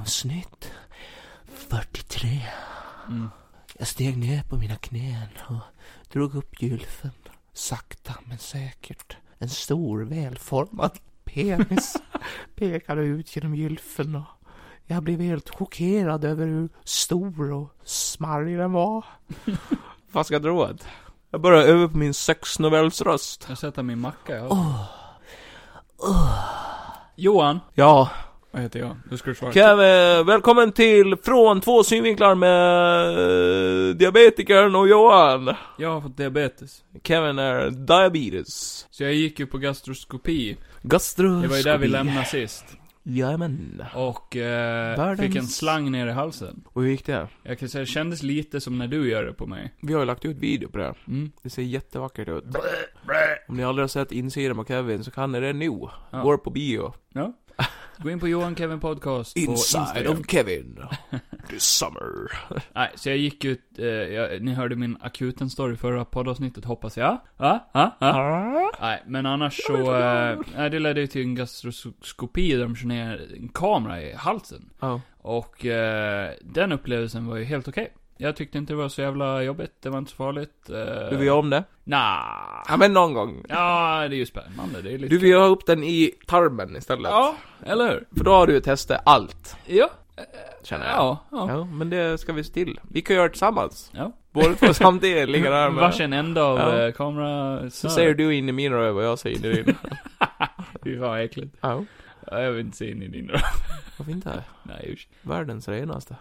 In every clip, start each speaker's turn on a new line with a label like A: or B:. A: Avsnitt 43.
B: Mm.
A: Jag steg ner på mina knän och drog upp gylfen. Sakta men säkert. En stor välformad penis pekade ut genom gylfen och jag blev helt chockerad över hur stor och smarrig den var. Vad ska jag dra åt? Jag börjar över på min sexnovellsröst.
B: Jag sätter min macka jag.
A: Åh.
B: Johan,
A: Ja,
B: vad heter jag? Du skulle svara.
A: Kev, eh, välkommen till Från två synvinklar med eh, diabetikern och Johan.
B: Jag har fått diabetes.
A: Kevin är diabetes.
B: Så jag gick ju på gastroskopi.
A: Gastroskopi.
B: Det var ju där vi lämnade sist.
A: Jajamän.
B: Och eh,
A: Världens-
B: fick en slang ner i halsen.
A: Och hur gick det?
B: Jag kan säga, det kändes lite som när du gör det på mig.
A: Vi har ju lagt ut video på det. här.
B: Mm.
A: Det ser jättevackert ut. Om ni aldrig har sett insidan på Kevin så kan ni det nu.
B: Ja.
A: Går på bio.
B: Gå in på Johan Kevin Podcast på
A: Inside
B: Instagram.
A: of Kevin. This summer.
B: Nej, så jag gick ut, eh, jag, ni hörde min akuten-story förra poddavsnittet hoppas jag. Ja, ja, ja. Nej, men annars
A: Jag
B: så,
A: vet inte.
B: eh, nej, det ledde ju till en gastroskopi där de kör ner en kamera i halsen.
A: Ja.
B: Och eh, den upplevelsen var ju helt okej. Jag tyckte inte det var så jävla jobbigt, det var inte så farligt. Eh,
A: Du vill göra om det?
B: Nja.
A: Ja men någon gång.
B: Ja, det är ju spännande, det är lite...
A: Du vill ha upp den i tarmen istället.
B: Ja, eller hur?
A: För då har du ju testat allt,
B: Ja,
A: känner jag.
B: ja, ja.
A: Ja, men det ska vi se till. Vi kan göra det tillsammans.
B: ja.
A: Båda två samtidigt, ligga där med.
B: Varsin ända av
A: Ja.
B: ja. kamera...
A: Så säger du in i min röv och jag säger in i din.
B: Fy fan vad äckligt.
A: Ja,
B: Ja, Jag vill inte se in i din röv.
A: varför inte?
B: Nej, usch.
A: Världens renaste.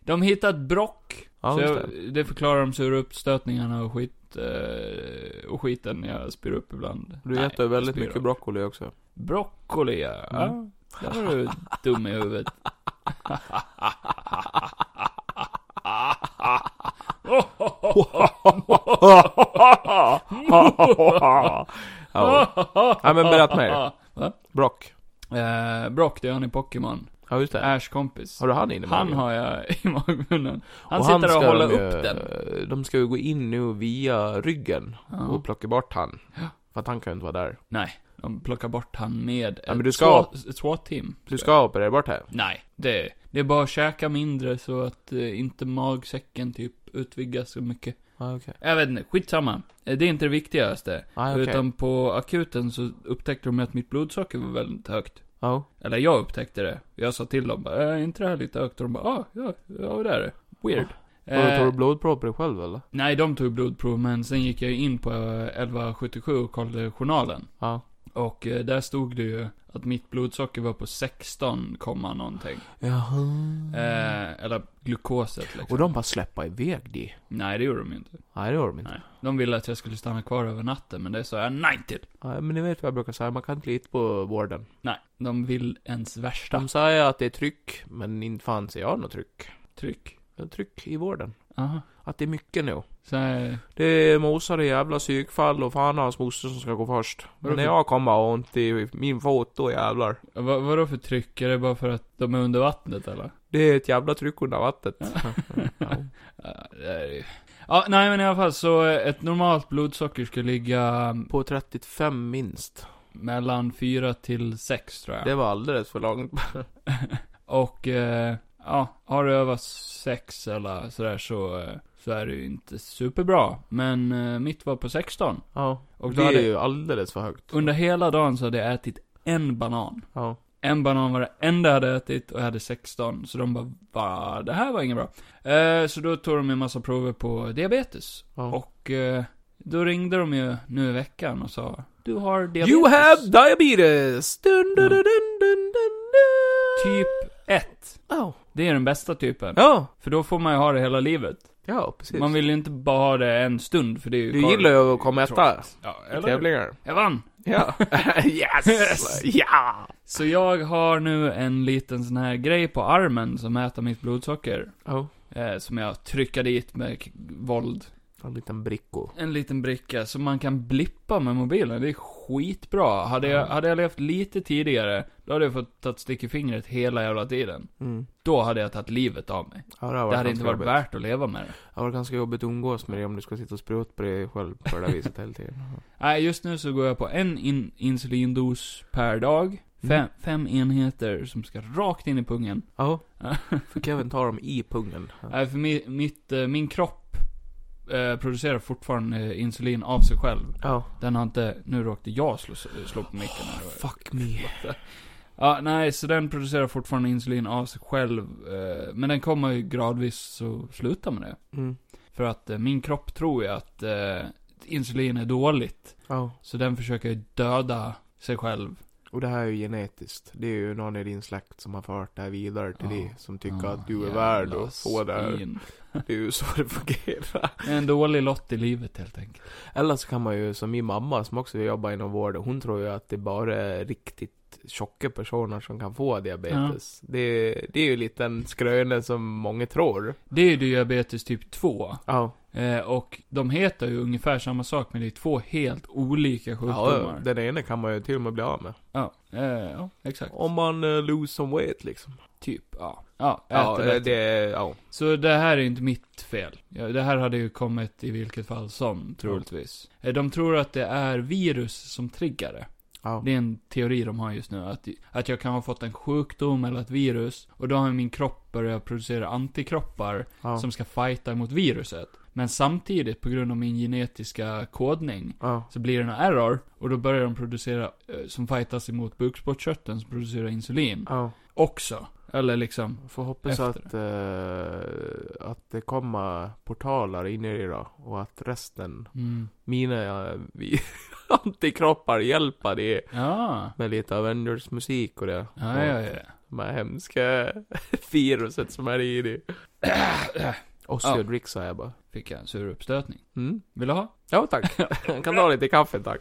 B: De hittat brock.
A: Ja,
B: så
A: just
B: jag, det förklarar de sura uppstötningarna och skit, eh, och skiten jag spyr upp ibland.
A: Du
B: Nej,
A: äter väldigt
B: jag spyr
A: mycket
B: upp.
A: broccoli också.
B: Broccoli, ja.
A: Mm.
B: ja. Där var du dum i huvudet.
A: ja. ja, men berätta mer. Brock.
B: Eh, Brock, det är han i Pokémon.
A: Ja, just det.
B: Ash kompis.
A: Har du han inne i
B: Äh, Han
A: magen?
B: har jag i magmunnen. Han
A: Och
B: sitter och
A: ska
B: håller
A: de ju-
B: upp den.
A: De ska ju gå in nu via ryggen
B: Ja.
A: och plocka bort han.
B: Ja.
A: För att han kan ju inte vara där.
B: Nej, de plockar bort han med
A: Ja,
B: ett
A: men du ska-
B: SWAT- ett SWAT-team.
A: Du ska operera bort här.
B: Nej, det, det är bara att käka mindre så att eh, inte magsäcken typ utvidgas så mycket.
A: Ah, okej.
B: Jag vet inte, skitsamma. Eh, Det är inte det viktigaste.
A: Ah, okej.
B: Utan på akuten så upptäckte de att mitt blodsocker var väldigt högt.
A: Ja.
B: Eller jag upptäckte det. Jag sa till dem bara, "Äh, är inte det här lite högt? Och de bara, ah, ja, ja det är det. Weird.
A: Och då tar
B: Eh,
A: Ah. du blodprov på dig själv eller?
B: nej, de tog blodprov, men sen gick jag in på eh, 1177 och kollade journalen.
A: Ja.
B: Och eh, där stod det ju att mitt blodsocker var på 16, komma någonting.
A: Jaha.
B: Eh, eller glukoset liksom.
A: Och de bara släppa iväg det.
B: Nej, det gjorde de ju inte.
A: Nej, det gör de inte.
B: Nej. De ville att jag skulle stanna kvar över natten, men det sa jag nej till.
A: Nej, men ni vet vad jag brukar säga, man kan inte lita på vården.
B: Nej, de vill ens värsta
A: De säger att det är tryck, men inte fan ser jag något tryck.
B: tryck.
A: Det är tryck i vården.
B: Aha.
A: Att det är mycket nu.
B: Så eh, här,
A: Det är mosade jävla psykfall och fan hans moster som ska gå först. Men när jag kommer och har ont i min fot, då jävlar.
B: vad, vadå för tryck? Är det bara för att de är under vattnet eller?
A: Det är ett jävla tryck under vattnet. Ja.
B: Ja, Eh, det är det ju. Ja, nej men i alla fall så eh, ett normalt blodsocker skulle ligga mm,
A: På 35 minst.
B: mellan 4 till 6 tror jag.
A: Det var alldeles för långt.
B: Och, eh, ja, har du övat sex eller sådär så, eh, så är det ju inte superbra. Men eh, mitt var på 16.
A: Ja.
B: Och
A: Och
B: då
A: det är
B: hade-
A: ju alldeles för högt.
B: Under hela dagen så hade jag ätit en banan.
A: Ja.
B: En banan var det enda jag hade ätit och jag hade 16. Så de bara, va? Det här var inget bra. Eh, så då tog de en massa prover på diabetes.
A: ja.
B: Och eh, då ringde de ju nu i veckan och sa, du har diabetes.
A: You have diabetes! Dun, dun,
B: Ja.
A: dun, dun, dun, dun, dun.
B: Typ 1.
A: Oh.
B: Det är den bästa typen.
A: Ja,
B: För då får man ju ha det hela livet.
A: ja precis.
B: Man vill ju inte bara ha det en stund, för det är ju
A: Typ. Du
B: kvar-
A: gillar ju att komma etta.
B: Ja,
A: i
B: eller hur?
A: Tävlingar.
B: Jag vann!
A: Ja. yes!
B: Yes.
A: Ja!
B: Så jag har nu en liten sån här grej på armen som mäter mitt blodsocker.
A: Ja.
B: Eh, som jag trycker dit med k- våld.
A: En liten bricko.
B: En liten bricka som man kan blippa med mobilen. Det är skitbra. Hade jag, hade jag levt lite tidigare, då hade jag fått ta ett stick i fingret hela jävla tiden.
A: Mm.
B: Då hade jag tagit livet av mig.
A: Ja, det, har
B: Det hade inte
A: ganska
B: varit
A: jobbigt.
B: värt att leva med det.
A: Det har varit ganska jobbigt att umgås med dig om du ska sitta och spruta på dig själv på det där viset hela tiden.
B: Nej, just nu så går jag på en in insulindos per dag. Fem, fem enheter som ska rakt in i pungen.
A: Ja. För Kevin tar dem i pungen. Ja.
B: Nej, för mi, mitt, eh, min kropp eh, producerar fortfarande eh, insulin av sig själv.
A: Ja.
B: Den har inte, nu råkade jag slå, slå på micken här.
A: Fuck me.
B: Ja, nej, så den producerar fortfarande insulin av sig själv. Eh, men den kommer ju gradvis så sluta med det.
A: Mm.
B: För att eh, min kropp tror ju att eh, insulin är dåligt.
A: Ja.
B: Så den försöker ju döda sig själv.
A: Och det här är ju genetiskt. Det är ju någon i din släkt som har fört det här vidare till
B: Ja.
A: dig. Som tycker
B: Ja,
A: att du är
B: jävla
A: värd att få det här.
B: svin.
A: Det är ju så det fungerar.
B: En dålig lott i livet helt enkelt.
A: Eller så kan man ju, som min mamma som också jobbar inom vård, hon tror ju att det är bara är riktigt tjocka personer som kan få diabetes. Det, det är ju en liten skröna som många tror.
B: Det är ju diabetes typ 2.
A: Ja.
B: Eh, och de heter ju ungefär samma sak, men det är två helt olika
A: ja
B: sjukdomar.
A: den ena kan man ju till och med bli av med.
B: Ja, eh, ja exakt.
A: Om man uh, lose some weight liksom.
B: Typ, ja. Ja,
A: Ja,
B: äter
A: eh,
B: bättre.
A: det är, ja.
B: Så det här är inte mitt fel. Ja, Det här hade ju kommit i vilket fall som, troligtvis. Eh, De tror att det är virus som triggar det.
A: ja.
B: Det är en teori de har just nu. Att, att jag kan ha fått en sjukdom eller ett virus. Och då har min kropp börjat producera antikroppar
A: ja.
B: som ska fighta mot viruset. Men samtidigt, på grund av min genetiska kodning,
A: ja.
B: så blir det en error. Och då börjar de producera, eh, som fightas emot bukspottkörteln, som producerar insulin.
A: ja.
B: Också. Eller liksom,
A: Får hoppas
B: Efter.
A: att, eh, att det kommer portaler in i det då. Och att resten,
B: mm.
A: mina eh, vi, antikroppar hjälper det.
B: Ja.
A: Med lite Avengers-musik och det.
B: Ja, ja, ja.
A: De här hemska viruset som är i det. Och
B: Ja.
A: så drick sa jag bara.
B: Fick jag en sur uppstötning.
A: Mm.
B: Vill du ha?
A: Ja tack. Jag kan ta lite kaffe tack.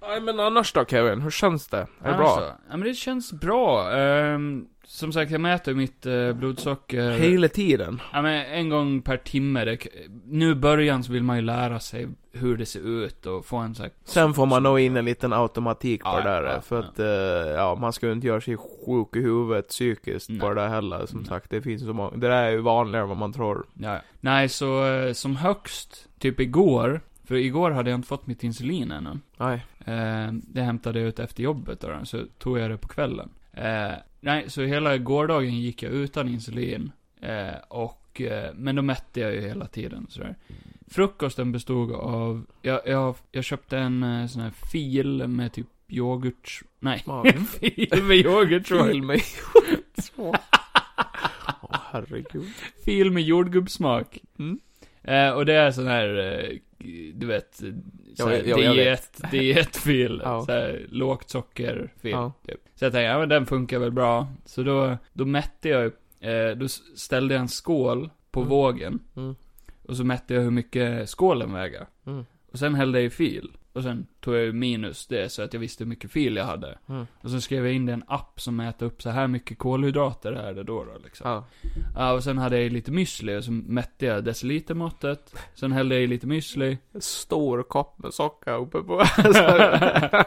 A: Nej men annars då Kevin, hur känns det? Är det bra?
B: Alltså, ja, men det känns bra. Ehm, som sagt, jag mäter mitt eh, blodsocker.
A: Hela tiden.
B: Ja, men en gång per timme. Det, k- nu i början så vill man ju lära sig hur det ser ut och få en sån här...
A: Sen får man nog in en liten automatik på
B: Ja,
A: det där.
B: ja,
A: för
B: ja.
A: att, eh, ja, man ska ju inte göra sig sjuk i huvudet psykiskt på
B: Nej.
A: det där heller. Som
B: Nej.
A: sagt, det finns så många. Det där är ju vanligare än vad man tror.
B: Ja, ja. Nej, så eh, som högst, typ igår. För igår hade jag inte fått mitt insulin ännu.
A: Nej.
B: Eh, det hämtade jag ut efter jobbet då, så tog jag det på kvällen. Eh, nej, så hela gårdagen gick jag utan insulin. Eh, och, eh, men då mätte jag ju hela tiden sådär. Frukosten bestod av, jag, jag, jag köpte en eh, sån här fil med typ yoghurt, nej,
A: Smak.
B: fil med yoghurtsmak.
A: Till mig. Åh herregud.
B: fil med jordgubbssmak.
A: Mm.
B: Eh, och det är sån här, eh, du vet, sån här
A: ja, jag
B: diet, dietfil.
A: Ja.
B: Så här, lågt sockerfil.
A: Ja.
B: Typ. Så jag tänkte, ja men den funkar väl bra. Så då, då mätte jag, eh, då s- ställde jag en skål på
A: Mm.
B: vågen.
A: Mm.
B: Och så mätte jag hur mycket skålen väger.
A: Mm.
B: Och sen hällde jag i fil. Och sen tog jag ju minus det så att jag visste hur mycket fil jag hade.
A: Mm.
B: Och sen skrev jag in det i en app som mäter upp så här mycket kolhydrater är det då då liksom.
A: Ja.
B: Ja, och sen hade jag i lite müsli och så mätte jag decilitermåttet. Sen hällde jag i lite müsli.
A: Stor kopp med socker uppe på.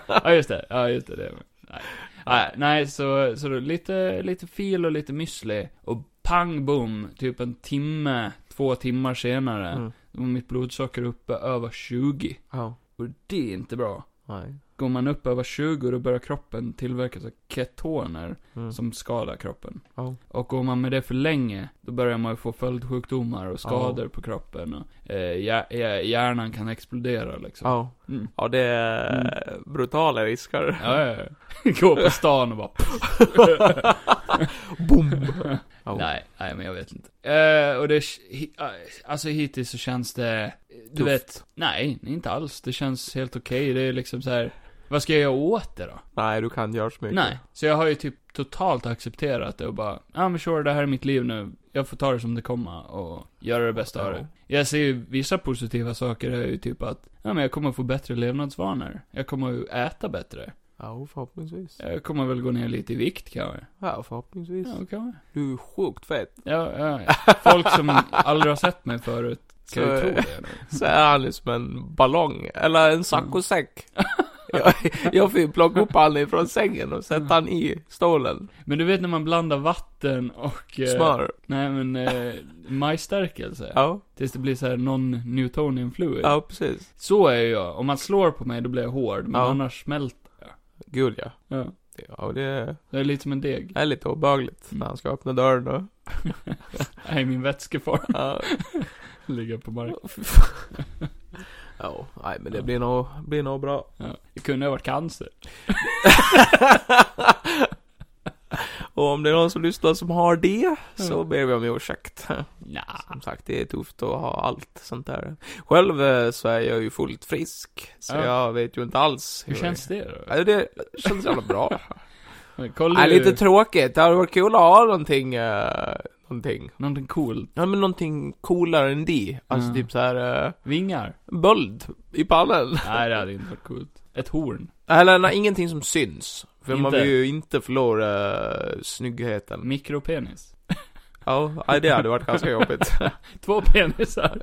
B: ja, just det. Ja, just det. det. Nej. Nej, nej, så, så då lite, lite fil och lite müsli. Och pang bom, typ en timme, två timmar senare,
A: Mm.
B: då var mitt blodsocker uppe över 20.
A: Ja.
B: Och det är inte bra.
A: Nej.
B: Går man upp över 20 då börjar kroppen tillverka så här ketoner
A: Mm.
B: som skadar kroppen.
A: Ja.
B: Och går man med det för länge, då börjar man ju få följdsjukdomar och skador på kroppen. Och, eh, hjär- hjär- hjärnan kan explodera liksom.
A: Ja.
B: Mm.
A: Ja, det är brutala risker.
B: Ja, ja, ja. Gå på stan och bara...
A: Boom! Ja.
B: Nej, nej men jag vet inte. Eh, och det... hi- eh, Alltså hittills så känns det... Du
A: Tufft.
B: vet, nej, inte alls. Det känns helt okej. Det är liksom så här. Vad ska jag göra åt det då?
A: Nej, du kan inte göra så mycket.
B: Nej. Så jag har ju typ totalt accepterat det och bara, ja ah, men sure, det här är mitt liv nu. Jag får ta det som det kommer och göra det bästa av det. Jag ser ju vissa positiva saker är ju typ att, ja men jag kommer få bättre levnadsvanor. Jag kommer ju äta bättre.
A: Ja, förhoppningsvis.
B: Jag kommer väl gå ner lite i vikt kanske.
A: Ja, förhoppningsvis.
B: Ja, kanske.
A: Du är sjukt fet.
B: Ja, ja. Folk som aldrig har sett mig förut kan ju
A: Så- eh,
B: tro det. nu.
A: Så är han liksom en ballong, eller en saccosäck. jag, jag fick plocka upp han ifrån sängen och sätta han i stolen.
B: Men du vet när man blandar vatten och... eh,
A: Smör.
B: Nej men, eh, majsstärkelse.
A: Ja,
B: Tills det blir så här non-Newtonian fluid.
A: ja precis.
B: Så är jag. Om man slår på mig då blir jag hård, men
A: Ja.
B: annars smälter jag.
A: Gud ja.
B: Ja.
A: sig. Och det
B: Det är lite som en deg.
A: är lite obehagligt när han ska öppna dörren och...
B: Nej, min vätskeform
A: Ja,
B: ligger på marken.
A: ja nej men det blir nog, blir nog bra.
B: Ja. Det kunde ha varit cancer.
A: och om det är någon som lyssnar som har det, så ber vi om ursäkt.
B: Nja.
A: Som sagt, det är tufft att ha allt sånt där. Själv eh, så är jag ju fullt frisk, så
B: Ja.
A: jag vet ju inte alls
B: Hur känns det
A: jag...
B: då?
A: Ja, det känns jävla bra.
B: Kolla
A: Nej,
B: ju
A: lite tråkigt. Det hade varit kul att ha någonting, eh, någonting.
B: någonting coolt.
A: Ja, men någonting coolare än det. Alltså
B: Mm.
A: typ så här eh,
B: Vingar?
A: böld i pallen.
B: Nej, det hade inte varit coolt. Ett horn.
A: Eller nej, ingenting som syns. För man
B: Inte? Mm.
A: vill ju inte förlora eh, snyggheten.
B: Mikropenis.
A: Ja, nej, det hade varit ganska jobbigt.
B: Två penisar.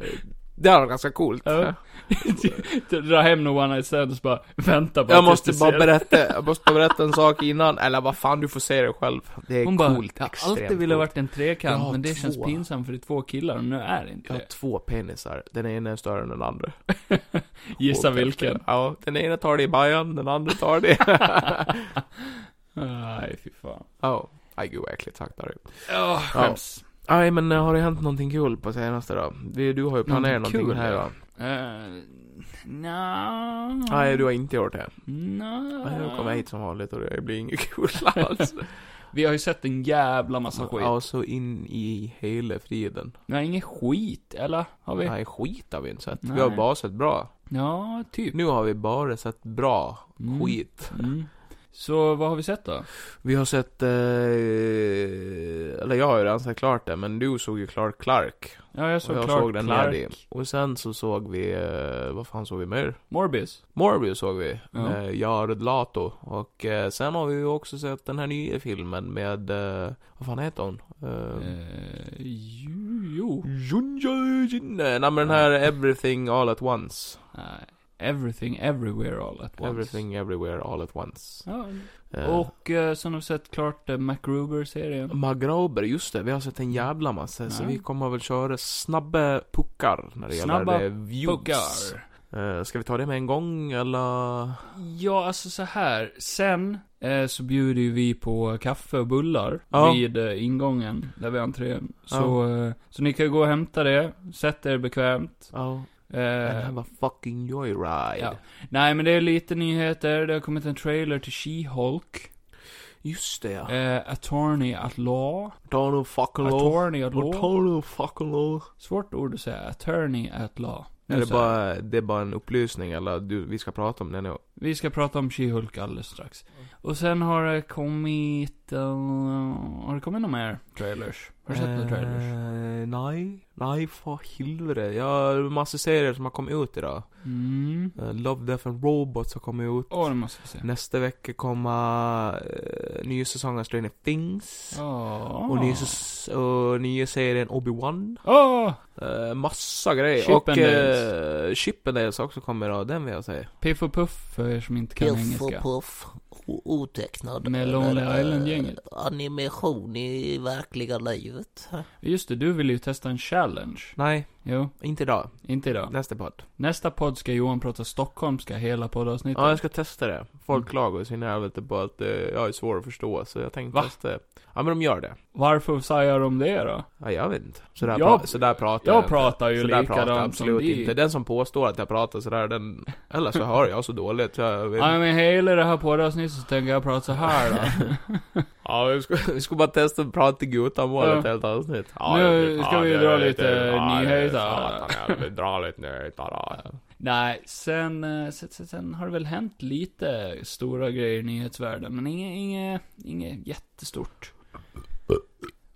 A: Det hade varit ganska coolt.
B: Ja. Dra hem någon one night stand och så bara vänta på
A: Jag
B: att
A: måste
B: du
A: bara
B: ser.
A: berätta, jag måste bara berätta en sak innan, eller vad fan, du får se det själv. Det är
B: Hon bara,
A: coolt,
B: jag har
A: extremt
B: alltid velat
A: coolt.
B: varit en trekant,
A: Jag har
B: men det känns
A: två.
B: pinsamt för det är två killar och nu är det inte
A: Jag har
B: det.
A: två penisar, den ena är större än den andra.
B: Gissa
A: Sjukt
B: vilken.
A: häftigt. Ja, den ena tar det i bajan, den andra tar det.
B: Nej, fy fan.
A: Ja. Nej gud vad äckligt sagt Harry.
B: Oh, skäms.
A: Nej men eh, har det hänt någonting kul på senaste då? Du, du har ju planerat
B: Någonting
A: någonting,
B: kul,
A: här
B: ja.
A: va?
B: Uh, Nja...
A: Nej du har inte gjort det. Nej,
B: Nja...
A: jag kommer hit som vanligt och det blir inget kul alls.
B: Vi har ju sett en jävla massa Alltså, skit.
A: Ja, så in i hela friden.
B: Nej, ingen skit, eller? Har vi?
A: Nej skit har vi inte sett. Vi
B: Nej.
A: har bara sett bra.
B: Ja, typ.
A: Nu har vi bara sett bra
B: Mm.
A: skit.
B: Mm. Så vad har vi sett då?
A: Vi har sett, eh, eller jag har ju redan sett klart det, men du såg ju klart Clark.
B: Ja, jag såg
A: och jag
B: klart
A: såg den
B: Clark.
A: här i. Och sen så såg vi, eh, vad fan såg vi mer?
B: Morbius.
A: Morbius såg vi,
B: Ja.
A: med Jared Lato. Och eh, sen har vi ju också sett den här nya filmen med, eh, vad fan heter hon? Eh,
B: Eh, jo, jo.
A: Jun- Jun- Jun- Nej men den här Everything All At Once.
B: Nej. Everything, everywhere, all at once.
A: Everything Everywhere All At Once.
B: Ja.
A: Eh,
B: Och eh, sen har vi sett klart eh, MacGruber-serien.
A: Magraber, just det. Vi har sett en jävla massa, så
B: Ja.
A: vi kommer väl köra snabba puckar när det
B: Snabba
A: gäller eh, views.
B: Puckar.
A: Eh, ska vi ta det med en gång, eller?
B: Ja, alltså så här. Sen eh, så bjuder ju vi på kaffe och bullar
A: Ja.
B: vid eh, ingången, där vid entrén. Så,
A: Ja.
B: eh, så ni kan ju gå och hämta det, sätt er bekvämt.
A: Ja. Den här
B: Eh,
A: var fucking joyride.
B: ja. Nej, men det är lite nyheter. Det har kommit en trailer till She-Hulk.
A: Just det, ja.
B: Eh, Attorney at Law.
A: Ta nu fucking lov.
B: Attorney at
A: Och
B: Law.
A: Ta nu fucking lov.
B: Svårt ord att säga. Attorney at Law. Nu
A: Är det,
B: så här.
A: bara, det är bara en upplysning, eller? Du, vi ska prata om det nu.
B: Vi ska prata om She-Hulk alldeles strax. Och sen har det kommit... eh, har det kommit några mer trailers? Har du sett några trailers?
A: Eh, nej. Nej, för helvete. Jag har en massa serier som har kommit ut idag.
B: Mm.
A: Eh, Love, Death and Robots har kommit ut.
B: Åh, det måste vi se.
A: Nästa vecka kommer uh, ny säsong av Stranger Things.
B: Ah. Åh.
A: Och, ny, säs- och nya serien Obi-Wan.
B: Åh!
A: Eh, massa grejer.
B: Chippendales.
A: Och uh, Chippendales har också kommer idag, den vill jag säga.
B: Piff och Puff för er som inte kan
C: Puff och
B: engelska.
C: Puff. O- Otecknad.
B: Med Lonely
C: eh,
B: Island-gänget.
C: Animation i verkliga livet.
B: Just det, du ville ju testa en challenge.
A: Nej,
B: Jo,
A: inte idag.
B: inte idag.
A: Nästa podd.
B: Nästa podd ska Johan prata stockholmska hela poddavsnittet.
A: Ja, jag ska testa det.
B: Mm.
A: Folk klagar sin helvete på att eh, jag är svår att förstå, så jag tänkte
B: Va?
A: testa det. Ja, men de gör det.
B: Varför säger de det då?
A: Ja, jag vet inte. Så där,
B: Jag-
A: pra- så där pratar
B: jag
A: inte.
B: pratar ju
A: så där
B: likadant
A: pratar jag
B: som
A: absolut
B: de.
A: inte. Den som påstår att jag pratar sådär, den... Eller så hör jag så dåligt, så jag vet
B: Ja, men hela det här poddavsnittet så tänker jag prata så här då.
A: Ja, vi ska, vi ska bara testa att prata gutt om vårt
B: Ja.
A: ett helt avsnitt.
B: Nu
A: det blir
B: ska
A: fan,
B: vi
A: det
B: dra
A: är
B: lite
A: ja, det är
B: nyheter.
A: satan, ja, Vi drar lite nyheter. ja.
B: Nej, sen, eh, sen, sen, sen har det väl hänt lite stora grejer i nyhetsvärlden, men inget, inget, inget jättestort.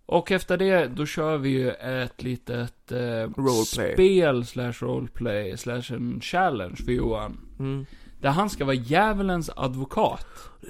B: Och efter det, då kör vi ju ett litet eh,
A: Roleplay.
B: spel slash roleplay slash en challenge för Johan.
A: Mm.
B: Där han ska vara djävulens advokat.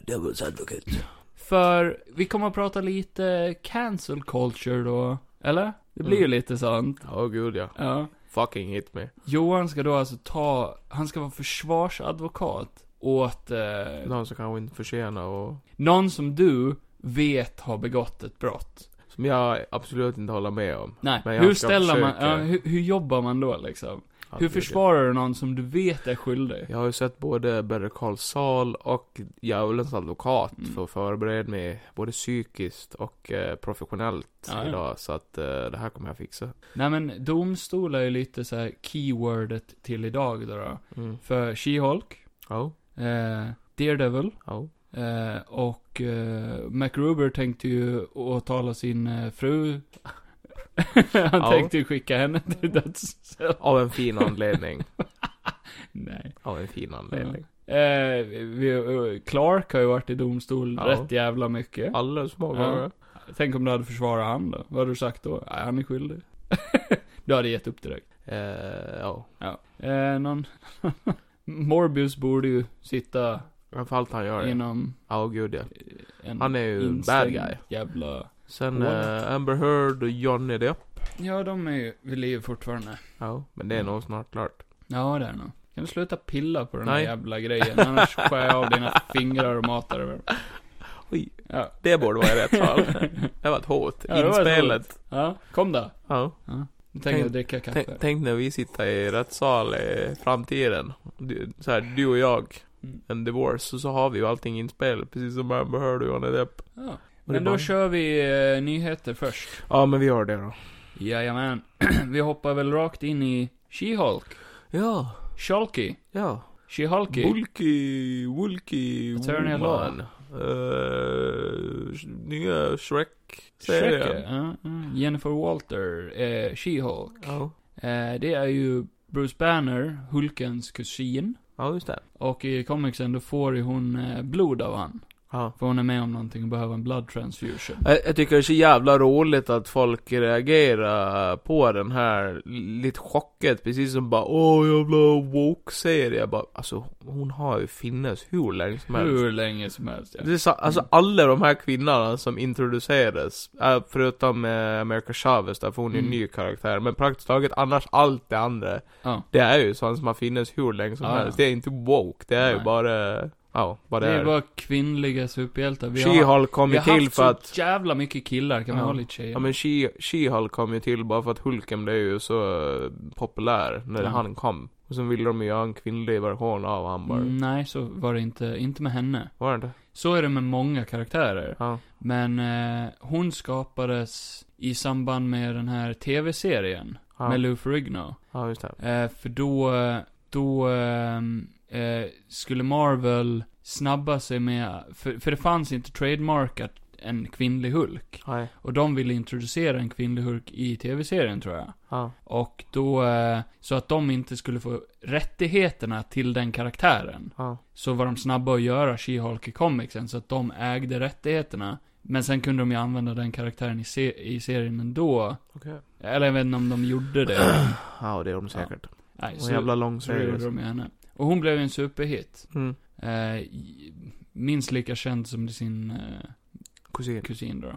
C: Devil's Advocate.
B: För vi kommer att prata lite cancel culture då, eller? Det blir ju
A: Mm.
B: lite sånt.
A: Åh gud ja.
B: Ja.
A: Fucking hit me.
B: Johan ska då alltså ta, han ska vara försvarsadvokat åt eh,
A: Någon som kanske inte förtjänar och...
B: någon som du vet har begått ett brott.
A: Som jag absolut inte håller med om.
B: Nej,
A: Men jag
B: hur
A: ska
B: ställer man,
A: försöka.
B: ja, hur, hur jobbar man då liksom? Hur försvarar du någon som du vet är skyldig?
A: Jag har ju sett både Better Call Saul och Djävulens advokat
B: Mm.
A: för att förbereda mig både psykiskt och eh, professionellt
B: Ja, ja.
A: idag. Så att eh, det här kommer jag fixa.
B: Nej men, domstol är ju lite så här keywordet till idag då. då.
A: Mm.
B: För She-Hulk,
A: Ja,
B: eh, Daredevil,
A: ja.
B: eh, och eh, MacGruber tänkte ju åtala sin eh, fru. Han
A: Ja.
B: tänkte ju skicka henne till dödscell.
A: Av en fin anledning.
B: Nej.
A: Av en fin anledning.
B: Eh, vi, Clark har ju varit i domstol
A: Ja.
B: rätt jävla mycket.
A: Alldeles små
B: Ja.
A: gånger.
B: Tänk om du hade försvarat han då? Vad hade du sagt då? Nej, han är skyldig. du hade gett upp direkt.
A: Eh, ja.
B: Ja. Eh, någon... Morbius borde ju sitta
A: Framför allt han gör det.
B: inom eh,
A: Ja, gud ja.
B: en
A: Han är ju en bad
B: Mm. instängd
A: guy.
B: jävla...
A: Sen
B: What?
A: eh, Amber Heard och Johnny Depp.
B: Ja, de är ju vid liv fortfarande.
A: Ja, men det är
B: Mm.
A: nog snart klart.
B: Ja, det är nog. Kan du sluta pilla på den här
A: Nej.
B: jävla grejen? Annars skär jag av dina fingrar och matar över dem.
A: Oj.
B: Ja.
A: Det borde vara i rätt fall. Det var ett hot.
B: Ja, det var ett
A: Inspelet.
B: ja, kom då.
A: Ja.
B: Nu tänker jag dricka kaffe.
A: Tänk, tänk när vi sitter i rättssal i framtiden. Du, så här, du och jag.
B: Mm.
A: En divorce. Och så har vi ju allting inspelat. Precis som Amber Heard och Johnny Depp.
B: Ja.
A: Och det
B: Men då
A: bara-
B: kör vi eh, nyheter först.
A: Ja, men vi gör det då.
B: Jajamän. vi hoppar väl rakt in i She-Hulk.
A: Ja.
B: Shulky.
A: Ja.
B: She-Hulky.
A: Bulky, Wulky,
B: Attorney at
A: Woman.
B: law.
A: Eh, sh- nya
B: Shrek,
A: Shrek-serien.
B: ja, ja. Jennifer Walter, eh, She-Hulk.
A: Ja.
B: Eh, det är ju Bruce Banner, Hulkens kusin.
A: ja, just det.
B: Och i comicsen då får ju hon eh, blod av han.
A: Ja.
B: För hon är med om någonting och behöver en blood transfusion.
A: Jag, jag tycker det är så jävla roligt att folk reagerar på den här lite chocket, precis som bara åh jävla woke-serie. Jag bara, alltså hon har ju funnits hur länge som helst.
B: Hur länge som helst ja.
A: Det är så, alltså alla de här kvinnorna som introducerades, eh, förutom eh, America Chavez där, för hon är ju en
B: Mm.
A: ny karaktär, men praktiskt taget annars allt det andra,
B: ja.
A: det är ju sånt som har funnits hur länge som
B: Ah, Ja, ja.
A: helst. Det är inte woke, det är ju
B: Nej.
A: bara, ja, vad
B: Det
A: det
B: är
A: är.
B: bara kvinnliga superhjältar. Vi har,
A: She-Hulk kom
B: vi
A: ju
B: har
A: till
B: haft
A: för att
B: så jävla mycket killar. Kan vi
A: Ja.
B: ha lite tjejer?
A: Ja men She- She-Hulk kom ju till bara för att Hulken blev ju så eh, populär när
B: Ja.
A: han kom. Och sen ville de ju göra en kvinnlig version av han bara.
B: Mm, Nej, så var det inte. Inte med henne.
A: Var det inte?
B: Så är det med många karaktärer.
A: Ja.
B: Men eh, hon skapades i samband med den här tv-serien.
A: Ja.
B: Med Lou Ferrigno.
A: ja, just det.
B: Eh, för då, eh, då ehm, eh, skulle Marvel snabba sig med, för, för det fanns inte trademarkat en kvinnlig Hulk.
A: Nej.
B: Och de ville introducera en kvinnlig Hulk i tv-serien tror jag.
A: Ja.
B: Och då, eh, så att de inte skulle få rättigheterna till den karaktären.
A: Ja.
B: Så var de snabba att göra She-Hulk i comicsen, så att de ägde rättigheterna. Men sen kunde de ju använda den karaktären i, se- i serien ändå.
A: Okej.
B: Eller jag vet inte om de gjorde det.
A: Ja, det är de säkert.
B: Nej,
A: Och
B: så,
A: en jävla lång
B: så gjorde
A: serie.
B: de ju henne. Och hon blev ju en superhit.
A: Mm.
B: Eh, i- minst lika känd som sin eh,
A: Kusin.
B: kusin då.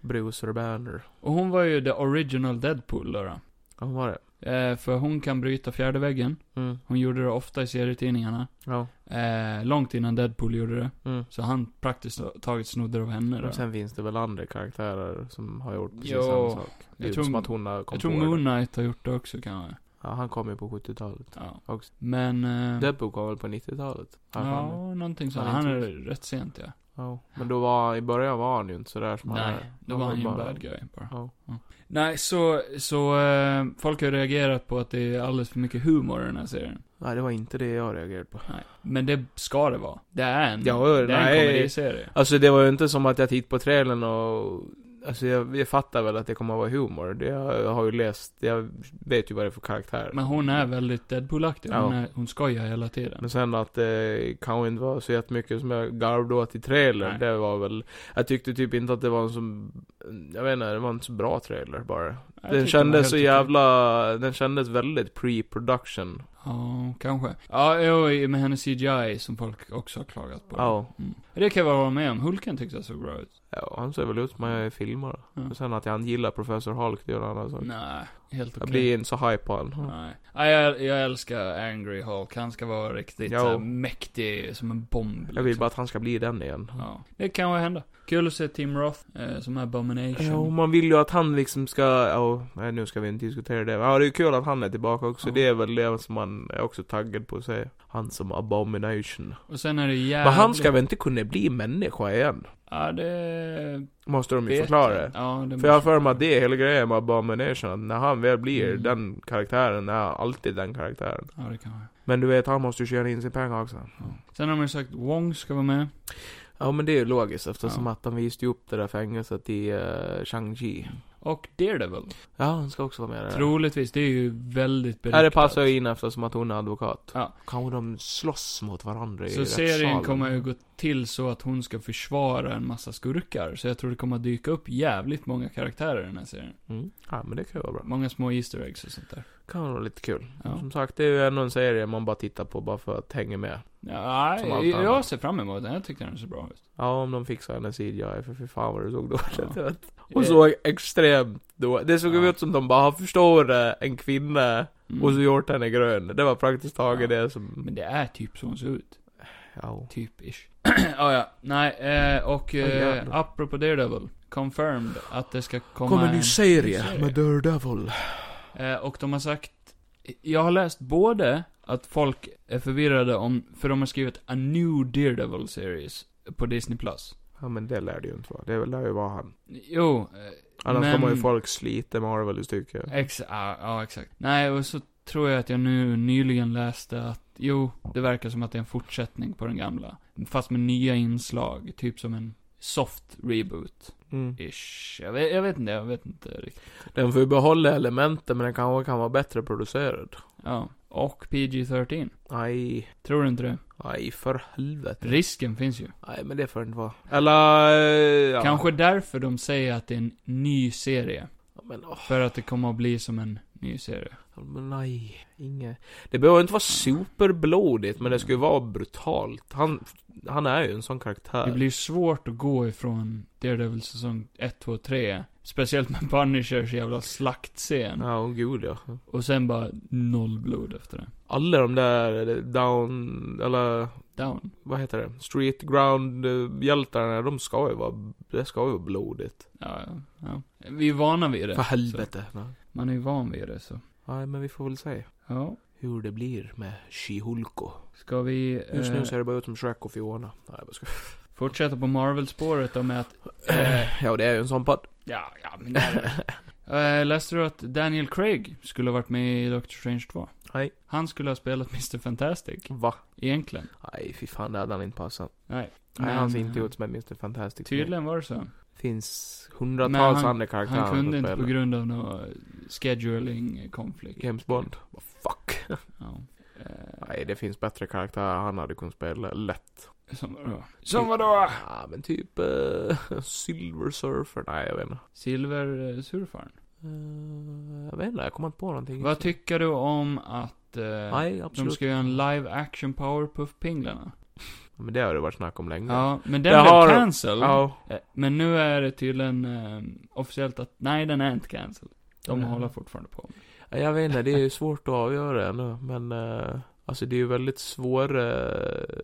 A: Bruce Banner.
B: Och hon var ju the original Deadpool då. då.
A: Ja, vad var det?
B: Eh, för hon kan bryta fjärde väggen.
A: Mm.
B: Hon gjorde det ofta i serietidningarna.
A: Ja.
B: Eh, långt innan Deadpool gjorde det.
A: Mm.
B: Så han praktiskt taget snodde av henne då.
A: Och sen finns det väl andra karaktärer som har gjort precis
B: Jo.
A: samma sak. Det är
B: Jag
A: ju
B: tror-
A: som att hon har kom
B: Jag tror
A: på det.
B: Moon Knight har gjort det också kanske.
A: Ja, han kom ju på 70-talet.
B: Ja.
A: Också.
B: Men... Eh,
A: Deadpool kom väl på 90-talet? Har jag för mig.
B: ja, någonting sånt.
A: Han är
B: Han är
A: inte
B: rätt sent ja.
A: Ja, men då var i början var han ju inte sådär som han
B: Nej,
A: är.
B: då var han ju en
A: bara-
B: bad guy bara.
A: Ja.
B: Nej, så, så eh, folk har ju reagerat på att det är alldeles för mycket humor i den här serien.
A: Nej, det var inte det jag reagerade på.
B: Nej. Men det ska det vara. Det är en,
A: Ja,
B: det är en
A: nej.
B: komediserie.
A: Alltså det var ju inte som att jag tittade på trailern och... Alltså jag, jag fattar väl att det kommer att vara humor. Det, jag har ju läst, jag vet ju vad det är för karaktär.
B: Men hon är väldigt Deadpool-aktig. Hon,
A: Ja.
B: är, hon skojar hela tiden.
A: Men sen att det kanske inte var så jättemycket som jag garvade åt i trailern,
B: Nej.
A: det var väl... Jag tyckte typ inte att det var en så... Jag vet inte, det var en så bra trailer bara.
B: Jag tyckte
A: den
B: hon var
A: kändes så
B: helt okej.
A: jävla... Den kändes väldigt pre-production.
B: Ja, kanske. Ja, jo, med hennes CGI som folk också har klagat på.
A: Ja.
B: Mm. Det kan jag väl hålla med om. Hulken tyckte jag såg bra ut.
A: ja, han ser väl ut som jag filmar.
B: Ja.
A: Och sen att han gillar Professor Hulk, det är en annan sak.
B: Mm. Nej, helt okej.
A: Jag blir inte så hype på honom.
B: Nej. Ja, jag, jag älskar Angry Hulk. Han ska vara riktigt
A: Ja.
B: så här, mäktig som en bomb. liksom.
A: Jag vill bara att han ska bli den igen.
B: Ja, det kan ju hända. Kul att se Tim Roth eh, som Abomination.
A: Ja, och man vill ju att han liksom ska, ja, nej nu ska vi inte diskutera det. Ja, det är kul att han är tillbaka också.
B: Ja.
A: Det är väl det som man är också taggad på att säga. Han som abomination.
B: Och sen är det jävligt...
A: Men han ska väl inte kunna bli människa igen?
B: Ja, det...
A: Måste de ju
B: vet
A: förklara
B: jag.
A: det.
B: Ja, det
A: För jag har
B: måste-
A: för mig att det är hela grejen med abomination. Att när han väl blir
B: Mm.
A: den karaktären, är han alltid den karaktären.
B: Ja, det kan vara.
A: Men du vet, han måste ju tjäna in sin pengar också.
B: Sen har man ju sagt Wong ska vara med.
A: Ja men det är ju logiskt eftersom
B: Ja.
A: att han visste ju upp det där fängelset i uh, Shang-Chi.
B: Och Daredevil.
A: Ja, han ska också vara med där.
B: Troligtvis, det är ju väldigt
A: Ja,
B: beriktat.
A: det passar ju in eftersom att hon är advokat.
B: Ja.
A: Kanske de slåss mot varandra i
B: Så serien kommer ju gå till så att hon ska försvara en massa skurkar. Så jag tror det kommer att dyka upp jävligt många karaktärer i den här serien.
A: Mm. Ja, men det kan ju vara bra.
B: Många små Easter eggs och sånt där.
A: Kan vara lite kul.
B: Ja.
A: Som sagt, det är ju ändå en serie man bara tittar på bara för att hänga med.
B: Ja,
A: Som allt
B: nej, jag
A: annat.
B: ser fram emot den. Jag tyckte den såg bra ut.
A: Ja, om de fixar hennes CGI, för fy fan vad det såg dåligt
B: Ja.
A: ut. Och såg extremt då. Det såg
B: Ja.
A: ut som de bara förstår en kvinna
B: Mm.
A: och så gjort henne grön. Det var praktiskt taget
B: Ja.
A: det som...
B: Men det är typ så hon ser ut.
A: Ja.
B: Typ ish. ja, ja. Nej, eh, och
A: Åh,
B: eh,
A: jävlar.
B: apropå Daredevil. Confirmed att det ska komma
A: Kommer en ny serie
B: ny serie.
A: med Daredevil.
B: Eh, och de har sagt... Jag har läst både att folk är förvirrade om... För de har skrivit A New Daredevil Series på Disney+. Plus.
A: Ja men det lär det ju inte vara. Det lär ju vara han.
B: Jo, eh,
A: Annars
B: Men-
A: kommer ju folk slita Marvel i stycken.
B: Ex ja, ja, exakt. Nej, och så tror jag att jag nu nyligen läste att, jo, det verkar som att det är en fortsättning på den gamla. Fast med nya inslag, typ som en soft reboot-ish.
A: Mm.
B: Jag vet, jag vet inte, jag vet inte riktigt.
A: Den får ju behålla elementen men den kanske kan vara bättre producerad.
B: Ja. Och PG-13.
A: Aj.
B: Tror du inte det?
A: Aj för helvete.
B: Risken finns ju.
A: Nej men det får det inte vara. Eller... eh, Ja.
B: Kanske därför de säger att det är en ny serie.
A: Ja, Men, åh,
B: För att det kommer att bli som en ny serie.
A: men nej. Inget. Det behöver inte vara superblodigt men det ska ju vara brutalt. Han, han är ju en sån karaktär.
B: Det blir svårt att gå ifrån Daredevil säsong 1, 2, 3. Speciellt med Punishers jävla slaktscen.
A: Ja, åh gud ja.
B: Och sen bara noll blod efter det.
A: Alla de där eh, down, eller
B: Down.
A: vad heter det? Street ground eh, hjältarna, de ska ju vara, det ska ju vara blodigt.
B: Ja, ja, ja. Vi är vana vid det.
A: För helvete. Nej.
B: Så. Man är ju van vid det så.
A: Nej, men vi får väl se
B: Ja.
A: hur det blir med She-Hulko.
B: Ska vi
A: Just nu
B: eh,
A: ser det bara ut som Shrek och Fiona. Nej, jag bara skojar.
B: fortsätta på Marvel-spåret då med att... Eh,
A: Ja, det är ju en sån podd.
B: ja, ja, men det är det. eh, Läste du att Daniel Craig skulle ha varit med i Doctor Strange 2?
A: Nej.
B: Han skulle ha spelat Mr. Fantastic,
A: Va?
B: egentligen.
A: Nej, fy fan, det hade han inte passat.
B: Nej.
A: Nej,
B: Men,
A: han ser inte
B: eh,
A: ut som en Mr. Fantastic.
B: Tydligen var det så.
A: Finns
B: Men
A: hundratals
B: han-
A: andra karaktärer
B: Han kunde
A: som
B: inte på
A: spelar.
B: grund av någon eh, scheduling-konflikt.
A: James Bond. Vad fuck.
B: Ja. Eh,
A: Nej, det finns bättre karaktärer han hade kunnat spela. Lätt.
B: Eh, Som vadå? Som vadå?
A: Typ. Ja, men typ eh, Silver Surfer. Nej, jag vet inte.
B: Silversurfaren.
A: Eh, jag vet inte, jag kommer inte på någonting.
B: Vad tycker du om att eh,
A: Nej,
B: de
A: absolut.
B: ska göra en live action Powerpuff Pinglarna?
A: Men det har det varit snack om länge.
B: Ja, men
A: Det
B: den blev
A: har-
B: cancel.
A: Ja.
B: Eh, Men nu är det tydligen eh, officiellt att nej, den är inte cancel. De
A: Mm.
B: håller fortfarande på.
A: Ja, Jag vet inte, det är ju svårt att avgöra ännu, men eh, alltså det är ju väldigt svåra eh,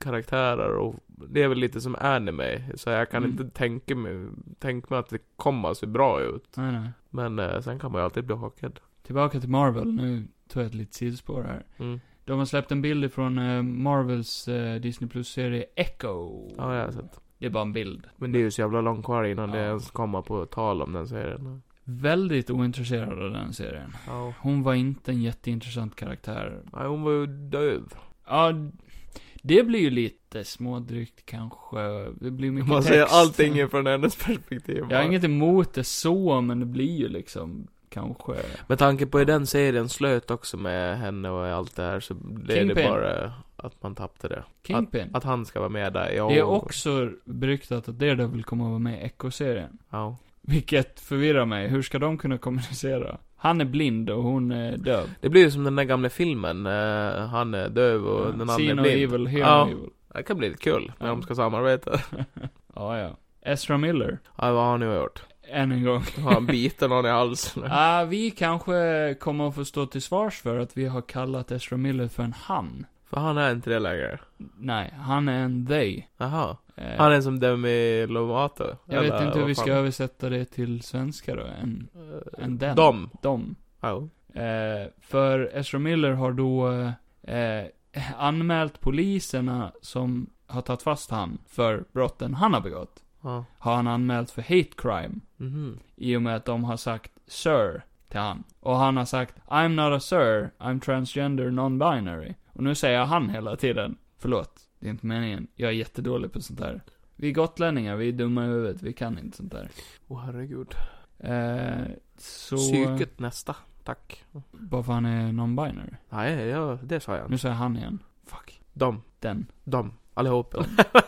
A: karaktärer och det är väl lite som anime, så jag kan
B: Mm.
A: inte tänka mig, tänka mig att det kommer att se bra ut.
B: Nej, nej.
A: Men eh, sen kan man ju alltid bli chockad.
B: Tillbaka till Marvel. Nu tog jag ett litet sidospår här.
A: Mm.
B: De har släppt en bild ifrån eh, Marvels eh, Disney Plus-serie Echo.
A: Ja, jag har sett.
B: Det är bara en bild.
A: Men det är ju så jävla långt kvar innan det
B: Ja.
A: ens kommer på tal om den serien.
B: Väldigt ointresserad av den serien.
A: Ja.
B: Hon var inte en jätteintressant karaktär.
A: Nej, hon var ju döv.
B: Ja, det blir ju lite smådrygt kanske. Det blir mycket
A: Man
B: text.
A: ser allting från hennes perspektiv.
B: Jag har inget emot det så, men det blir ju liksom kanske.
A: Med tanke på hur den serien slöt också med henne och allt det här så blev det
B: Kingpin.
A: bara att man tappade det.
B: Kingpin.
A: Att han ska vara med där, ja.
B: det är också beryktat att Daredevil kommer att vara med i Echo-serien.
A: Ja.
B: Vilket förvirrar mig. Hur ska de kunna kommunicera? Han är blind och hon är döv.
A: Det blir ju som den där gamla filmen, eh, han är döv och den andra
B: See
A: är
B: no
A: blind.
B: evil, hear
A: Ja.
B: no evil.
A: Det kan bli lite kul när
B: Ja.
A: de ska samarbeta.
B: Ja, ja. Ezra Miller.
A: Ja, vad har han nu gjort?
B: Än en gång.
A: Har han bitit någon i halsen?
B: Ah, vi kanske kommer att få stå till svars för att vi har kallat Ezra Miller för en han.
A: För han är inte det längre.
B: Nej, han är en they.
A: Jaha.
B: Eh,
A: Han är som Demi Lovato.
B: jag vet
A: eller
B: inte hur
A: vad
B: vi
A: fan.
B: ska översätta det till svenska då. En,
A: Eh,
B: en den.
A: Dom.
B: Dom.
A: Ja.
B: Eh, för Ezra Miller har då eh, anmält poliserna som har tagit fast han för brotten han har begått.
A: Ja.
B: Har han anmält för hate crime.
A: Mhm.
B: I och med att de har sagt Sir till han. Och han har sagt I'm not a sir, I'm transgender non-binary. Och nu säger han hela tiden. Förlåt, det är inte meningen. Jag är jättedålig på sånt där. Vi är gotlänningar, vi är dumma i huvudet, vi kan inte sånt där.
A: Åh herregud.
B: Eh, så...
A: Psyket nästa. Tack.
B: Bara för han är non-binary.
A: Nej, ja, det sa jag.
B: Nu säger han igen. Fuck.
A: Dom.
B: Den.
A: Dom. Allihop.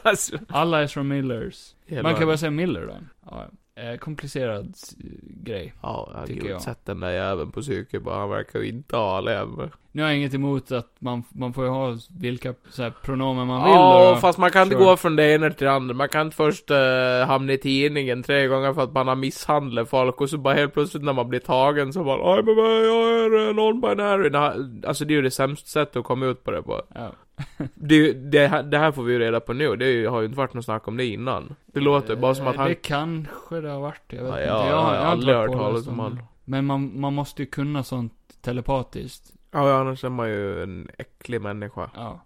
A: Alltså,
B: Alla är från Millers.
A: hela-
B: Man kan bara säga Miller då. Ja, ja. eh, komplicerad eh, grej.
A: Ja, jag
B: tycker
A: har
B: jag.
A: sett den där jäveln på psyket bara. Han verkar ju inte ha lem.
B: Nu har jag inget emot att man, man får ju ha vilka så här, pronomen man vill.
A: Ja,
B: och-
A: fast man kan inte
B: Sure.
A: gå från det ena till det andra. Man kan inte först eh, hamna i tidningen tre gånger för att man har misshandlat folk och så bara helt plötsligt när man blir tagen så bara Aj, men vad, jag är eh, non-binary. Nej, Alltså det är ju det sämsta sättet att komma ut på det på.
B: Ja.
A: Det, är ju- det, här- det här får vi ju reda på nu. Det är ju- har ju inte varit något snack om det innan. Det låter bara som att
B: Eh,
A: han...
B: Det kanske det har varit, jag vet
A: Ja,
B: inte.
A: jag,
B: har-
A: har
B: jag har inte
A: aldrig
B: varit
A: hört talas
B: påläst
A: om
B: det.
A: honom.
B: Men man, man måste ju kunna sånt telepatiskt.
A: Ja, annars är man ju en äcklig människa.
B: Ja.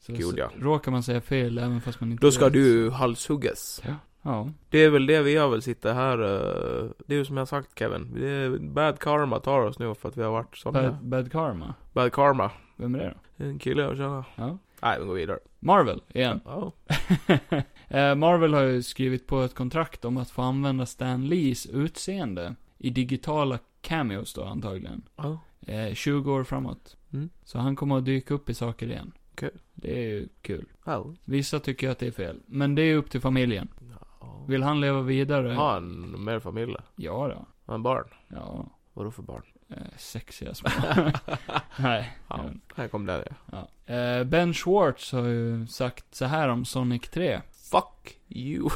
B: Så,
A: Gud, ja.
B: så råkar man säga fel även fast man inte
A: Då ska
B: vet.
A: du halshuggas.
B: Ja.
A: Det är väl det vi har väl sitta här, eh, det är ju som jag sagt Kevin, det är bad karma tar oss nu för att vi har varit sådana.
B: Bad,
A: Bad,
B: bad karma.
A: karma.
B: Vem är det då?
A: En kille jag känner.
B: Ja.
A: Nej, vi går vidare.
B: Marvel, igen.
A: Ja.
B: Eh, Marvel har ju skrivit på ett kontrakt om att få använda Stan Lees utseende i digitala cameos då antagligen.
A: Ja.
B: Eh, 20 år framåt.
A: Mm.
B: Så han kommer att dyka upp i saker igen.
A: Okej.
B: Det är ju kul.
A: Ja.
B: Vissa tycker ju att det är fel, men det är ju upp till familjen.
A: Ja.
B: Vill han leva vidare?
A: Har han mer familj? Har
B: Ja då.
A: han barn?
B: Ja.
A: Vadå för barn?
B: Eh, sexiga små. Nej. jag
A: Ja.
B: vet inte.
A: Här kom det. ja.
B: Ja. Eh, ben Schwartz har ju sagt så här om Sonic 3.
A: Fuck you.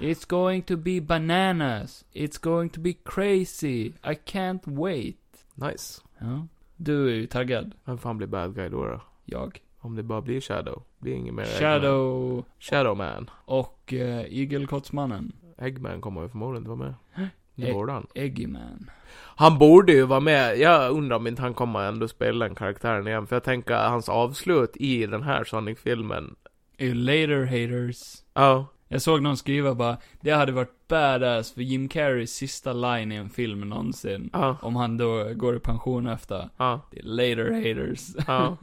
B: It's going to be bananas. It's going to be crazy. I can't wait.
A: Nice.
B: Ja. Du är ju taggad.
A: Vem fan blir bad guy då? då?
B: Jag.
A: Om det bara blir Shadow. Blir inget mer Eggman.
B: Shadow
A: Shadow Man.
B: och eh, Igelkottsmannen.
A: Eggman kommer ju förmodligen inte vara med. Det
B: Egg-
A: borde han.
B: Eggman.
A: Han borde ju vara med. Jag undrar om inte han kommer ändå spela den karaktären igen. För jag tänker att hans avslut i den här Sonic-filmen.
B: Är ju later haters.
A: Ja.
B: Jag såg någon skriva bara, det hade varit badass för Jim Carreys sista line i en film någonsin.
A: Ja.
B: Om han då går i pension efter.
A: Ja.
B: Det är later haters.
A: Ja.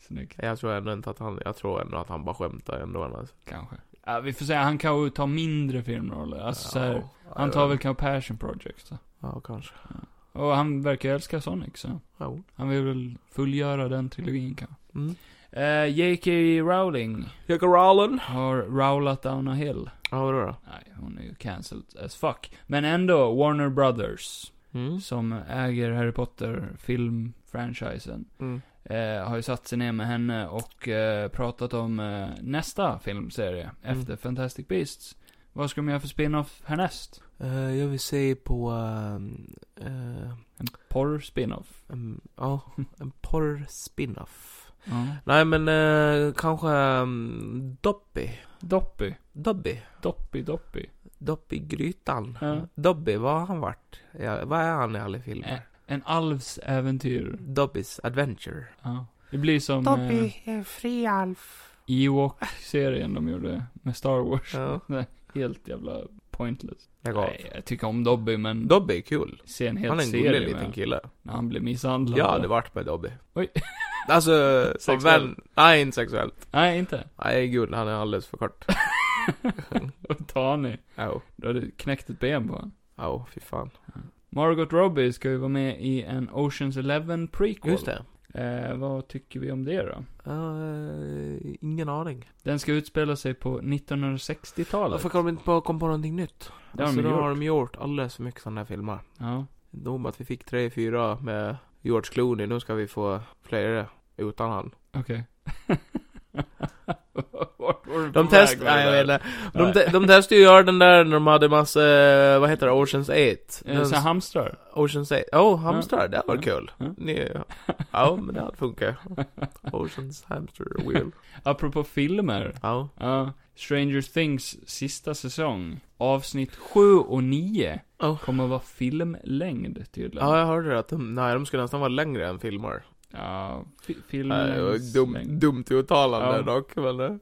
B: Snyggt,
A: Jag tror ändå inte att han, jag tror ändå att han bara skämtar ändå alltså, annars.
B: kanske. Ja, vi får säga, han kan ju ta mindre filmroller. Alltså så här,
A: Ja.
B: han tar väl kanske Passion Project. Så.
A: Ja, kanske.
B: Och han verkar ju älska Sonic, så.
A: Ja.
B: Han vill väl fullgöra den trilogin kanske.
A: Mm.
B: Eh, J.K. Rowling
A: Jackie Rowland.
B: har rowlat down a hill.
A: Ja, vadå då?
B: Nej, hon är ju cancelled as fuck. Men ändå, Warner Brothers,
A: Mm.
B: som äger Harry Potter-filmfranchisen,
A: Mm.
B: eh, har ju satt sig ner med henne och eh, pratat om eh, nästa filmserie
A: Mm.
B: efter Fantastic Beasts. Vad ska de göra för spin-off härnäst?
A: Eh, jag vill se på, ehm, eh,
B: En porr-spin-off?
A: en, ja, en porr spin-off.
B: Ja.
A: Nej men eh, kanske um, Doppy.
B: Doppy.
A: Dobby.
B: Doppy, Doppy.
A: Dobby Grytan.
B: Ja.
A: Dobby, vad har han varit? Ja, vad är han i alla filmer?
B: Eh, En alvs äventyr.
A: Dobbys Adventure.
B: Ja. Det blir som eh,
C: Dobby är fri alf.
B: Ewok-serien de gjorde med Star Wars.
A: Ja.
B: Nej, Helt jävla pointless.
A: Lägg av.
B: Nej, jag tycker om Dobby, men
A: Dobby är kul.
B: se en hel
A: Han är en
B: serie
A: gullig liten
B: med
A: kille.
B: när han blir misshandlad.
A: Jag hade varit med Dobby.
B: Oj.
A: Alltså, som
B: Sexuell.
A: vän. Nej, inte sexuellt.
B: Nej, inte.
A: Nej, gud, han är alldeles för kort.
B: Och Tani.
A: Au.
B: Du hade knäckt ett ben på honom.
A: Au, fy fan.
B: Margot Robbie ska ju vara med i en Oceans Eleven prequel.
A: Just det.
B: Eh, vad tycker vi om det då?
A: Eh, ingen aning.
B: Den ska utspela sig på 1960-talet.
A: Varför kom de inte på, kom på någonting nytt?
B: Det har
A: så
B: de
A: då
B: gjort.
A: har de gjort alldeles för mycket sådana här filmer.
B: Ja.
A: Nog att vi fick tre, fyra med George Clooney. Nu ska vi få flera utan han.
B: Okej. Vart var du på
A: De
B: väg
A: testade,
B: med det
A: nej jag
B: där?
A: vet inte. De,
B: Nej.
A: te- de testade ju göra den där när de hade massa, eh, vad heter det, Oceans 8.
B: Eh,
A: Den-
B: Så här hamstrar?
A: Oceans 8. Oh, hamstrar, det var
B: Ja.
A: kul.
B: Ja.
A: Ni- Ja, men det hade funkat. Oceans hamster wheel.
B: Apropå filmer.
A: Ja.
B: Ja. Stranger Things sista säsong. Avsnitt 7 och 9.
A: Oh.
B: Kommer att vara filmlängd tydligen.
A: Ja, jag hörde det att de, nej, de skulle nästan vara längre än filmer.
B: Ja, fi-
A: Nej, det
B: filmlängd.
A: var dum, dumt uttalande
B: Mm, Ja.
A: dock, men eh,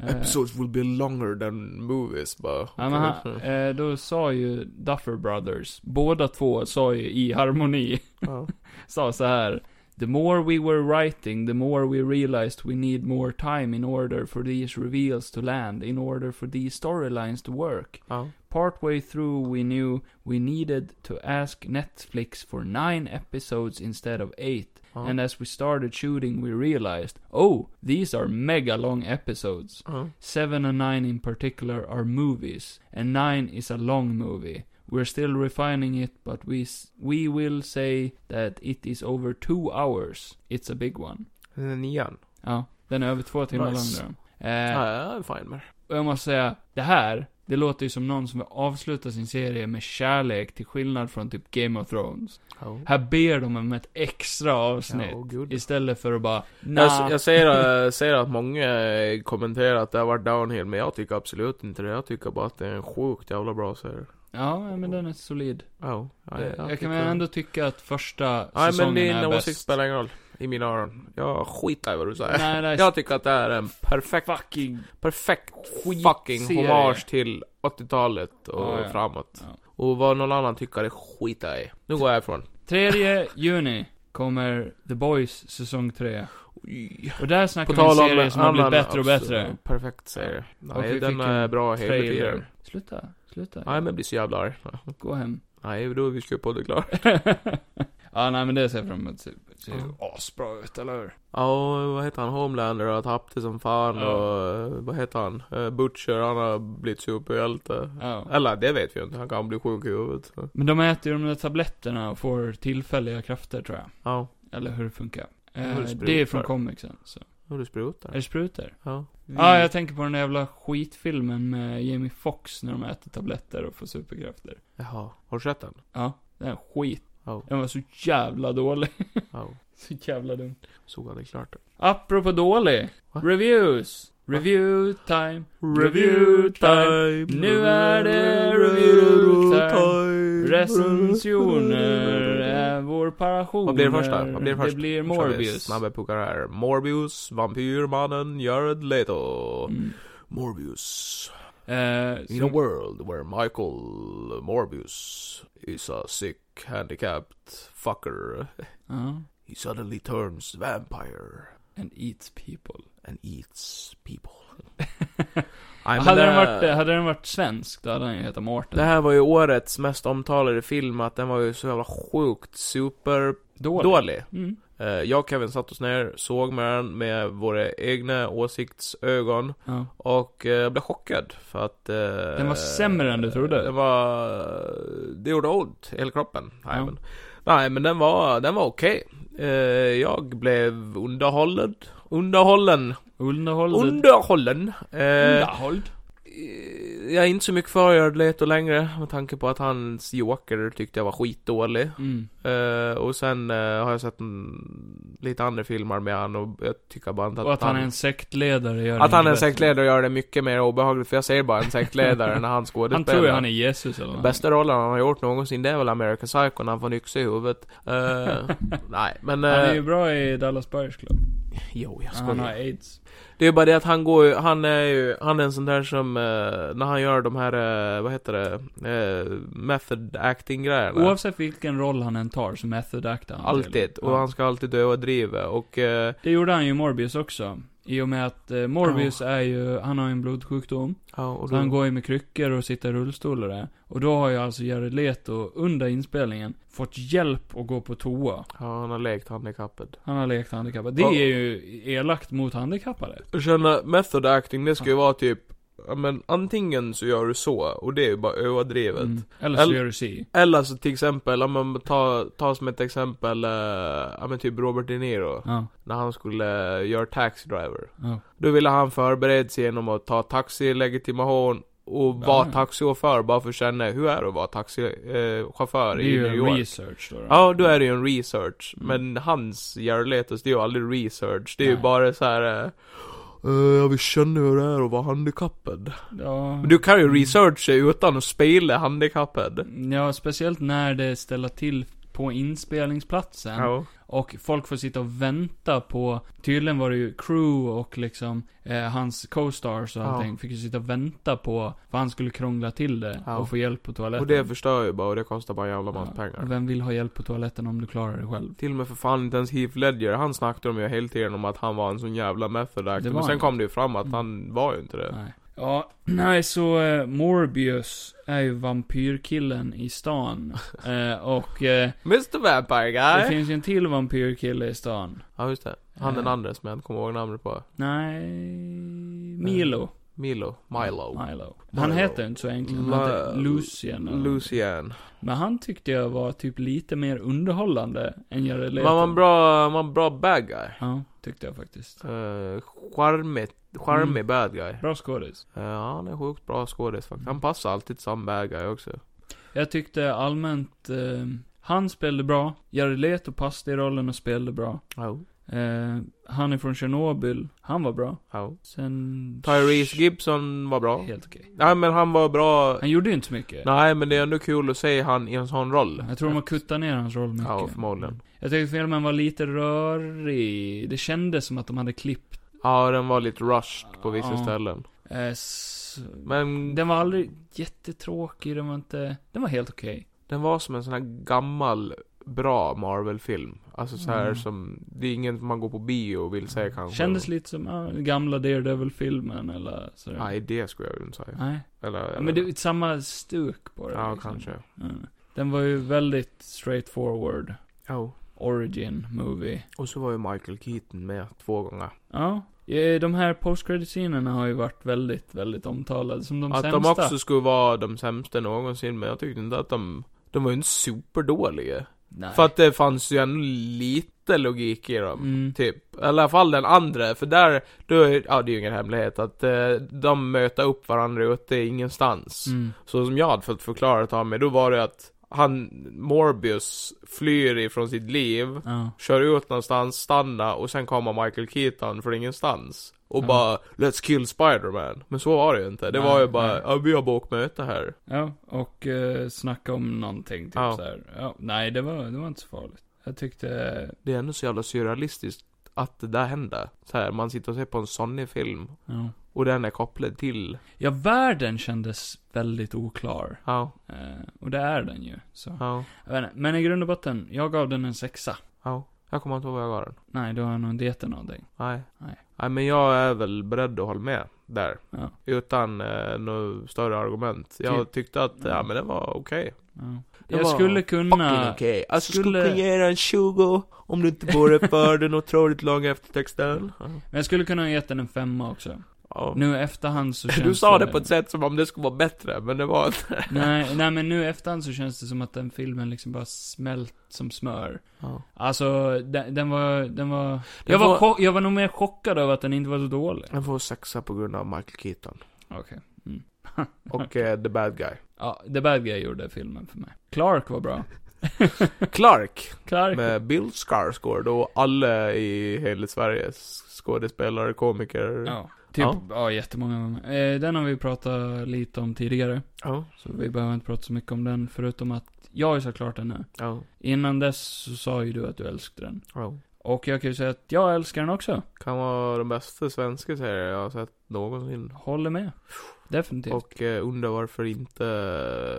B: Eh,
A: Episodes will be longer than movies, bara.
B: Ja, men han, eh, då sa ju Duffer Brothers, båda två sa ju i harmoni,
A: Ja.
B: sa så här. The more we were writing, the more we realized we need more time in order for these reveals to land, in order for these storylines to work.
A: Ja.
B: Partway through we knew we needed to ask Netflix for nine episodes instead of eight.
A: Ja.
B: And as we started shooting we realized, oh, these are mega long episodes.
A: Ja.
B: Seven and nine in particular are movies, and nine is a long movie. We're still refining it, but we s- we will say that it is over two hours. It's a big one.
A: Den är nian.
B: Ja, den är över två timmar
A: Nice.
B: lång. då. Eh,
A: Ja, jag är fine med det.
B: och jag måste säga, det här, det låter ju som någon som vill avsluta sin serie med kärlek till skillnad från typ Game of Thrones.
A: Ja.
B: Här ber de om ett extra avsnitt.
A: Ja, gud.
B: Istället för att bara,
A: Jag,
B: nah.
A: jag säger, eh, säger att många eh, kommenterar att det har varit downhill, men jag tycker absolut inte det. Jag tycker bara att det är en sjukt jävla bra serie.
B: Ja, men den är solid.
A: Ja, ja,
B: Eh, jag
A: tycker-
B: kan väl ändå tycka att första
A: Nej men
B: säsongen
A: din
B: är
A: åsikt
B: bäst.
A: spelar ingen roll. I mina öron. Jag skiter i vad du säger.
B: Nej, nej.
A: Jag tycker att det här är en perfekt,
B: fucking...
A: perfekt
B: skitserie.
A: fucking hommage till 80-talet och
B: Ja, ja.
A: framåt.
B: Ja.
A: Och vad någon annan tycker, det skiter jag i. Nu går jag ifrån.
B: 3 juni kommer The Boys säsong 3.
A: Oj.
B: Och där snackar vi en serie som har blivit bättre och
A: absolut,
B: bättre.
A: Perfekt serie.
B: Och vi
A: Nej,
B: fick
A: den är
B: en
A: bra hela tiden.
B: Trailer. Sluta, sluta.
A: Nej men jag blir så jävla arg.
B: Gå hem.
A: Nej, då är vi ska på det klart.
B: ja, nej men det ser jag fram emot. Det ser ju
A: Ja.
B: asbra ut, eller hur?
A: Ja, vad heter han? Homelander har tappat det som fan
B: Ja.
A: och eh, vad heter han? Eh, Butcher, han har blivit superhjälte.
B: Ja.
A: Eller det vet vi ju inte, han kan bli sjuk i huvudet. så.
B: Men de äter ju de där tabletterna och får tillfälliga krafter, tror jag.
A: Ja,
B: Eller hur det funkar.
A: är
B: Eh,
A: sprutor.
B: det är från comicsen, så.
A: nu du
B: Är
A: sprutar.
B: det sprutor?
A: Ja.
B: Ja, jag tänker på den där jävla skitfilmen med Jamie Foxx när de äter tabletter och får superkrafter.
A: Jaha, har du sett den?
B: Ja, den är skit.
A: Ja,
B: Den var så jävla dålig.
A: ja.
B: Så jävla dum.
A: Såg aldrig klart det.
B: Apropå dålig.
A: Va?
B: Reviews. Review time. Review time. Nu är det review time. Recensioner är vår passion.
A: Vad blir det första? Vad blir det första?
B: Det blir
A: Nu kör vi
B: Morbius.
A: Snabba puckar här. Morbius, Vampyrmannen, Jared Leto.
B: Mm.
A: Morbius.
B: Eh,
A: In a
B: så,
A: world where Michael Morbius is a sick, handicapped fucker,
B: ja.
A: he suddenly turns vampire
B: And eats people.
A: and eats people.
B: hade, den
A: eh,
B: varit, hade den varit svensk, då hade den ju hetat Mårten.
A: det här var ju årets mest omtalade film, att den var ju så jävla sjukt superdålig.
B: Dålig. Mm.
A: Eh, Jag och Kevin satt oss ner, såg med den med våra egna åsiktsögon
B: Ja.
A: och eh, jag blev chockad för att... eh,
B: Den var sämre än du trodde.
A: Den var... eh, Det gjorde ont i hela kroppen. Nej,
B: Ja.
A: men, nej men den var, den var okej. Eh, Jag blev underhållen. Underhållen.
B: Underhållet.
A: Underhållen. Eh,
B: Underhålld.
A: jag är inte så mycket för Jared Leto längre med tanke på att hans Joker tyckte jag var skitdålig.
B: Mm.
A: Eh, och sen eh, har jag sett en, lite andra filmer med han och jag tycker bara inte att,
B: Och att han är en sektledare gör
A: att
B: det
A: han är en
B: inte bättre.
A: sektledare gör det mycket mer obehagligt för jag ser bara en sektledare när han
B: Han
A: skådespelar.
B: tror ju han är Jesus eller något.
A: Bästa rollen han har gjort någonsin det är väl American Psycho när han får en yxa i huvudet. Eh, nej men...
B: Han är
A: eh,
B: ju bra i Dallas Buyers Club.
A: jo, jag skojar.
B: Han har aids.
A: Det är ju bara det att han går ju, han är ju, han är en sån där som, eh, när han gör de här, eh, vad heter det, eh, method acting grejerna.
B: Oavsett vilken roll han än tar så method actar han
A: Alltid.
B: till.
A: Och
B: Ja.
A: han ska alltid överdriva och... eh,
B: Det gjorde han ju i Morbius också. I och med att eh, Morbius är ju, han har ju en blodsjukdom.
A: Ja, och
B: Så han går ju med kryckor och sitter i rullstol och det. Och då har ju alltså Jared Leto under inspelningen fått hjälp att gå på toa.
A: Ja, han har lekt handikappad.
B: Han har lekt handikappad. Det
A: Ja.
B: är ju elakt mot handikappade.
A: Jag känner, method acting, det ska ju vara typ ja, men antingen så gör du så, och det är ju bara överdrivet.
B: Mm. Eller så
A: Eller-
B: gör du si.
A: Eller så till exempel, om man tar ta som ett exempel, eh, ja men typ Robert De Niro.
B: Ja,
A: När han skulle eh, göra Taxi Driver.
B: ja.
A: Då ville han förbereda sig genom att ta taxilegitimation och vara
B: Ja.
A: taxichaufför bara för att känna hur är det att vara
B: Det
A: taxichaufför
B: är
A: i
B: ju
A: New
B: en
A: York.
B: research då. då.
A: Ja, då är det ju en research.
B: Mm.
A: Men hans Jarletos, det är ju aldrig research. Det är ju
B: Nej.
A: bara så här. eh, "Eh, jag vill känna hur det är att vara handikappad.
B: Ja.
A: Men du kan ju researcha utan att spela handikappad.
B: Ja, speciellt när det ställer till på inspelningsplatsen. Och folk får sitta och vänta på, tydligen var det ju crew och liksom eh, hans co-stars och
A: Ja.
B: allting fick ju sitta och vänta på, för han skulle krångla till det
A: Ja.
B: och få hjälp på toaletten.
A: Och det förstör ju bara och det kostar bara en jävla massa pengar.
B: Och Vem vill ha hjälp på toaletten om du klarar det själv?
A: Till och med för fan inte ens Heath Ledger, han snackade om ju hela tiden om att han var en sån jävla method
B: Det
A: actor.
B: var
A: Men sen
B: han.
A: kom det ju fram att
B: Mm.
A: han var ju inte det.
B: Nej. Ja, nej så eh, Morbius är ju vampyrkillen i stan. Eh, och eh,
A: Mr Vampire
B: det
A: Guy!
B: finns ju en till vampyrkille i stan.
A: Ja just det. Han den
B: Eh.
A: andra som jag inte kommer ihåg namnet på.
B: Nej, Milo.
A: Milo. Eh, Milo.
B: Milo. Han
A: Milo.
B: heter inte så egentligen, han heter
A: Li-
B: Lucien. eller-
A: Lucian.
B: Men han tyckte jag var typ lite mer underhållande än Jared
A: Men
B: Leto.
A: man bra, man bra bad guy.
B: Ja, tyckte jag faktiskt.
A: Uh, charmig, charmig
B: Mm.
A: bad guy.
B: Bra skådis.
A: Eh, ja, han är sjukt bra skådis faktiskt.
B: Mm.
A: Han passar alltid som bad guy också.
B: Jag tyckte allmänt, eh, han spelade bra. Jared Leto passade i rollen och spelade bra.
A: Ja.
B: Eh, han är från Tjernobyl, han var bra.
A: Ja.
B: Sen...
A: Tyrese Gibson var bra.
B: Helt okej.
A: Nej men han var bra.
B: Han gjorde ju inte så mycket.
A: Nej men det är ändå kul att se han i en sån roll.
B: Jag tror de har kuttat ner hans roll mycket.
A: Ja, förmodligen.
B: Jag tyckte filmen var lite rörig. Det kändes som att de hade klippt.
A: Ja, den var lite rushed på vissa
B: Ja.
A: ställen.
B: Eh, s-
A: Men den,
B: Den var aldrig jättetråkig, den var inte... Den var helt okej.
A: var som en sån här gammal, bra Marvel-film. Alltså så här
B: Mm.
A: som, det är ingen man går på bio och vill se kanske.
B: Kändes lite som ja, den gamla Daredevil-filmen eller sådär.
A: Nej, det skulle jag ju inte säga.
B: Nej.
A: Eller,
B: Ja,
A: eller
B: Men det är samma stuk på det.
A: Ja,
B: liksom.
A: kanske.
B: Mm. Den var ju väldigt straightforward.
A: Ja.
B: Origin movie.
A: Och så var ju Michael Keaton med två gånger.
B: Ja. Eh, De här post-credit-scenerna har ju varit väldigt, väldigt omtalade. Som de
A: att
B: sämsta.
A: de också skulle vara de sämsta någonsin, men jag tyckte inte att de... De var ju inte superdåliga.
B: Nej.
A: För att det fanns ju ändå lite logik i dem.
B: Mm.
A: Typ, i alla fall den andra, för där, då är, ja det är ju ingen hemlighet att eh, de möter upp varandra ute ingenstans.
B: Mm.
A: Så som jag hade fått förklarat av mig, då var det att han, Morbius, flyr ifrån sitt liv,
B: Ja.
A: kör ut någonstans, stannar och sen kommer Michael Keaton från ingenstans. Och
B: Ja.
A: bara 'Let's kill Spider-Man' Men så var det ju inte. Det
B: Nej,
A: var ju bara
B: nej.
A: 'Ja, vi har bokmöte här'
B: Ja, och eh, snacka om någonting typ
A: Ja.
B: så Ja, nej, det var, det var inte så farligt. Jag tyckte...
A: Det är ändå så jävla surrealistiskt att det där hände. Så här, man sitter och ser på en Sony-film.
B: Ja.
A: Och den är kopplad till,
B: ja, världen kändes väldigt oklar.
A: ja,
B: Eh, och det är den ju. Så.
A: ja,
B: Jag vet inte, men i grund och botten, jag gav den en sexa.
A: ja. Jag kommer inte ihåg vad jag gav den.
B: Nej, då har jag nog inte gett den någonting.
A: Nej.
B: Nej.
A: Nej men jag är väl beredd att hålla med där.
B: Ja.
A: Utan eh, några större argument. Jag
B: Typ.
A: tyckte att, ja
B: Mm.
A: men det var okej.
B: Ja.
A: Det
B: Jag
A: var
B: skulle kunna...
A: okej.
B: Alltså, skulle kunna
A: ge den 20 om du inte vore för den otroligt långa eftertexten.
B: Men jag skulle kunna ha gett den en femma också.
A: Ja.
B: Nu i efterhand så känns
A: Du sa det på ett sätt som om det skulle vara bättre, men det var inte.
B: Nej, nej, men nu i efterhand så känns det som att den filmen liksom bara smält som smör.
A: Ja.
B: Alltså, den, den var, den var... Jag var, chock, jag var nog mer chockad över att den inte var så dålig.
A: Den får sexa på grund av Michael Keaton.
B: Okej. Mm.
A: Och eh, The Bad Guy.
B: Ja, The Bad Guy gjorde filmen för mig. Clark var bra.
A: Clark
B: Clark.
A: med Bill Skarsgård och alla i hela Sverige. Skådespelare, komiker.
B: Ja. Typ, ja,
A: Ja.
B: jättemånga med mig. Eh, Den har vi pratat lite om tidigare.
A: Ja.
B: Så vi behöver inte prata så mycket om den, förutom att jag är såklart den nu.
A: Ja.
B: Innan dess så sa ju du att du älskade den.
A: ja.
B: Och jag kan ju säga att jag älskar den också.
A: Kan vara de bästa svenska serier jag har sett någonsin.
B: Håller med. Definitivt.
A: Och eh, undrar varför inte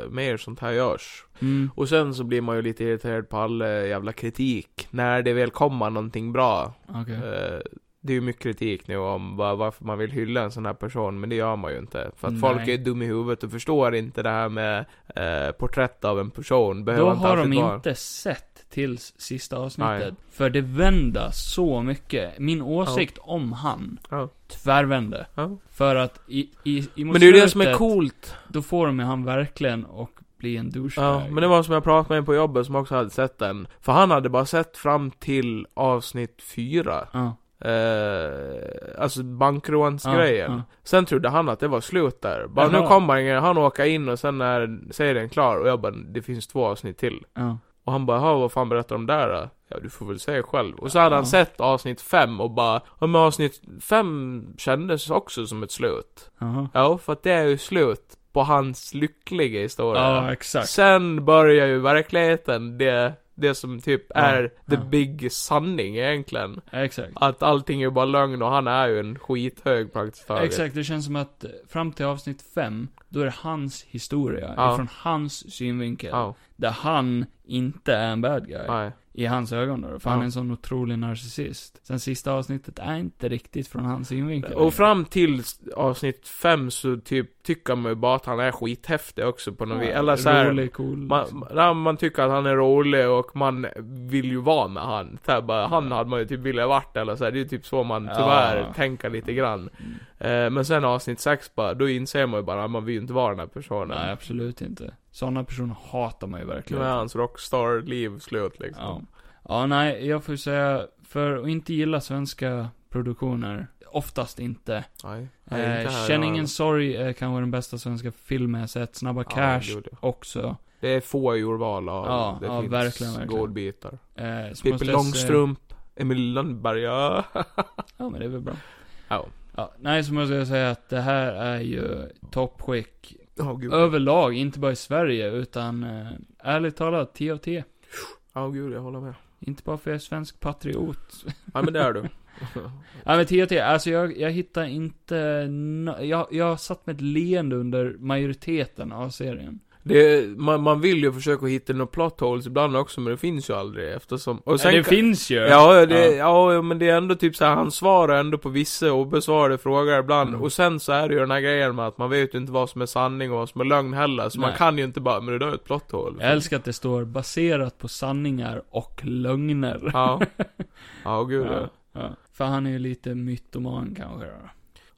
A: eh, mer sånt här görs.
B: Mm.
A: Och sen så blir man ju lite irriterad på all eh, jävla kritik. När det väl kommer någonting bra.
B: Okej.
A: Eh, det är ju mycket kritik nu om va- varför man vill hylla en sån här person, men det gör man ju inte. För att
B: Nej.
A: folk är dum i huvudet och förstår inte det här med eh, porträtt av en person. Behöver
B: Då
A: inte
B: har de
A: alltid vara-
B: inte sett avsnitt tills sista avsnittet. För det vända så mycket. Min åsikt om han
A: Ja.
B: tvärvände.
A: Ja.
B: För att i, i, i
A: Men det är ju det som är coolt.
B: Då får de ju han verkligen och bli en douchebag.
A: Ja, men det var någon som jag pratade med på jobbet som också hade sett den. För han hade bara sett fram till avsnitt fyra.
B: Ja,
A: Eh, alltså
B: ja,
A: bankrånsgrejen.
B: ja.
A: Sen trodde han att det var slut där. Bara,
B: Jaha.
A: nu kommer ingen, han åker in och sen är serien klar. Och jag bara, det finns två avsnitt till.
B: Ja,
A: Och han bara, "Jaha, vad fan berättar de där då? Ja, du får väl säga själv. Och så hade
B: Ja.
A: han sett avsnitt fem och bara, ja men avsnitt fem kändes också som ett slut.
B: jaha.
A: Ja, för att det är ju slut på hans lyckliga historia.
B: Ja, exakt.
A: Sen börjar ju verkligheten, det, det som typ är the
B: ja.
A: big sanning egentligen.
B: Exakt.
A: Att allting är bara lögn och han är ju en skithög praktiskt taget.
B: Exakt, det känns som att eh, fram till avsnitt 5, då är det hans historia.
A: Ja.
B: Från hans synvinkel.
A: Ja,
B: Där han inte är en bad guy.
A: nej.
B: I hans ögon då, för
A: Ja.
B: han är en sån otrolig narcissist. Sen sista avsnittet är inte riktigt från hans synvinkel.
A: Och fram till s- avsnitt fem så typ tycker man ju bara att han är skithäftig också på något vis. Eller så här,
B: Rolig, cool. liksom.
A: Man, man, man tycker att han är rolig och man vill ju vara med han. Så här, bara, han hade man ju typ velat varit eller så här. Det är ju typ så man
B: Ja.
A: tyvärr tänker lite grann.
B: Mm.
A: Eh, men sen avsnitt 6 bara, då inser man ju bara att man vill ju inte vara den här personen.
B: Nej, absolut inte. Såna personer hatar man ju
A: nu
B: verkligen.
A: är hans rockstar-liv slut liksom.
B: Ja. ja, nej, jag får ju säga, för att inte gilla svenska produktioner, oftast inte.
A: Nej, nej, inte
B: Eh,
A: här,
B: Känn
A: ja.
B: ingen sorg är kanske den bästa svenska filmen jag sett. Snabba
A: Ja,
B: Cash
A: gud, ja.
B: också.
A: Det är få urval av,
B: Ja,
A: det
B: ja,
A: finns
B: verkligen, verkligen.
A: godbitar.
B: Eh, så måste
A: Pippi
B: jag
A: Långstrump, Emil Lönneberg, ja.
B: Säga, ja, men det är väl bra.
A: Ja.
B: Ja, nej, så måste jag säga att det här är ju toppskick.
A: Ja, gud.
B: Överlag, inte bara i Sverige, utan eh, ärligt talat, 10 av 10.
A: Ja, gud, jag håller med.
B: Inte bara för jag är svensk patriot.
A: Ja, men det är du.
B: Nej men 10 av 10, alltså jag, jag hittar inte no, jag, jag satt med ett leende under majoriteten av serien.
A: Det, man, man vill ju försöka hitta några plot holes ibland också, men det finns ju aldrig eftersom... Och
B: ja, det
A: ka-
B: finns ju!
A: Ja, det, ja. men det är ändå typ så här, han svarar ändå på vissa obesvarade frågor ibland.
B: Mm.
A: Och sen så är det ju den här grejen med att man vet ju inte vad som är sanning och vad som är lögn heller. Så man
B: Nej.
A: kan ju inte bara, men det där är ett plot hole.
B: Jag älskar att det står baserat på sanningar och lögner.
A: Ja. Ja, gud ja.
B: ja. För han är ju lite mytoman kanske då.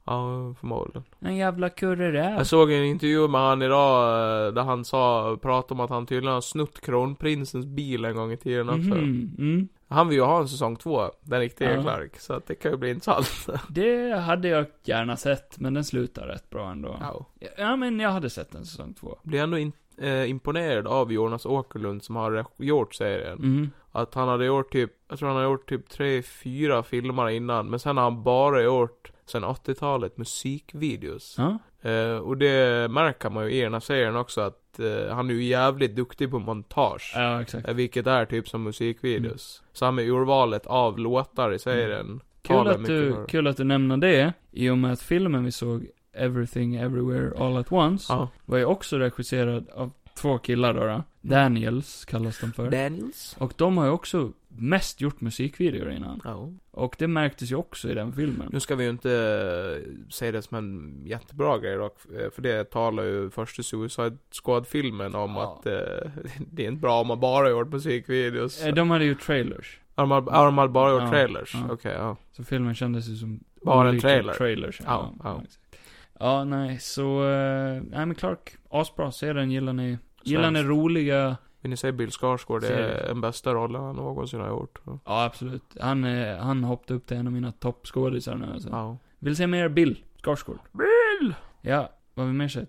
A: Ja, förmodligen.
B: En jävla kurre räv.
A: Jag såg en intervju med han idag, eh, där han sa, pratade om att han tydligen har snott kronprinsens bil en gång i tiden också.
B: Mhm, mm.
A: Han vill ju ha en säsong två, den riktiga
B: Ja.
A: Clark. Så att det kan ju bli intressant.
B: Det hade jag gärna sett, men den slutar rätt bra ändå. Ja,
A: Ja.
B: men jag hade sett en säsong två.
A: Blir ändå in, eh, imponerad av Jonas Åkerlund som har re- gjort serien.
B: Mm.
A: Att han hade gjort typ, jag tror han hade gjort typ tre, fyra filmer innan. Men sen har han bara gjort, sen 80-talet, musikvideos.
B: Ja.
A: Eh, och det märker man ju i den här serien också att eh, han är ju jävligt duktig på montage.
B: ja, exakt.
A: Eh, Vilket är typ som musikvideos. Så han med urvalet av låtar i serien.
B: Kul
A: talar
B: att,
A: mycket
B: du,
A: för-
B: kul att du nämner det, i och med att filmen vi såg, Everything Everywhere All At Once,
A: Ja. Mm.
B: var ju också regisserad av två killar då, då. Daniels kallas de för.
A: Daniels?
B: och de har ju också mest gjort musikvideor innan.
A: Ja.
B: Och det märktes ju också i den filmen.
A: Nu ska vi ju inte eh, säga det som en jättebra grej dock, eh, för det talar ju första Suicide Squad-filmen om
B: Ja.
A: att eh, det är inte bra om man bara gjort musikvideos.
B: Eh, De hade ju trailers.
A: Har man- har man bara gjort
B: Ja,
A: trailers?
B: ja.
A: Okej, ja.
B: Så filmen kändes ju som...
A: Bara en
B: olika
A: trailer.
B: Trailers.
A: Ja, ja.
B: exakt. Ja, nej, så... eh, nej men Clark, asbra. Se den, gillar ni. Gillar ni
A: Svenskt.
B: roliga...
A: Vill ni säga Bill Skarsgård det
B: Ser
A: är den bästa rollen han någonsin har gjort? Ja.
B: Ja, absolut. Han, eh, han hoppade upp till en av mina toppskådisar nu. Alltså.
A: Ja.
B: Vill se mer Bill Skarsgård.
A: Bill!
B: Ja, vad har vi mer sett?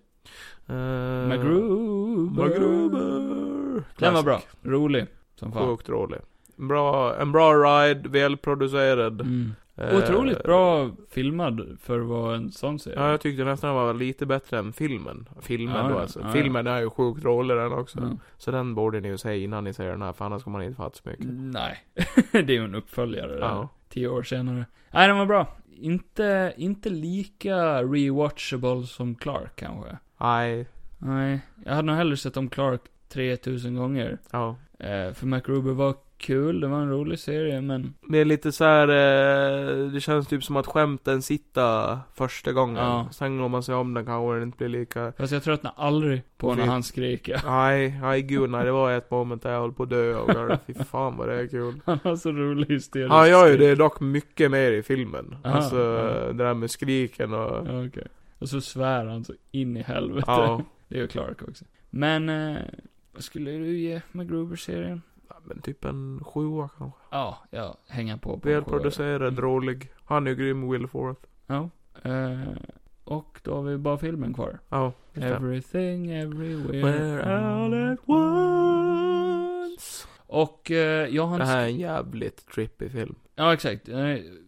A: Uh,
B: MacGruber.
A: MacGruber.
B: Den var
A: Classic.
B: bra. Rolig. Som fan.
A: Sjukt rolig. Bra, en bra ride, välproducerad.
B: Mm.
A: Eh,
B: Otroligt bra filmad för att vara en sån serie.
A: Ja, jag tyckte nästan den var lite bättre än filmen. Filmen
B: Ja,
A: då
B: ja,
A: alltså.
B: ja, ja.
A: filmen är ju sjukt rolig den också.
B: Ja.
A: Så den borde ni ju säga innan ni säger den här, för annars kommer man inte fatta så mycket.
B: Mm. Nej. det är ju en uppföljare där.
A: Ja.
B: Tio år senare. Nej, den var bra. Inte, inte lika rewatchable som Clark kanske.
A: Nej.
B: Nej, jag hade nog hellre sett om Clark 3000 gånger.
A: Ja.
B: Eh, för MacGruber var kul, det var en rolig serie, men...
A: Men lite så här, eh, det känns typ som att skämten sitter första gången.
B: Ja.
A: Sen om man ser om den kanske den inte blir lika...
B: Fast jag tröttnar aldrig på när
A: Fy-
B: han skriker.
A: Nej, nej gud nej, det var ett moment där jag höll på att dö av garv. Fy fan vad det är kul.
B: Han har så rolig hysterisk
A: Han gör ju
B: skrik.
A: det dock mycket mer i filmen.
B: Aha,
A: alltså,
B: ja.
A: det där med skriken och...
B: Ja, Okej. Och så svär han så in i helvete.
A: Ja.
B: Det gör Clark också. Men, eh, vad skulle du ge MacGruber-serien?
A: Ja, Men typ en sjua kanske.
B: Ja, jag hänger på på en sjua.
A: Välproducerad,
B: Mm.
A: rolig. Han är ju grym, Will Forth.
B: Ja. Eh, och då har vi bara filmen kvar.
A: Ja, just det.
B: Everything, everywhere,
A: Where
B: all
A: all
B: at
A: at
B: once. Och eh, jag har
A: Det
B: inte
A: här är en jävligt trippy film.
B: Ja, exakt. Eh,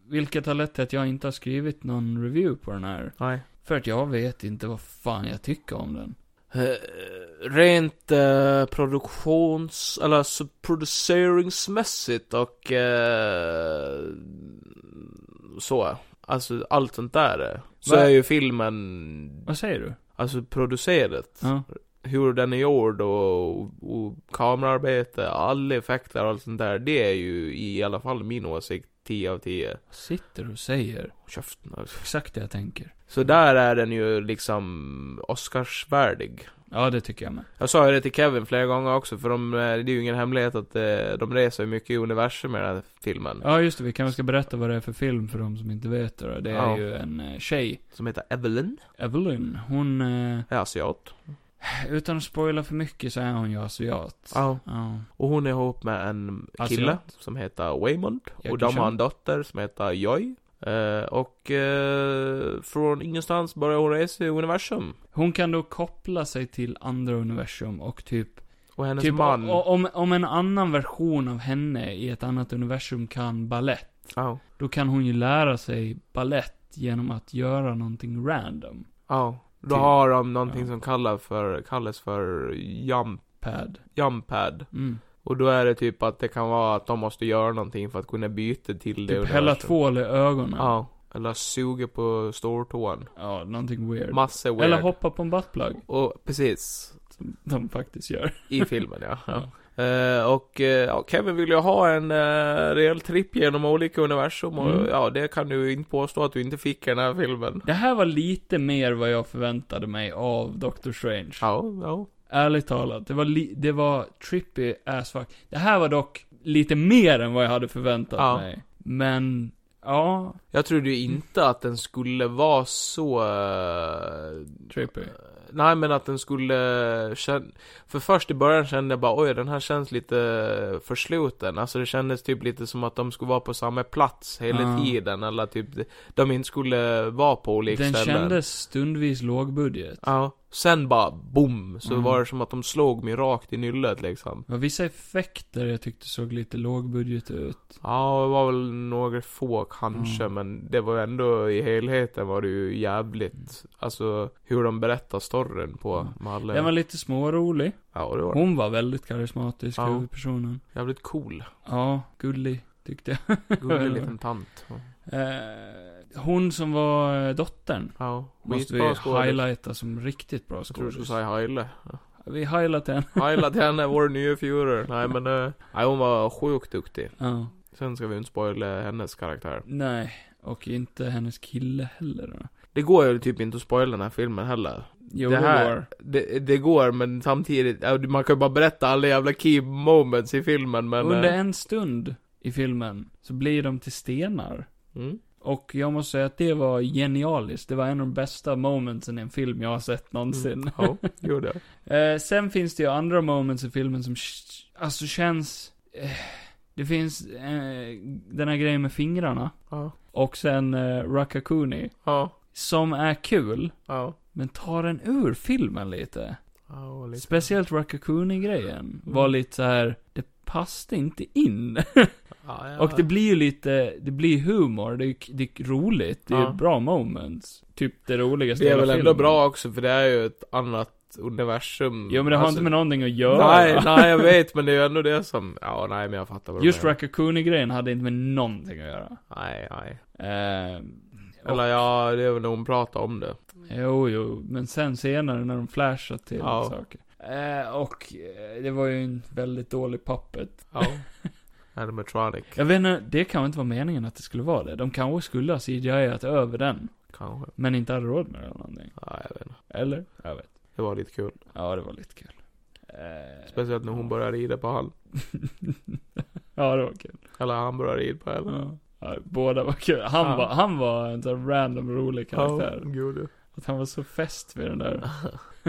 B: Vilket har lett till att jag inte har skrivit någon review på den här.
A: Nej.
B: För att jag vet inte vad fan jag tycker om den.
A: Eh, rent eh, produktions, eller alltså produceringsmässigt och eh, så. Alltså allt sånt där. eh, Så
B: Va?
A: är ju filmen,
B: Vad säger du?
A: alltså producerat.
B: Ja.
A: Hur den är gjord och, och kamerarbete, alla effekter och allt sånt där. Det är ju i alla fall min åsikt 10 av 10.
B: Vad Sitter och säger
A: Käften alltså.
B: exakt det jag tänker.
A: Så där är den ju liksom Oscarsvärdig.
B: Ja, det tycker jag med.
A: Jag sa ju det till Kevin flera gånger också, för de, eh, det är ju ingen hemlighet att eh, de reser ju mycket i universum med den här filmen.
B: Ja, just det. Vi kanske ska berätta vad det är för film för de som inte vet det. då. Det är
A: Ja.
B: ju en eh, tjej.
A: Som heter Evelyn,
B: Evelyn. Hon, eh,
A: är asiat.
B: utan att spoila för mycket så är hon ju asiat.
A: Ja.
B: Ja.
A: Och hon är ihop med en kille
B: Asiat.
A: som heter Waymond. Och de
B: Yakushan.
A: har en dotter som heter Joy. Eh, och eh, från ingenstans börjar hon resa i universum.
B: Hon kan då koppla sig till andra universum och typ
A: Och hennes
B: Typ
A: man...
B: o- om, om en annan version av henne i ett annat universum kan ballett
A: Ja.
B: då kan hon ju lära sig ballett genom att göra någonting random.
A: Ja. Då
B: Typ.
A: har de någonting
B: Ja.
A: som kallar för, kallas för jump,
B: Pad.
A: jump pad.
B: Mm.
A: Och då är det typ att det kan vara att de måste göra någonting för att kunna byta till det
B: Typ hälla
A: universum.
B: tvål i ögonen.
A: Ja, eller suga på stortån.
B: Ja, någonting weird.
A: Massa weird.
B: Eller hoppa på en buttplug.
A: Och precis,
B: Som de faktiskt gör.
A: i filmen ja.
B: Ja.
A: Eh, och eh, ja, Kevin vill ju ha en uh, rejäl tripp genom olika universum och
B: Mm.
A: ja, det kan du ju inte påstå att du inte fick i den här filmen.
B: Det här var lite mer vad jag förväntade mig av Doctor Strange.
A: Ja, ja.
B: Ärligt talat, det var, li- det var trippy as fuck. Det här var dock lite mer än vad jag hade förväntat
A: Ja.
B: mig. Men, ja,
A: Jag trodde ju inte att den skulle vara så... eh,
B: trippy.
A: Nej men att den skulle känna, för först i början kände jag bara oj den här känns lite försluten, alltså det kändes typ lite som att de skulle vara på samma plats hela
B: Ja.
A: tiden eller typ de inte skulle vara på olika
B: Den
A: ställen.
B: kändes stundvis lågbudget.
A: Ja, sen bara boom, så
B: Mm.
A: var det som att de slog mig rakt i nyllet liksom.
B: Det var vissa effekter jag tyckte såg lite lågbudget ut.
A: Ja, det var väl några få kanske
B: Mm.
A: men det var ändå i helheten var det ju jävligt, alltså hur de berättar storyn på
B: Mm.
A: med alla.
B: Den var lite smårolig.
A: Ja, det var
B: Hon var väldigt karismatisk,
A: Ja.
B: huvudpersonen.
A: jävligt cool.
B: Ja, gullig, tyckte jag.
A: Gullig liten tant.
B: Eh, hon som var eh, dottern.
A: Ja,
B: Måste vi
A: skitbra skådis.
B: highlighta som riktigt bra
A: Jag tror du
B: skådis.
A: skulle säga Heile.
B: Vi highlightade henne.
A: Heile henne, vår nya Führer. Nej men, eh, nej, hon var sjukt duktig.
B: Ja.
A: Sen ska vi inte spoila hennes karaktär.
B: Nej. Och inte hennes kille heller då.
A: Det går ju typ inte att spoila den här filmen heller.
B: Jo,
A: Det
B: det,
A: här-
B: går.
A: Det, det går men samtidigt, ja, du- man kan ju bara berätta alla jävla key moments i filmen men... eh,
B: Under en stund i filmen så blir de till stenar.
A: Mm.
B: Och jag måste säga att det var genialiskt. Det var en av de bästa momentsen i en film jag har sett någonsin.
A: Mm. Ja, gjorde jag.
B: Eh, sen finns det ju andra moments i filmen som, sh- alltså känns... Eh, det finns eh, den här grejen med fingrarna.
A: Ja.
B: Och sen eh, Rakakuni.
A: Ja.
B: Som är kul,
A: Ja.
B: men tar den ur filmen lite.
A: Ja, och lite-
B: Speciellt Rakakuni-grejen var
A: Mm.
B: lite så här. det passade inte in.
A: Ja, ja.
B: Och det blir ju lite, det blir humor, det är, det är roligt, det är
A: Ja.
B: bra moments. Typ det roligaste i
A: Det är
B: hela
A: väl ändå
B: filmen.
A: bra också för det är ju ett annat universum. Alltså,
B: Jo men det har inte med någonting att göra.
A: Nej, nej jag vet men det är ju ändå det som, ja nej men jag fattar vad du
B: Just
A: menar.
B: Rakakuni-grejen hade inte med någonting att göra.
A: Nej, nej.
B: Eh,
A: Eller ja, det är väl när hon pratar om det.
B: jo, jo, men sen senare när de flashar till
A: Ja.
B: saker. Eh, och eh, det var ju en väldigt dålig puppet.
A: Ja. Animatronic.
B: Jag vet inte, det kan väl inte vara meningen att det skulle vara det. De kanske skulle ha CGI-at över den.
A: Kanske.
B: Men inte hade råd med det eller någonting.
A: Ja, jag vet inte.
B: Eller? Jag vet.
A: Det var lite kul.
B: Ja, det var lite kul. Eh,
A: Speciellt när hon började rida på han.
B: ja, det var kul.
A: Eller han började rida på henne.
B: Ja. Ja, båda var kul. Han,
A: Ja.
B: var, han var en sån här random rolig karaktär.
A: Ja, gud. ja.
B: Att han var så fäst vid den där.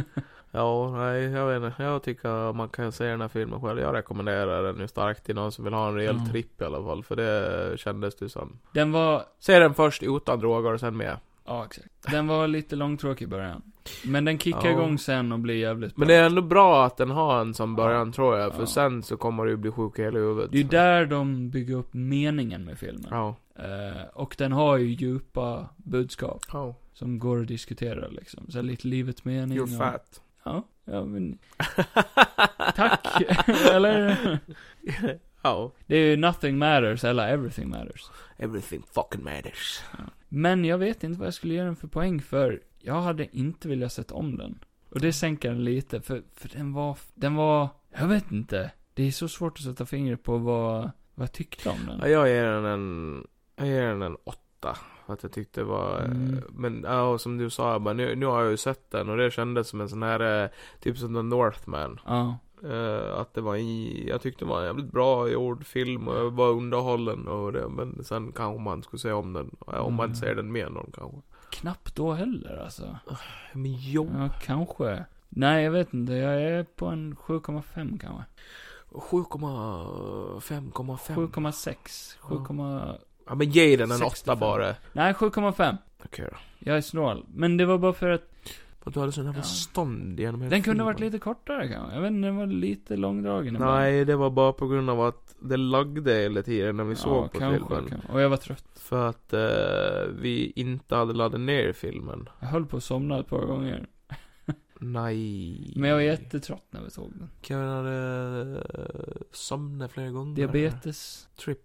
A: Ja, nej, jag vet inte. Jag tycker man kan se den här filmen själv. Jag rekommenderar den ju starkt till någon som vill ha en rejäl
B: Mm.
A: tripp i alla fall. För det kändes det som.
B: Den var,
A: Se den först utan droger och sen med.
B: ja exakt. Den var lite långtråkig i början. Men den kickar
A: Ja.
B: igång sen och blir jävligt bra.
A: Men det är ändå bra att den har en som början tror jag. För
B: Ja.
A: sen så kommer du ju bli sjuk i hela huvudet.
B: Det är ju där de bygger upp meningen med filmen.
A: Ja.
B: Eh, och den har ju djupa budskap
A: Oh.
B: som går att diskutera liksom. Så här lite livets mening
A: You're
B: och,
A: fat.
B: Ja, ja men tack. Eller?
A: Ja.
B: Det är ju nothing matters eller everything matters.
A: Everything fucking matters.
B: Men jag vet inte vad jag skulle ge den för poäng för jag hade inte velat sett om den. Och det sänker den lite för, för den var, den var, jag vet inte. Det är så svårt att sätta fingret på vad, vad jag tyckte om
A: Ja,
B: den.
A: jag ger den en, jag ger den en åtta. För att jag tyckte det var, eh,
B: Mm.
A: men ja, och som du sa, jag bara, nu, nu har jag ju sett den och det kändes som en sån här, eh, typ som The Northman.
B: Ja,
A: Eh, att det var i, jag tyckte det var en jävligt bra gjord film och jag var underhållen och det, men sen kanske man skulle se om den, eh, om man
B: Mm.
A: inte ser den med någon kanske.
B: knappt då heller alltså.
A: Men jo,
B: Ja, kanske. Nej, jag vet inte. Jag är på en 7,5 kanske.
A: 7,5,5.
B: 7,6. 7,
A: Ja men ge den en
B: 65.
A: åtta bara.
B: Nej, 7,5.
A: Okej då.
B: Jag är snål. Men det var bara för att
A: För att du hade sån jävla
B: Ja.
A: stånd genom hela
B: den kunde
A: filmen.
B: ha varit lite kortare kanske. Jag vet inte, den var lite långdragen ibland.
A: Nej, det var bara på grund av att det lagde hela tiden när vi såg på
B: kanske,
A: filmen.
B: kanske. Och jag var trött.
A: För att eh, vi inte hade laddat ner filmen.
B: Jag höll på att somna ett par gånger.
A: Nej.
B: Men jag var jättetrött när vi såg den.
A: Kevin hade eh, somnat flera gånger.
B: Diabetes.
A: Trip.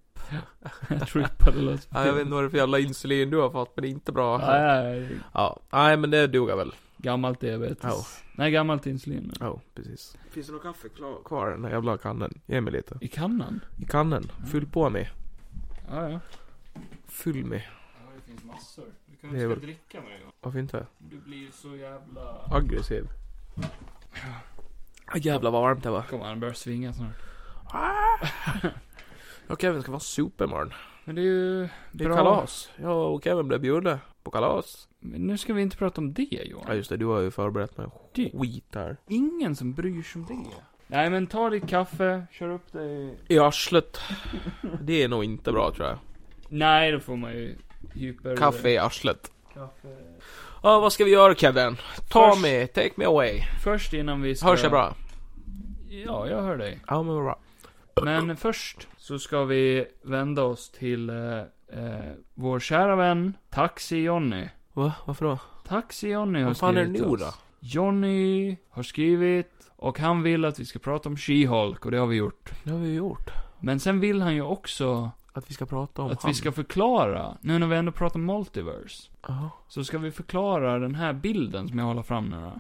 B: Trippade lös.
A: Ja, jag vet inte vad det är för jävla insulin du har fått, men det är inte bra.
B: Nej, nej,
A: Ja. Nej, men det duger väl.
B: gammalt diabetes.
A: Ja.
B: Nej, gammalt insulin.
A: Ja, precis. Finns det något kaffe klar- kvar i den här jävla kannen? Ge mig lite.
B: I kannan?
A: I kannen.
B: Mm.
A: Fyll på mig.
B: Ja, ja.
A: Fyll mig.
B: Ja, det finns massor. Du
A: Det är
B: kanske
A: väl-
B: ska dricka med gång.
A: Varför inte?
B: Du blir så jävla...
A: Aggressiv. Ah, jävlar vad varmt det var.
B: Kom han börjar svinga snart.
A: Jag och Kevin ska vara supermorgon.
B: Men det är ju
A: Det är
B: bra.
A: kalas. Jag och Kevin blev bjudna på kalas.
B: Men nu ska vi inte prata om det
A: Ja
B: Johan.
A: just det, du har ju förberett mig
B: Det-
A: skit här.
B: Ingen som bryr sig om det. Nej men ta ditt kaffe, kör upp dig.
A: I arslet. Det är nog inte bra tror jag.
B: Nej då får man ju hyper...
A: Kaffe i arslet.
B: Kaffe.
A: Ja, vad ska vi göra Kevin? Ta
B: Först-
A: mig, take me away.
B: Först innan vi ska...
A: Hörs jag bra?
B: Ja, jag hör dig.
A: Ja men bra.
B: Men först så ska vi vända oss till eh, eh, vår kära vän Taxi-Johnny.
A: Va? Varför då?
B: Taxi-Johnny har
A: Vad fan är det
B: skrivit
A: nu
B: till oss.
A: då?
B: Johnny har skrivit och han vill att vi ska prata om She-Hulk och det har vi gjort.
A: Det har vi ju gjort.
B: Men sen vill han ju också
A: Att vi ska prata om
B: att
A: han.
B: vi ska förklara, nu när vi ändå pratar om multiverse,
A: Ja,
B: så ska vi förklara den här bilden som jag håller fram nu då.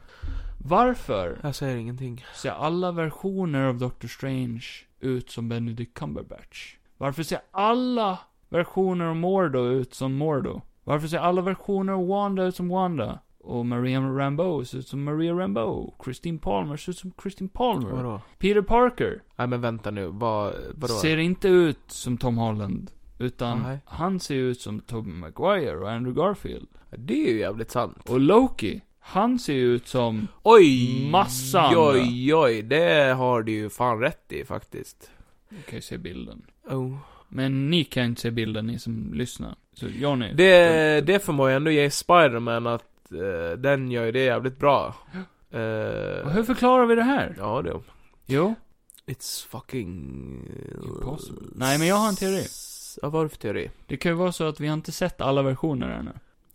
B: Varför
A: jag säger ingenting.
B: ser alla versioner av Doctor Strange ut som Benedict Cumberbatch? Varför ser alla versioner av Mordo ut som Mordo? Varför ser alla versioner av Wanda ut som Wanda? Och Maria Rambeau ser ut som Maria Rambeau. Christine Palmer ser ut som Christine Palmer.
A: Vadå?
B: Peter Parker
A: Nej men vänta nu, vad, vadå?
B: ser inte ut som Tom Holland. Utan
A: Nej.
B: han ser ut som Tobey Maguire och Andrew Garfield.
A: Det är ju jävligt sant.
B: Och Loki, han ser ju ut som...
A: Oj!
B: Massa andra.
A: Oj, oj, det har du ju fan rätt i faktiskt.
B: Du kan ju se bilden.
A: Oh.
B: Men ni kan ju inte se bilden, ni som lyssnar. Så Johnny.
A: Det, det får man ju ändå ge Spiderman att eh, den gör ju det jävligt bra.
B: Och
A: Uh,
B: hur förklarar vi det här?
A: Ja du.
B: Jo.
A: It's fucking...
B: Impossible. Nej, men jag har en teori.
A: Ja, vad har du för teori?
B: Det kan ju vara så att vi har inte sett alla versioner ännu.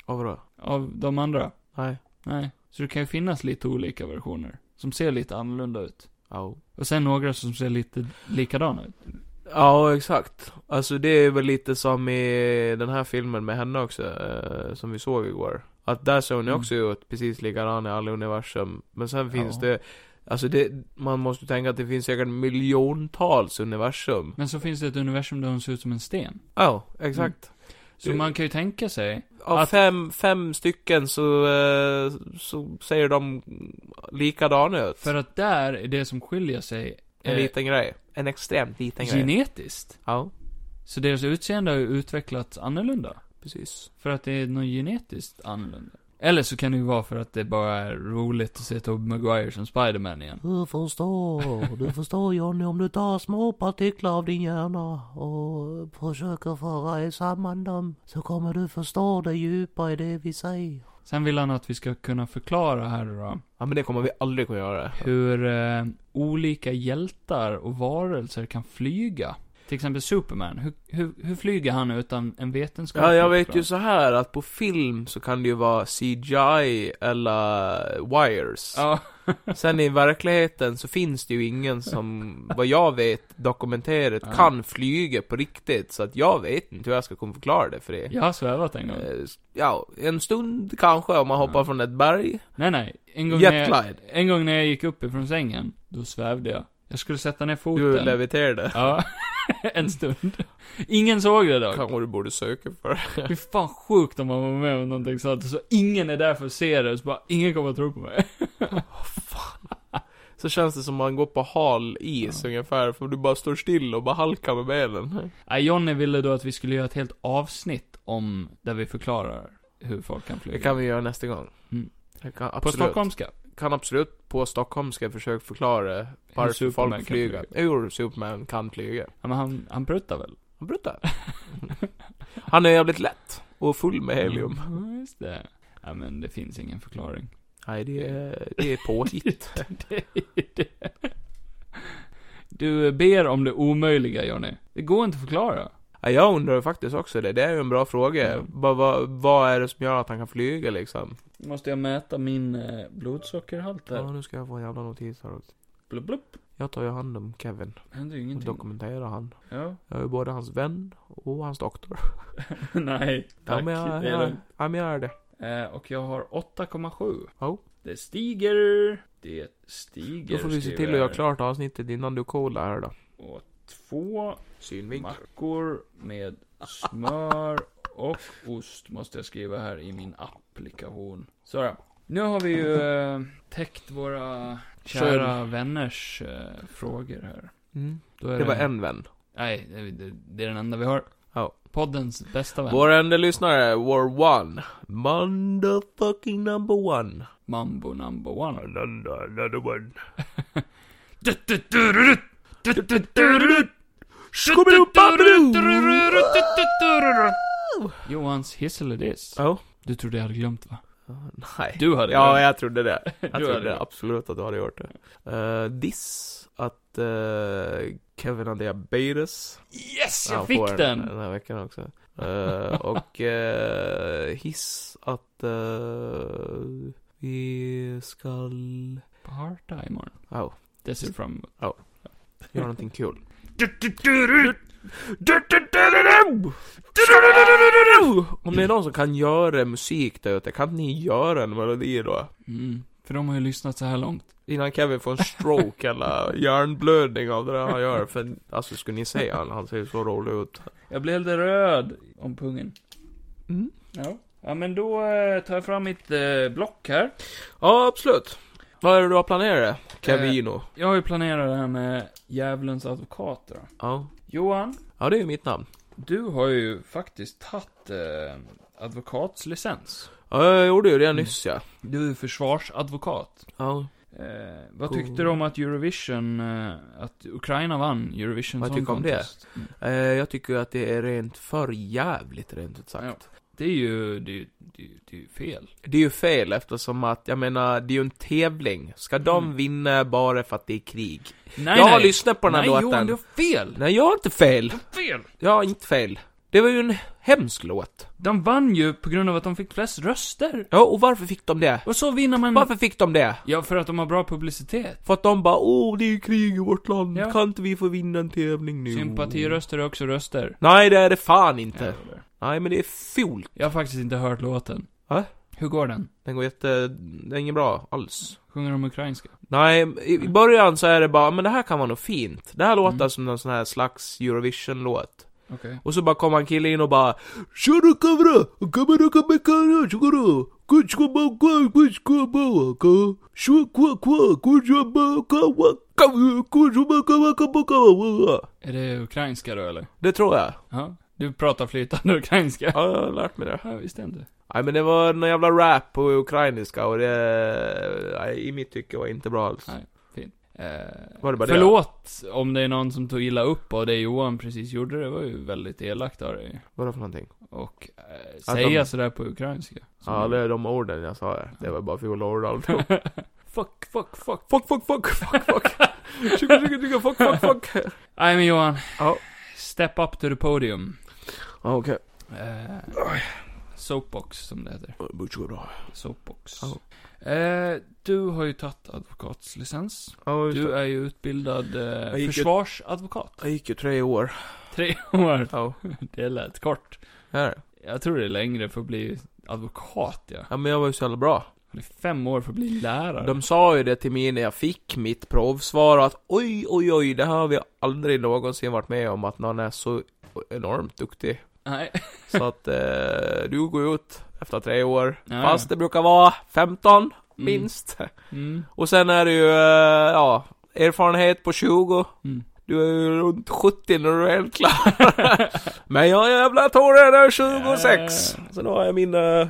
A: Ja, vadå?
B: Av de andra.
A: Nej.
B: Nej. Så det kan ju finnas lite olika versioner. Som ser lite annorlunda ut.
A: Ja.
B: Och sen några som ser lite likadana ut.
A: Ja, exakt. Alltså det är väl lite som i den här filmen med henne också, eh, som vi såg igår. Att där såg hon ju
B: Mm.
A: också ut precis likadan i alla universum. Men sen finns
B: Ja.
A: det Alltså det, man måste tänka att det finns säkert miljontals universum.
B: Men så finns det ett universum där hon ser ut som en sten.
A: Ja, exakt.
B: Så
A: Det-
B: man kan ju tänka sig,
A: Av
B: Mm. Att-
A: fem, fem stycken så, eh, så ser de likadana ut.
B: för att där är det som skiljer sig
A: En
B: eh,
A: liten grej. En extremt liten grej.
B: genetiskt.
A: Ja,
B: Så deras utseende har ju utvecklats annorlunda.
A: precis.
B: För att det är något genetiskt annorlunda. Eller så kan det ju vara för att det bara är roligt att se Tobey Maguire som Spiderman igen.
C: Du förstår, du förstår Johnny om du tar små partiklar av din hjärna och försöker föra samman dem så kommer du förstå det djupa i det vi säger.
B: Sen vill han att vi ska kunna förklara här då,
A: Ja men det kommer vi aldrig kunna göra.
B: hur eh, olika hjältar och varelser kan flyga. Till exempel Superman, hur, hur, hur flyger han utan en vetenskaplig
A: Ja, jag vet ju
B: plan?
A: så här att på film så kan det ju vara CGI eller wires.
B: Ja,
A: Sen i verkligheten så finns det ju ingen som, vad jag vet, dokumenterat
B: Ja.
A: kan flyga på riktigt. Så att jag vet inte hur jag ska kunna förklara det för det.
B: jag har svävat en gång.
A: Eh, Ja, en stund kanske om man hoppar
B: Ja.
A: från ett berg.
B: Nej, nej. En gång, när jag,
A: Jetglide.
B: en gång när jag gick upp ifrån sängen, då svävde jag. Jag skulle sätta ner foten.
A: Du leviterade.
B: Ja, en stund. Ingen såg det dock.
A: Kanske du borde söka för.
B: Det är fan sjukt om man var med om någonting sånt, så ingen är där för att se det, så bara ingen kommer att tro på mig.
A: Så känns det som man går på hal is ungefär, för du bara står still och bara halkar med benen.
B: Nej, Johnny ville då att vi skulle göra ett helt avsnitt om, där vi förklarar hur folk kan flyga.
A: Det kan vi göra nästa gång.
B: Mm.
A: Jag kan
B: På
A: absolut,
B: stockholmska.
A: kan absolut på stockholmska försöka förklara varför
B: Superman
A: folk
B: kan
A: flyger.
B: flyga.
A: Hur Superman kan flyga.
B: Ja, men han, han pruttar väl?
A: Han bruttar. Han är jävligt lätt. Och full med helium.
B: Mm, Ja, just det. Ja, men det finns ingen förklaring.
A: Nej, det är, det är påhitt.
B: Det är det. Du ber om det omöjliga, Johnny. Det går inte att förklara.
A: Ja, jag undrar faktiskt också det. Det är ju en bra fråga.
B: Mm.
A: Bara vad, vad är det som gör att han kan flyga liksom?
B: Måste jag mäta min eh, blodsockerhalt
A: Ja,
B: där?
A: nu ska jag få en jävla notis här också.
B: Blubb, blubb.
A: Jag tar ju hand om Kevin
B: Händer ju
A: och
B: ingenting.
A: dokumenterar han.
B: Ja.
A: Jag är ju både hans vän och hans doktor.
B: Nej, tack.
A: ja, men jag,
B: det är
A: jag,
B: lugnt.
A: ja, men jag är det.
B: Eh, och jag har 8,7.
A: Ja.
B: Det stiger. Det stiger.
A: Då får vi se
B: skriver
A: till att göra
B: jag.
A: klart avsnittet innan du kolar här då.
B: Och två
A: Synvinkel.
B: mackor med smör och ost måste jag skriva här i min applikation. Så då. Nu har vi ju eh, täckt våra kära vänners eh, frågor här.
A: Mm.
B: Då är
A: Det var en vän.
B: Nej, det, det, det är den enda vi har.
A: Ja.
B: Poddens bästa vän.
A: Vår enda lyssnare, War One. Motherfucking number one.
B: Mambo number one.
A: Another another one.
B: Johans hisselediss.
A: Ja.
B: Du trodde jag hade glömt va?
A: Oh. Nej.
B: Du hade
A: Ja,
B: glömt.
A: jag trodde det. Jag
B: Du
A: trodde
B: hade
A: det.
B: det.
A: absolut att du hade gjort det. Eh, diss att eh, Kevin hade diabetes.
B: Yes, jag
A: Han
B: fick
A: får
B: den!
A: Den här veckan också. Eh, och eh, hiss att eh, vi ska
B: Parta imorgon.
A: oh,
B: Det ser jag fram emot.
A: göra någonting kul. Om det är någon som kan göra musik där ute, kan ni göra en melodi då?
B: Mm. För de har ju lyssnat så här långt.
A: Innan Kevin får en stroke eller hjärnblödning av det där han gör. För alltså skulle ni se han, han ser ju så rolig ut.
B: Jag blev lite röd om pungen.
A: Mm.
B: Ja. Ja men då eh, tar jag fram mitt eh, block här.
A: Ja, absolut. Vad är det du har planerat? Kevino.
B: Jag har ju planerat det här med djävulens advokat då.
A: Ja.
B: Johan,
A: ja, det är ju mitt namn.
B: du har ju faktiskt tagit eh, advokatslicens.
A: Ja, jag gjorde ju det
B: Mm.
A: nyss ja.
B: Du är försvarsadvokat.
A: ja.
B: Eh, vad
A: Cool.
B: tyckte du om att Eurovision, eh, att Ukraina vann Eurovision
A: Vad
B: Song
A: tycker du om det?
B: Contest? Mm.
A: Eh, Jag tycker att det är rent för jävligt rent ut sagt.
B: Det är ju, det är ju, det är ju, det är ju fel.
A: Det är ju fel eftersom att, jag menar, det är ju en tävling. Ska de
B: Mm.
A: vinna bara för att det är krig?
B: Nej,
A: jag har
B: nej.
A: lyssnat på den här
B: nej,
A: låten.
B: Johan, du har fel!
A: Nej, jag har inte fel.
B: Du har fel!
A: Jag har inte fel. Det var ju en hemsk låt.
B: De vann ju på grund av att de fick flest röster.
A: Ja, och varför fick de det?
B: Och så vinner man...
A: Varför fick de det?
B: Ja, för att de har bra publicitet.
A: För att de bara åh, det är ju krig i vårt land,
B: Ja.
A: kan inte vi få vinna en tävling nu?
B: Sympatiröster är också röster.
A: Nej, det är det fan inte.
B: Jävlar.
A: Nej, men det är fult.
B: Jag har faktiskt inte hört låten.
A: Va?
B: Hur går den?
A: Den går jätte... Den är ingen bra alls.
B: Sjunger de ukrainska?
A: Nej, i i början så är det bara, men det här kan vara något fint. Det här låter
B: Mm.
A: som någon sån här slags Eurovision-låt.
B: Okej.
A: Och så bara kommer en kille in och bara Tjena kamera! Kamera kamera kamera tjena! Kutskubba kwa kutskubba ka Shukwa kwa kutskubba kawa kawa kutskubba kawa kawa kawa
B: Är det ukrainska då eller?
A: Det tror jag.
B: Ja. Du pratar flytande ukrainska.
A: Ja, jag har lärt mig det.
B: Ja, visst inte.
A: Nej men det var någon jävla rap på ukrainska och det... Nej, i mitt tycke var inte bra alls.
B: Nej. Eh,
A: Var det bara det?
B: förlåt om det är någon som tog illa upp och det Johan precis gjorde, det var ju väldigt elakt av dig.
A: Vad var det för någonting?
B: Och eh, säga
A: de-
B: sådär på ukrainska. Som
A: Ja,
B: du-
A: det är de orden jag sa. ja. Det var bara fula ord alltihop.
B: Fuck, fuck, fuck.
A: Fuck, fuck, fuck, fuck, fuck. Tjugo, tjugo, tjugo, fuck, fuck, fuck.
B: Nej men Johan.
A: Ja.
B: Step up to the podium.
A: Ja, okej.
B: Eh, soapbox som det heter.
A: Det borde gå bra.
B: Soapbox.
A: Ja.
B: Eh, du har ju tagit advokatslicens.
A: Ja, just
B: Du
A: det.
B: är ju utbildad eh,
A: gick ju-
B: försvarsadvokat.
A: Jag gick ju tre år.
B: Tre år.
A: Ja.
B: Det lät kort.
A: Här.
B: Jag tror det är längre för att bli advokat, ja.
A: Ja men jag var ju så jävla bra.
B: Det är fem år för att bli lärare.
A: De sa ju det till mig när jag fick mitt provsvar att oj, oj, oj, det här har vi aldrig någonsin varit med om att någon är så enormt duktig.
B: Nej.
A: Så att eh, du går ut efter tre år.
B: Ja,
A: Fast det brukar vara 15,
B: Mm.
A: minst.
B: Mm.
A: Och sen är det ju, eh, ja, erfarenhet på 20.
B: Mm.
A: Du är ju runt 70 när du är helt klar. Men jag är jävla torr när jag är 26. Så då har jag min, eh,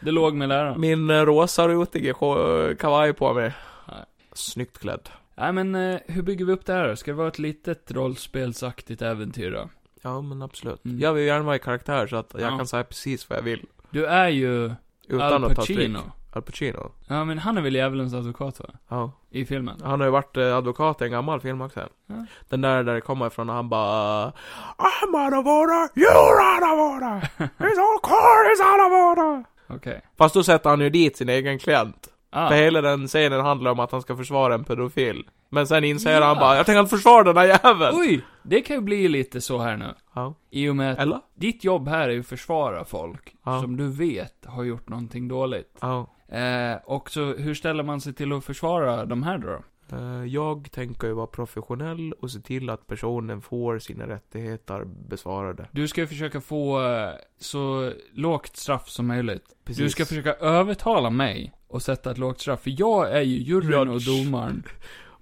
B: Det låg med läraren.
A: min eh, rosa rutiga ko- eh, kavaj på mig.
B: Nej.
A: Snyggt klädd.
B: Nej men, eh, hur bygger vi upp det här då? Ska det vara ett litet rollspelsaktigt äventyr då?
A: Ja men absolut.
B: Mm.
A: Jag vill gärna vara i karaktär så att jag
B: Ja.
A: kan säga precis vad jag vill.
B: Du är ju
A: Utan
B: Al
A: att ta stryk.
B: Pacino.
A: Al Pacino.
B: Ja men han är väl djävulens advokat va?
A: Ja.
B: I filmen?
A: Han har ju varit eh, advokat i en gammal film också.
B: Ja.
A: Den där där det kommer ifrån och han bara I'm out of order, you're out of order, it's all court is out of order.
B: Okej.
A: Fast då sätter han ju dit sin egen klient. För
B: Ah,
A: hela den scenen handlar om att han ska försvara en pedofil. Men sen inser
B: Ja.
A: han bara, jag tänker inte försvara den här jäveln.
B: oj! Det kan ju bli lite så här nu.
A: Ja.
B: I och med att
A: Eller?
B: ditt jobb här är ju att försvara folk
A: Ja.
B: som du vet har gjort någonting dåligt.
A: Ja.
B: Eh, och så hur ställer man sig till att försvara de här då?
A: Eh, Jag tänker ju vara professionell och se till att personen får sina rättigheter besvarade.
B: Du ska ju försöka få eh, så lågt straff som möjligt.
A: Precis.
B: Du ska försöka övertala mig och sätta ett lågt straff, för jag är ju juryn och
A: Judge.
B: domaren.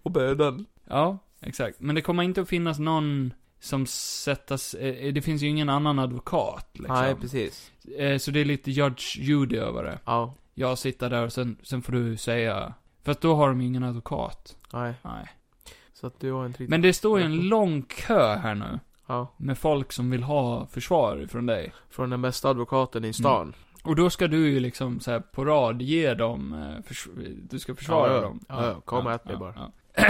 A: Och böden.
B: Ja, exakt. Men det kommer inte att finnas någon som sättas, eh, det finns ju ingen annan advokat liksom.
A: Nej, precis.
B: Eh, Så det är lite Judge Judy över det.
A: Ja.
B: Jag sitter där och sen, sen får du säga, för att då har de ju ingen advokat.
A: Nej.
B: Nej.
A: Så att du har inte riktigt...
B: Men det står ju en lång kö här nu,
A: Ja.
B: med folk som vill ha försvar från dig.
A: Från den bästa advokaten i stan.
B: Och då ska du ju liksom så här på rad ge dem, eh, förs- du ska försvara
A: Ja, ja.
B: dem.
A: Ja, ja. Kom och ät mig bara.
B: ja.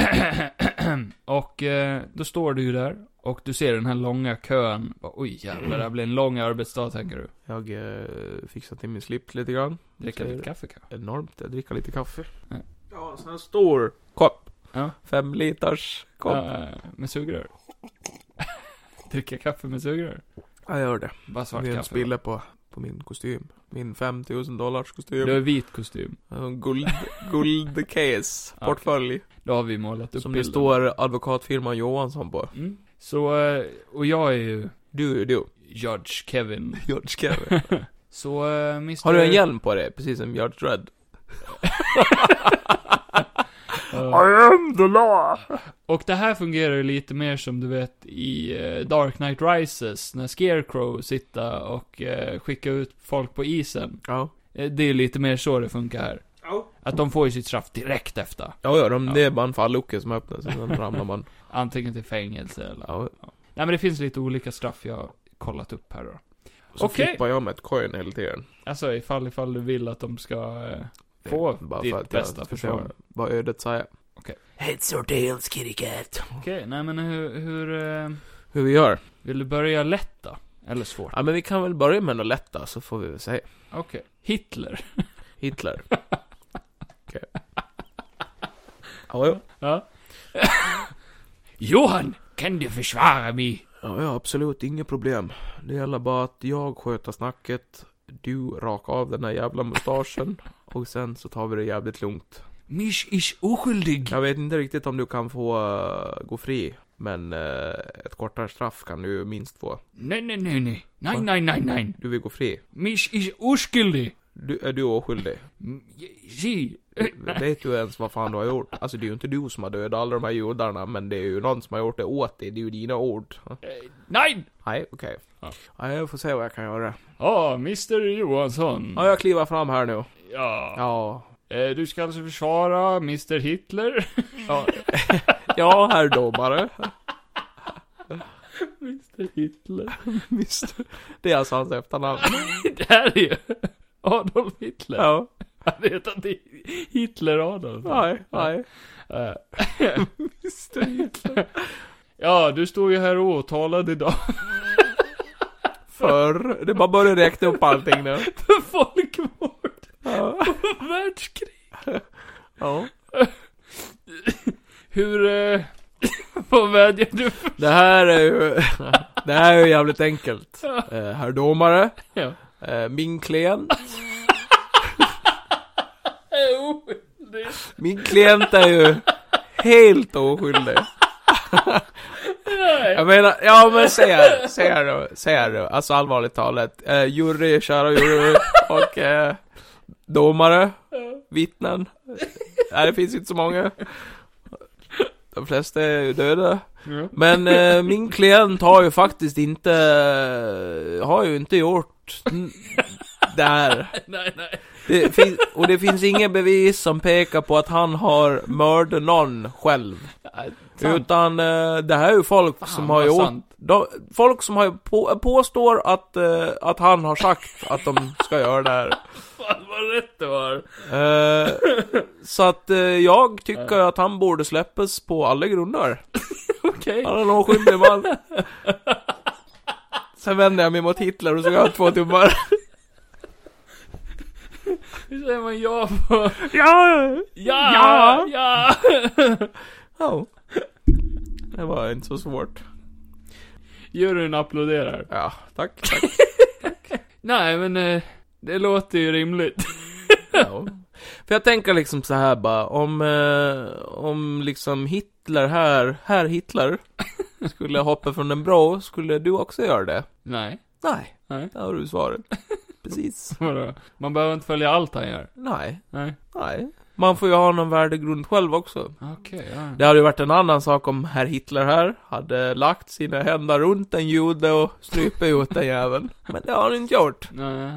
B: och eh, då står du ju där och du ser den här långa kön. Bara, Oj jävlar, det här blir en lång arbetsdag tänker du.
A: Jag eh, fixar till min slip lite grann. Så
B: Dricka
A: är
B: lite
A: det
B: kaffe kanske?
A: Enormt. Jag dricker lite kaffe.
B: Ja.
A: Ja, sån här stor kopp.
B: Ja.
A: Fem liters kopp. Ja.
B: Ja, eh, med sugrör. Dricka kaffe med sugrör?
A: Jag gör det.
B: Bara
A: Det
B: svart
A: blir en
B: kaffe.
A: spille på, på min kostym. Min 5000 dollars
B: Du
A: kostym.
B: har vit kostym.
A: En guld, guldcase.
B: Ja,
A: Portfölj.
B: Då har vi målat upp
A: Som det
B: bilden.
A: står advokatfirman Johansson på.
B: Mm. Så, eh, och jag är ju
A: Du, är du.
B: Judge Kevin.
A: George Kevin.
B: Så, eh, Mr...
A: Har du en hjälm på dig? Precis som George Dredd.
B: Eh,
A: am the law!
B: Och det här fungerar ju lite mer som du vet i eh, Dark Knight Rises, när Scarecrow sitter och eh, skickar ut folk på isen.
A: Ja.
B: Eh, Det är lite mer så det funkar här.
A: Ja.
B: Att de får ju sitt straff direkt efter.
A: Ja, ja, de,
B: Ja.
A: det är bara en fallucka som öppnas och sen ramlar man.
B: Antingen till fängelse eller...
A: Ja.
B: Nej men det finns lite olika straff jag har kollat upp här då.
A: Och så
B: Okej.
A: flippar jag med ett coin hela tiden.
B: Alltså ifall, ifall du vill att de ska... Eh, Få ditt
A: för att
B: bästa
A: jag ska se
B: försvar.
A: Vad ödet säger.
B: Okej.
A: Heads or tails, kitty cat.
B: Okej, nej men hur... hur eh,
A: Hur vi gör?
B: vill du börja lätt då? Eller svårt?
A: Ja, men vi kan väl börja med något lätt då, så får vi väl se.
B: Okej. Hitler.
A: Hitler. Okej. Ja, ja.
B: Ja. Johan! Kan du försvara mig?
A: Ja, ja, absolut. Inga problem. Det gäller bara att jag sköter snacket. Du rakar av den här jävla mustaschen. Och sen så tar vi det jävligt lugnt.
B: Mish ish oskyldig.
A: Jag vet inte riktigt om du kan få eh, gå fri. Men eh, ett kortare straff kan du minst få.
B: Nej, nej, nej, nej. Nej, nej, nej, nej.
A: Du vill gå fri.
B: Mish ish oskyldig.
A: Du, är du oskyldig?
B: Mm, j- Si.
A: Vet du ens vad fan du har gjort? Alltså det är ju inte du som har dödat alla de här judarna, men det är ju någon som har gjort det åt dig. Det är ju dina ord.
B: Eh, Nej!
A: Nej, okej.
B: Ja.
A: Ja, jag får se vad jag kan göra.
B: Ja, Mr Johansson.
A: Ja, jag kliver fram här nu.
B: Ja.
A: Ja.
B: Eh, Du ska alltså försvara Mr Hitler?
A: Ja, ja herr domare.
B: Mr Hitler.
A: Visst. Det är alltså hans efternamn.
B: Det här är ju Adolf Hitler.
A: Ja.
B: Han heter inte Hitler Adolf.
A: Nej, nej.
B: Eh. Ja, du står ju här och åtalad idag.
A: Förr. Det bara börjar räkna upp allting nu.
B: För folkmord
A: Ja.
B: och världskrig.
A: ja.
B: Hur, eh, vad vädjar du för?
A: Det här är ju... Det här är ju jävligt enkelt. Eh, herr domare.
B: Ja.
A: Eh, min klient.
B: Jo, det
A: Min klient är ju helt oskyldig. Jag menar, ja men säg här, säg här då, säg här då. Alltså allvarligt talat. Eh, jury, kära jury och eh, domare, vittnen. Nej, det finns inte så många. De flesta är ju döda.
B: Ja.
A: Men eh, min klient har ju faktiskt inte, har ju inte gjort n- det här.
B: Nej, nej.
A: Det fin- och det finns inga bevis som pekar på att han har mördat någon själv.
B: nej
A: Utan eh, det här är ju folk
B: Fan,
A: som har
B: vad
A: gjort...
B: sant.
A: De, folk som har på, påstår att, eh, att han har sagt att de ska göra det här.
B: Fan vad rätt det var.
A: Eh, så att eh, jag tycker att han borde släppas på alla grunder.
B: Okej.
A: Han är en oskyldig man. Sen vänder jag mig mot Hitler och så går jag två tummar.
B: Hur säger man ja på?
A: Ja!
B: Ja! Ja!
A: Ja. Det var inte så svårt.
B: Juryn applåderar.
A: Ja, tack, tack.
B: Nej, men eh, det låter ju rimligt.
A: Ja. För jag tänker liksom så här bara, om, eh, om liksom Hitler här, herr Hitler, skulle hoppa från en bro, skulle du också göra det?
B: Nej.
A: Nej,
B: Nej.
A: där har du svaret. Precis.
B: Vadå? Man behöver inte följa allt han gör.
A: Nej,
B: Nej.
A: nej. Man får ju ha någon värdegrund själv också.
B: Okej, ja.
A: Det hade ju varit en annan sak om herr Hitler här hade lagt sina händer runt en jude och strypt ut den jäveln. Men det har han inte gjort.
B: Nej.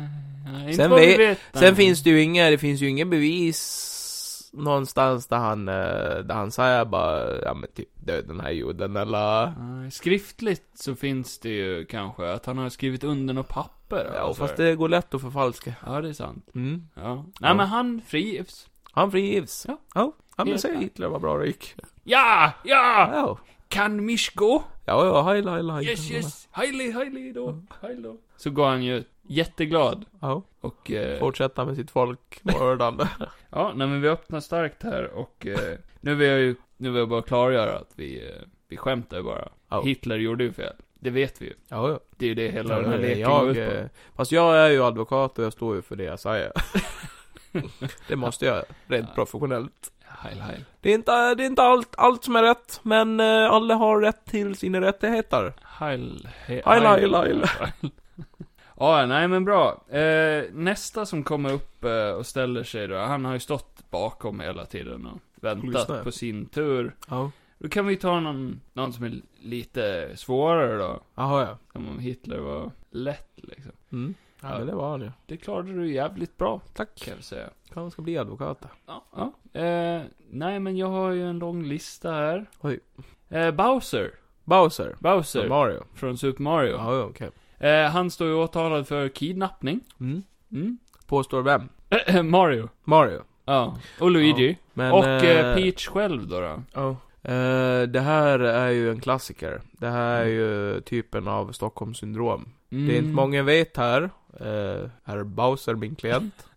B: nej, Inte
A: Sen
B: vad vi
A: vet-
B: vet.
A: Sen finns det ju inga, det finns ju inga bevis någonstans där han, eh, där han säger bara, ja men typ död den här jorden eller...
B: Nej, Skriftligt så finns det ju kanske att han har skrivit under något papper.
A: Ja,
B: alltså.
A: fast det går lätt att förfalska.
B: Ja, det är sant.
A: Mm.
B: Ja. Nej, men han frigivs.
A: Han frigivs.
B: Ja.
A: Ja, ja men
B: Helt
A: säg
B: klart.
A: Hitler vad bra det gick.
B: Ja! Ja!
A: Ja.
B: Kan Mish gå?
A: Ja, ja, heil, heil, heil.
B: Yes, yes. Heili, heili då. Heil då. Så går han ju jätteglad.
A: Ja,
B: Och, eh,
A: fortsätta med sitt folkmördande.
B: ja, nej men vi öppnar starkt här och eh, nu vill jag ju, nu vill jag bara klargöra att vi, eh, vi skämtar ju bara.
A: Ja.
B: Hitler gjorde ju fel. Det vet vi ju.
A: ja, ja.
B: Det är ju det hela
A: Ja,
B: den här
A: det är
B: leken går
A: jag,
B: ut på.
A: eh, fast jag är ju advokat och jag står ju för det jag säger. det måste jag, rent
B: Ja.
A: professionellt.
B: Heil, heil.
A: Det är inte, det är inte allt, allt som är rätt, men eh, alla har rätt till sina rättigheter.
B: Heil, he,
A: Heil, heil, heil.
B: Ja, nej men bra. Eh, nästa som kommer upp eh, och ställer sig då, han har ju stått bakom hela tiden och
A: Lyssnar.
B: väntat på sin tur.
A: Ja.
B: Då kan vi ta någon, någon som är lite svårare då.
A: Jaha, ja.
B: Som om Hitler var lätt liksom.
A: Mm. Ja, men det var han ju.
B: Det klarade du jävligt bra,
A: Tack.
B: kan jag säga.
A: Han ska bli advokat. då.
B: Ja. ja. Eh, nej men jag har ju en lång lista här.
A: Oj.
B: Eh, Bowser.
A: Bowser. Som
B: Bowser.
A: Mario.
B: Från Super Mario.
A: Ja, ja, okej.
B: Eh, han står ju åtalad för kidnappning.
A: Mm.
B: Mm.
A: Påstår vem?
B: Mario.
A: Mario.
B: Ja. Och Luigi.
A: Men,
B: och eh,
A: eh,
B: Peach själv då. då.
A: ja. Eh, det här är ju en klassiker. Det här är ju typen av Stockholmssyndrom. Det
B: Mm.
A: är inte många vet här. Eh, herr Bowser, min klient.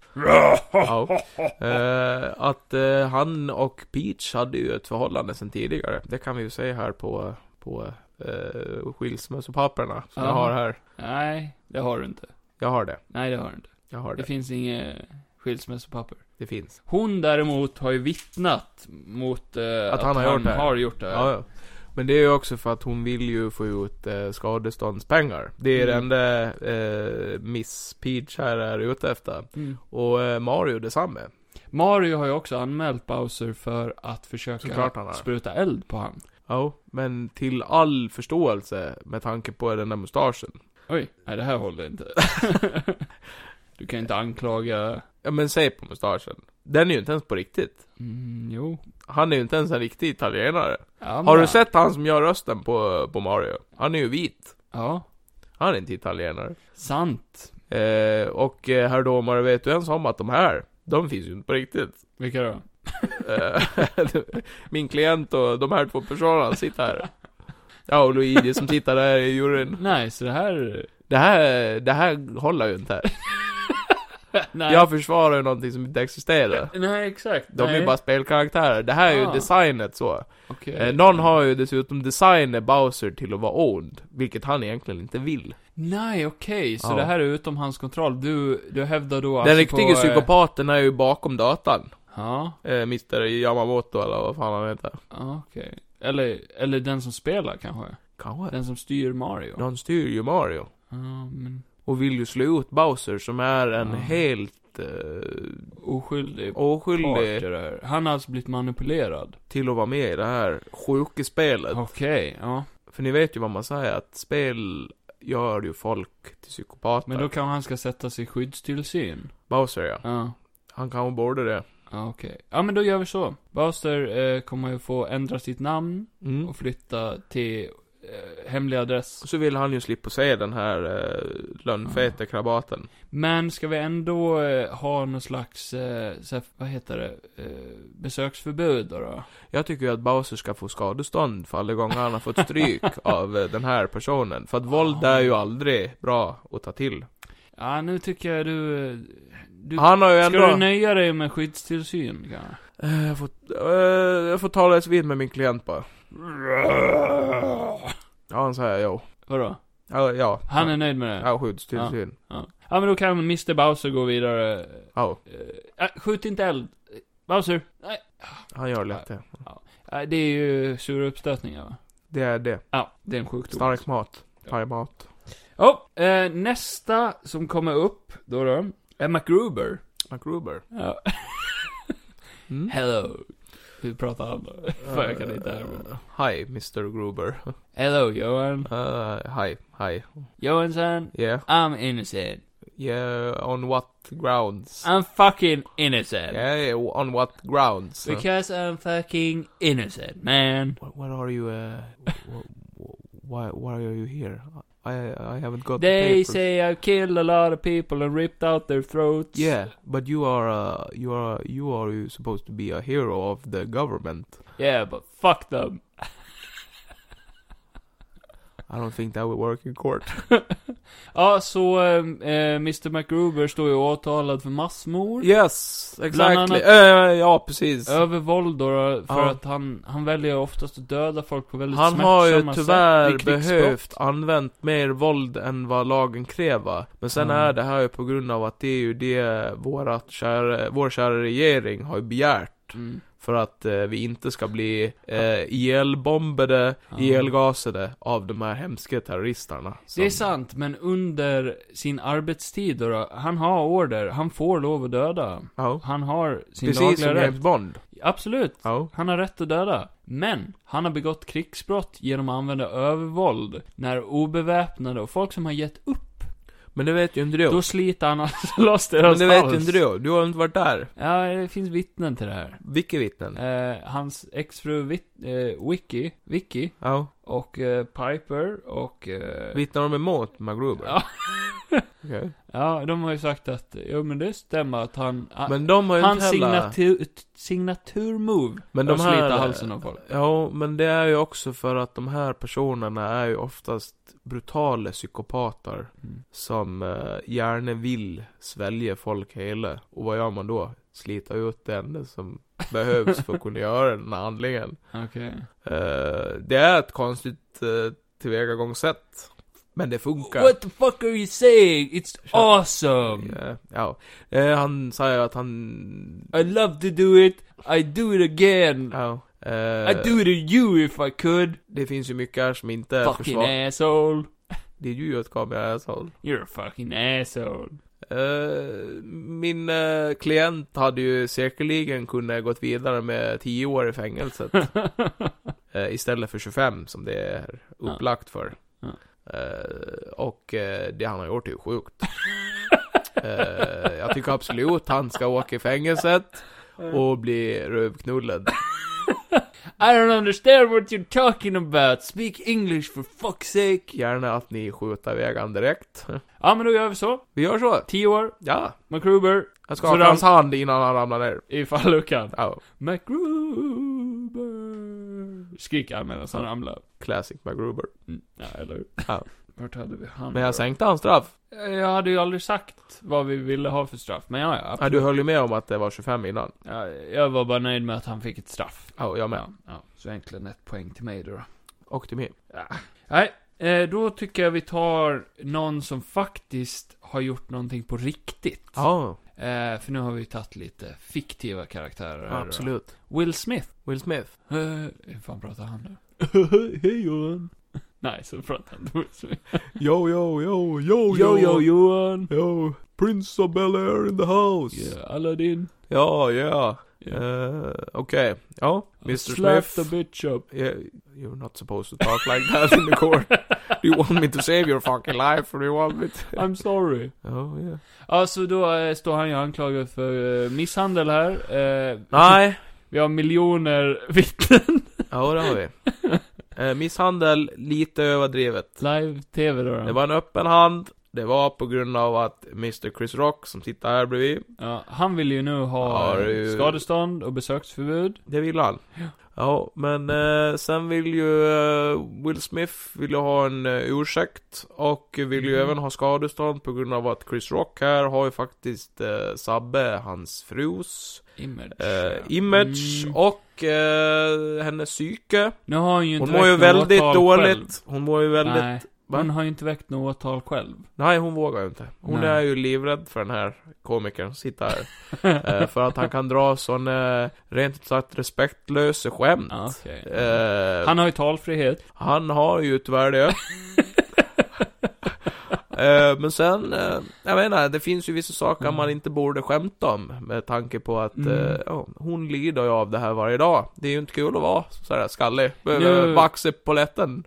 A: ja. Eh, att eh, han och Peach hade ju ett förhållande sedan tidigare. Det kan vi ju se här på, på eh, skilsmässopapperna som jag
B: Aha.
A: har här.
B: Nej, det har du inte.
A: Jag har det.
B: Nej, det har du inte.
A: Jag har
B: Det
A: det.
B: finns inget skilsmässopapper.
A: Det finns.
B: Hon däremot har ju vittnat mot eh,
A: Att han har gjort det här.
B: har gjort det här.
A: Ja, ja. Men det är ju också för att hon vill ju få ut eh, skadeståndspengar. Det är det
B: Mm.
A: enda eh, Miss Peach här är ute efter.
B: Mm.
A: Och eh, Mario detsamma.
B: Mario har ju också anmält Bowser för att
A: Såklart han har.
B: försöka spruta eld på han.
A: Ja, men till all förståelse med tanke på den där mustaschen.
B: Oj, nej det här håller inte. du kan inte anklaga...
A: Ja men säg på mustaschen. Den är ju inte ens på riktigt.
B: Mm, jo.
A: Han är ju inte ens en riktig italienare.
B: Ja,
A: Har
B: men-
A: du sett han som gör rösten på, på Mario? Han är ju vit.
B: Ja,
A: Han är inte italienare.
B: sant.
A: Eh, och eh, herrdomare, vet du ens om att de här, de finns ju inte på riktigt.
B: Vilka då?
A: Eh, Min klient och de här två personerna sitter här. Ja, och Luigi som sitter där i juryn.
B: Nej, så det här...
A: Det här, det här håller ju inte.
B: Nej.
A: Jag försvarar ju någonting som inte existerar.
B: Nej, exakt.
A: De
B: nej.
A: är bara spelkaraktärer. Det här är ju
B: Ah.
A: designet så.
B: Okej.
A: Eh, någon har ju dessutom designat Bowser till att vara ond, vilket han egentligen inte vill.
B: Nej, okej. Så
A: Ja.
B: det här är utom hans kontroll. Du, du hävdar då
A: Den
B: alltså
A: riktiga
B: på, eh,
A: psykopaten är ju bakom datan.
B: Ja,
A: Eh, Mr Yamamoto eller vad fan han heter.
B: ja, okej. Eller, eller den som spelar kanske?
A: Kanske.
B: Den som styr Mario?
A: De styr ju Mario.
B: Ja, men
A: Och vill ju slå ut Bowser som är en
B: Ja.
A: helt eh,
B: oskyldig part i
A: oskyldig
B: det här. Han har alltså blivit manipulerad.
A: till att vara med i det här sjuka spelet.
B: Okej, ja.
A: För ni vet ju vad man säger, att spel gör ju folk till psykopater.
B: Men då kanske han ska sätta sig i skyddstillsyn?
A: Bowser ja.
B: Ja.
A: Han kanske borde det.
B: Ja, okej. Ja, men då gör vi så. Buster eh, kommer ju få ändra sitt namn
A: Mm.
B: och flytta till eh, hemlig adress.
A: Och så vill han ju slippa se den här eh, lönnfeta krabaten.
B: Men ska vi ändå eh, ha någon slags, eh, så här, vad heter det, eh, besöksförbud då? då?
A: Jag tycker ju att Bowser ska få skadestånd för alla gånger han har fått stryk av eh, den här personen. För att våld är ju aldrig bra att ta till.
B: Ja, nu tycker jag du... eh, du
A: Han har ju
B: ska
A: ändå...
B: du nöja dig med skyddstillsyn kanske?
A: Eh, jag, får, eh, jag får tala ett vid med min klient bara. Ja, han säger jo.
B: Vadå?
A: Ja, ja.
B: Han är nöjd med det?
A: Ja, skyddstillsyn.
B: Ja. ja, men då kan Mr. Bowser gå vidare.
A: Ja.
B: Eh, äh, skjut inte eld. Eh, Bowser? Nej.
A: han gör lätt det.
B: Nej, det är ju sura uppstötningar va?
A: Det är det.
B: Ja, det är en sjukdom.
A: Stark mat. Thaimat.
B: Ja, eh, nästa som kommer upp, då då, är MacGruber.
A: MacGruber.
B: Ja.
A: Mm.
B: Hello. Hur pratar han då? Fan, jag kan
A: Eh,
B: inte härifrån.
A: Hi, Mr Gruber.
B: Hello Johan.
A: Eh, hi, hi.
B: Johansson,
A: Yeah.
B: I'm innocent.
A: Yeah, on what grounds?
B: I'm fucking innocent.
A: Yeah, on what grounds?
B: Because I'm fucking innocent, man.
A: Wh- What are you, uh, wh- wh- why, why are you here? I, I haven't got the
B: They
A: papers.
B: say I've killed a lot of people and ripped out their throats.
A: Yeah, but you are, uh, you are, you are you supposed to be a hero of the government.
B: Yeah, but fuck them.
A: I don't think that will work in court.
B: Ja, så ehm, eh, Mr McGruber står ju åtalad för massmord.
A: Yes, exactly.
B: annat-
A: Eh, ja, precis.
B: Övervåld då, då, för
A: Ja.
B: att han, han väljer oftast att döda folk på väldigt
A: Han har ju
B: smärtsamma sätt. Det är
A: tyvärr
B: krigsbrott.
A: behövt använt mer våld än vad lagen kräver. Men sen
B: Mm.
A: är det här ju på grund av att det är ju det vårat kära, vår kära regering har ju begärt.
B: Mm.
A: För att eh, vi inte ska bli eh, ihjälbombade,
B: Ja.
A: ihjälgasade av de här hemska terroristerna.
B: Det är
A: som-
B: sant, men under sin arbetstid då, då han har order, han får lov att döda.
A: Ja.
B: Han har sin
A: Precis som
B: lagliga rätt.
A: James Bond.
B: Absolut.
A: Ja.
B: Han har rätt att döda. Men, han har begått krigsbrott genom att använda övervåld när obeväpnade och folk som har gett upp,
A: Men det vet ju inte du.
B: då sliter han alltså loss
A: Men
B: deras
A: det vet
B: hals.
A: ju inte du. Du har inte varit där.
B: Ja, det finns vittnen till det här.
A: Vilka vittnen?
B: Eh, hans exfru Vit- eh, Vicky, Vicky
A: Ja.
B: och eh, Piper och... Eh,
A: Vittnar de emot MacGruber?
B: Ja.
A: Okej.
B: ja, de har ju sagt att, jo men det stämmer att han... han
A: Men de har ju
B: hans
A: inte heller...
B: signatur, signaturmove
A: Men
B: är
A: de
B: att slita
A: här-
B: halsen av folk.
A: Ja, men det är ju också för att de här personerna är ju oftast brutala psykopater
B: Mm.
A: som eh, gärna vill svälja folk hela. Och vad gör man då? Slita ut det enda som behövs för att kunna göra den här handlingen.
B: Okej.
A: Eh, det är ett konstigt eh, tillvägagångssätt. Men det funkar.
B: What the fuck are you saying? It's awesome!
A: Ja, ja. Eh, han sa ju att han...
B: I love to do it, I do it again!
A: Ja. Eh,
B: I do it to you if I could!
A: Det finns ju mycket här som inte är
B: Fucking
A: Eh, försvar...
B: asshole!
A: Det är ju ett kameraasshole.
B: You're a fucking asshole.
A: Uh, min eh, klient hade ju säkerligen kunnat gått vidare med 10 år i fängelset. eh, istället för 25 som det är upplagt för.
B: Ja.
A: Eh, och eh, det han har gjort är ju sjukt. Eh, jag tycker absolut han ska åka i fängelset och bli rövknullad.
B: I don't understand what you're talking about. Speak English for fuck's sake.
A: Gärna att ni skjuter iväg han direkt.
B: Ja, men då gör vi så.
A: Vi gör så.
B: Tio år,
A: Ja,
B: MacGruber,
A: jag
B: Så
A: skakar
B: den-
A: hans hand innan han ramlar ner.
B: ifall du kan.
A: Ja,
B: MacGruber. Skriker han medan han ramlar.
A: classic MacGruber.
B: Mm. Ja, eller hur?
A: Ja.
B: Vart hade vi han?
A: Men jag sänkte hans straff.
B: Jag hade ju aldrig sagt vad vi ville ha för straff, men ja, ja.
A: Ja, du höll ju med om att det var 25 innan.
B: ja jag var bara nöjd med att han fick ett straff.
A: Ja, jag med.
B: Ja, ja. Så egentligen ett poäng till mig då. då.
A: Och till mig.
B: Nej, eh, då tycker jag vi tar någon som faktiskt har gjort någonting på riktigt.
A: Ja,
B: Eh, för nu har vi ju tagit lite fiktiva karaktärer. här
A: absolut.
B: då. Will Smith.
A: Will Smith.
B: Eh, hur fan pratar han nu? Hej Johan. Nej, så pratar han inte Will Smith.
A: Yo, yo, yo, yo,
B: Johan.
A: yo. Prince of Bel Air in the house.
B: Yeah, Aladdin.
A: Ja, ja.
B: Yeah.
A: Eh, Okej, ja. Mr
B: Slap
A: Smith.
B: the bitch up.
A: Yeah, you're not supposed to talk like that in the court. Do you want me to save your fucking life? Or do you want me to...
B: I'm sorry.
A: Oh, yeah.
B: Alltså då eh, står han ju anklagad för eh, misshandel här. Eh,
A: Nej.
B: Vi har miljoner vittnen.
A: Ja, det har vi. Eh, misshandel, lite överdrivet.
B: Live-tv då. då.
A: Det var en öppen hand. Det var på grund av att Mr Chris Rock, som sitter här bredvid,
B: Ja, han vill ju nu ha
A: Ja, det är ju-
B: eh, skadestånd och besöksförbud.
A: Det vill han. Ja, men eh, sen vill ju eh, Will Smith vill ju ha en eh, ursäkt och vill ju
B: Mhm.
A: även ha skadestånd på grund av att Chris Rock här har ju faktiskt eh, sabbe hans frus
B: Image.
A: eh,
B: ja.
A: image
B: Mm.
A: och eh, hennes psyke.
B: Nu har han ju inte
A: Hon mår ju
B: väckt något
A: väldigt
B: åtal
A: dåligt.
B: Själv.
A: Hon mår ju väldigt... Nej.
B: Nej,
A: Va?
B: hon har ju inte väckt något åtal själv.
A: hon vågar ju inte. Hon
B: Nej.
A: är ju livrädd för den här komikern som sitter här. eh, för att han kan dra sådana, eh, rent ut sagt, respektlösa skämt.
B: Ja, okej.
A: Eh,
B: Han har ju talfrihet.
A: Han har ju tyvärr det. Eh, Men sen, eh, jag menar, det finns ju vissa saker
B: Mm.
A: man inte borde skämta om med tanke på att
B: Mm.
A: eh, ja, hon lider ju av det här varje dag. Det är ju inte kul att vara sådär skallig.
B: Nu-
A: Behöver vaxa polletten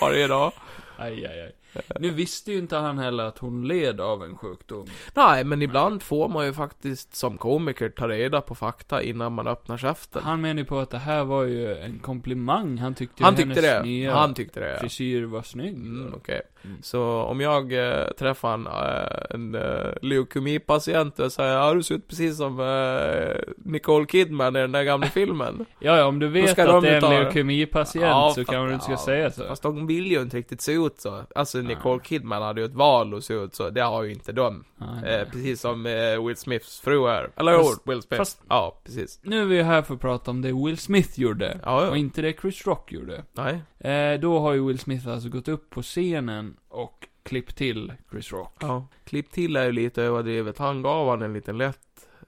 A: varje dag.
B: Aj, aj, aj. Nu visste ju inte han heller att hon led av en sjukdom.
A: Nej, men ibland får man ju faktiskt som komiker ta reda på fakta innan man öppnar käften. Han,
B: Han menar ju på att det här var ju en komplimang. Han tyckte ju
A: tyckte
B: hennes
A: det.
B: nya
A: Han tyckte det. ja.
B: frisyr var snygg.
A: Mm, okej.
B: Mm.
A: Så om jag eh, träffar en, eh, en eh, leukemipatient och säger har du ser ut precis som eh, Nicole Kidman i den där gamla filmen?
B: Ja, ja, om du vet
A: ska de
B: att det är
A: ta-
B: en leukemipatient
A: Ja,
B: så
A: fast-
B: kan du inte ska
A: ja,
B: säga så.
A: Fast de vill ju inte riktigt se ut så. Alltså
B: Nej.
A: Nicole Kidman hade ju ett val att se ut så. Det har ju inte de.
B: Nej, nej.
A: Eh, precis som eh, Will Smiths fru här. Eller
B: Fast-
A: hur? Will Smith.
B: fast-
A: Ja, precis.
B: Nu är vi här för att prata om det Will Smith gjorde.
A: Ja,
B: Och
A: ja.
B: inte det Chris Rock gjorde.
A: Nej.
B: Eh, då har ju Will Smith alltså gått upp på scenen och klippt till Chris Rock.
A: Ja. Klipp till är ju lite överdrivet. Han gav han en liten lätt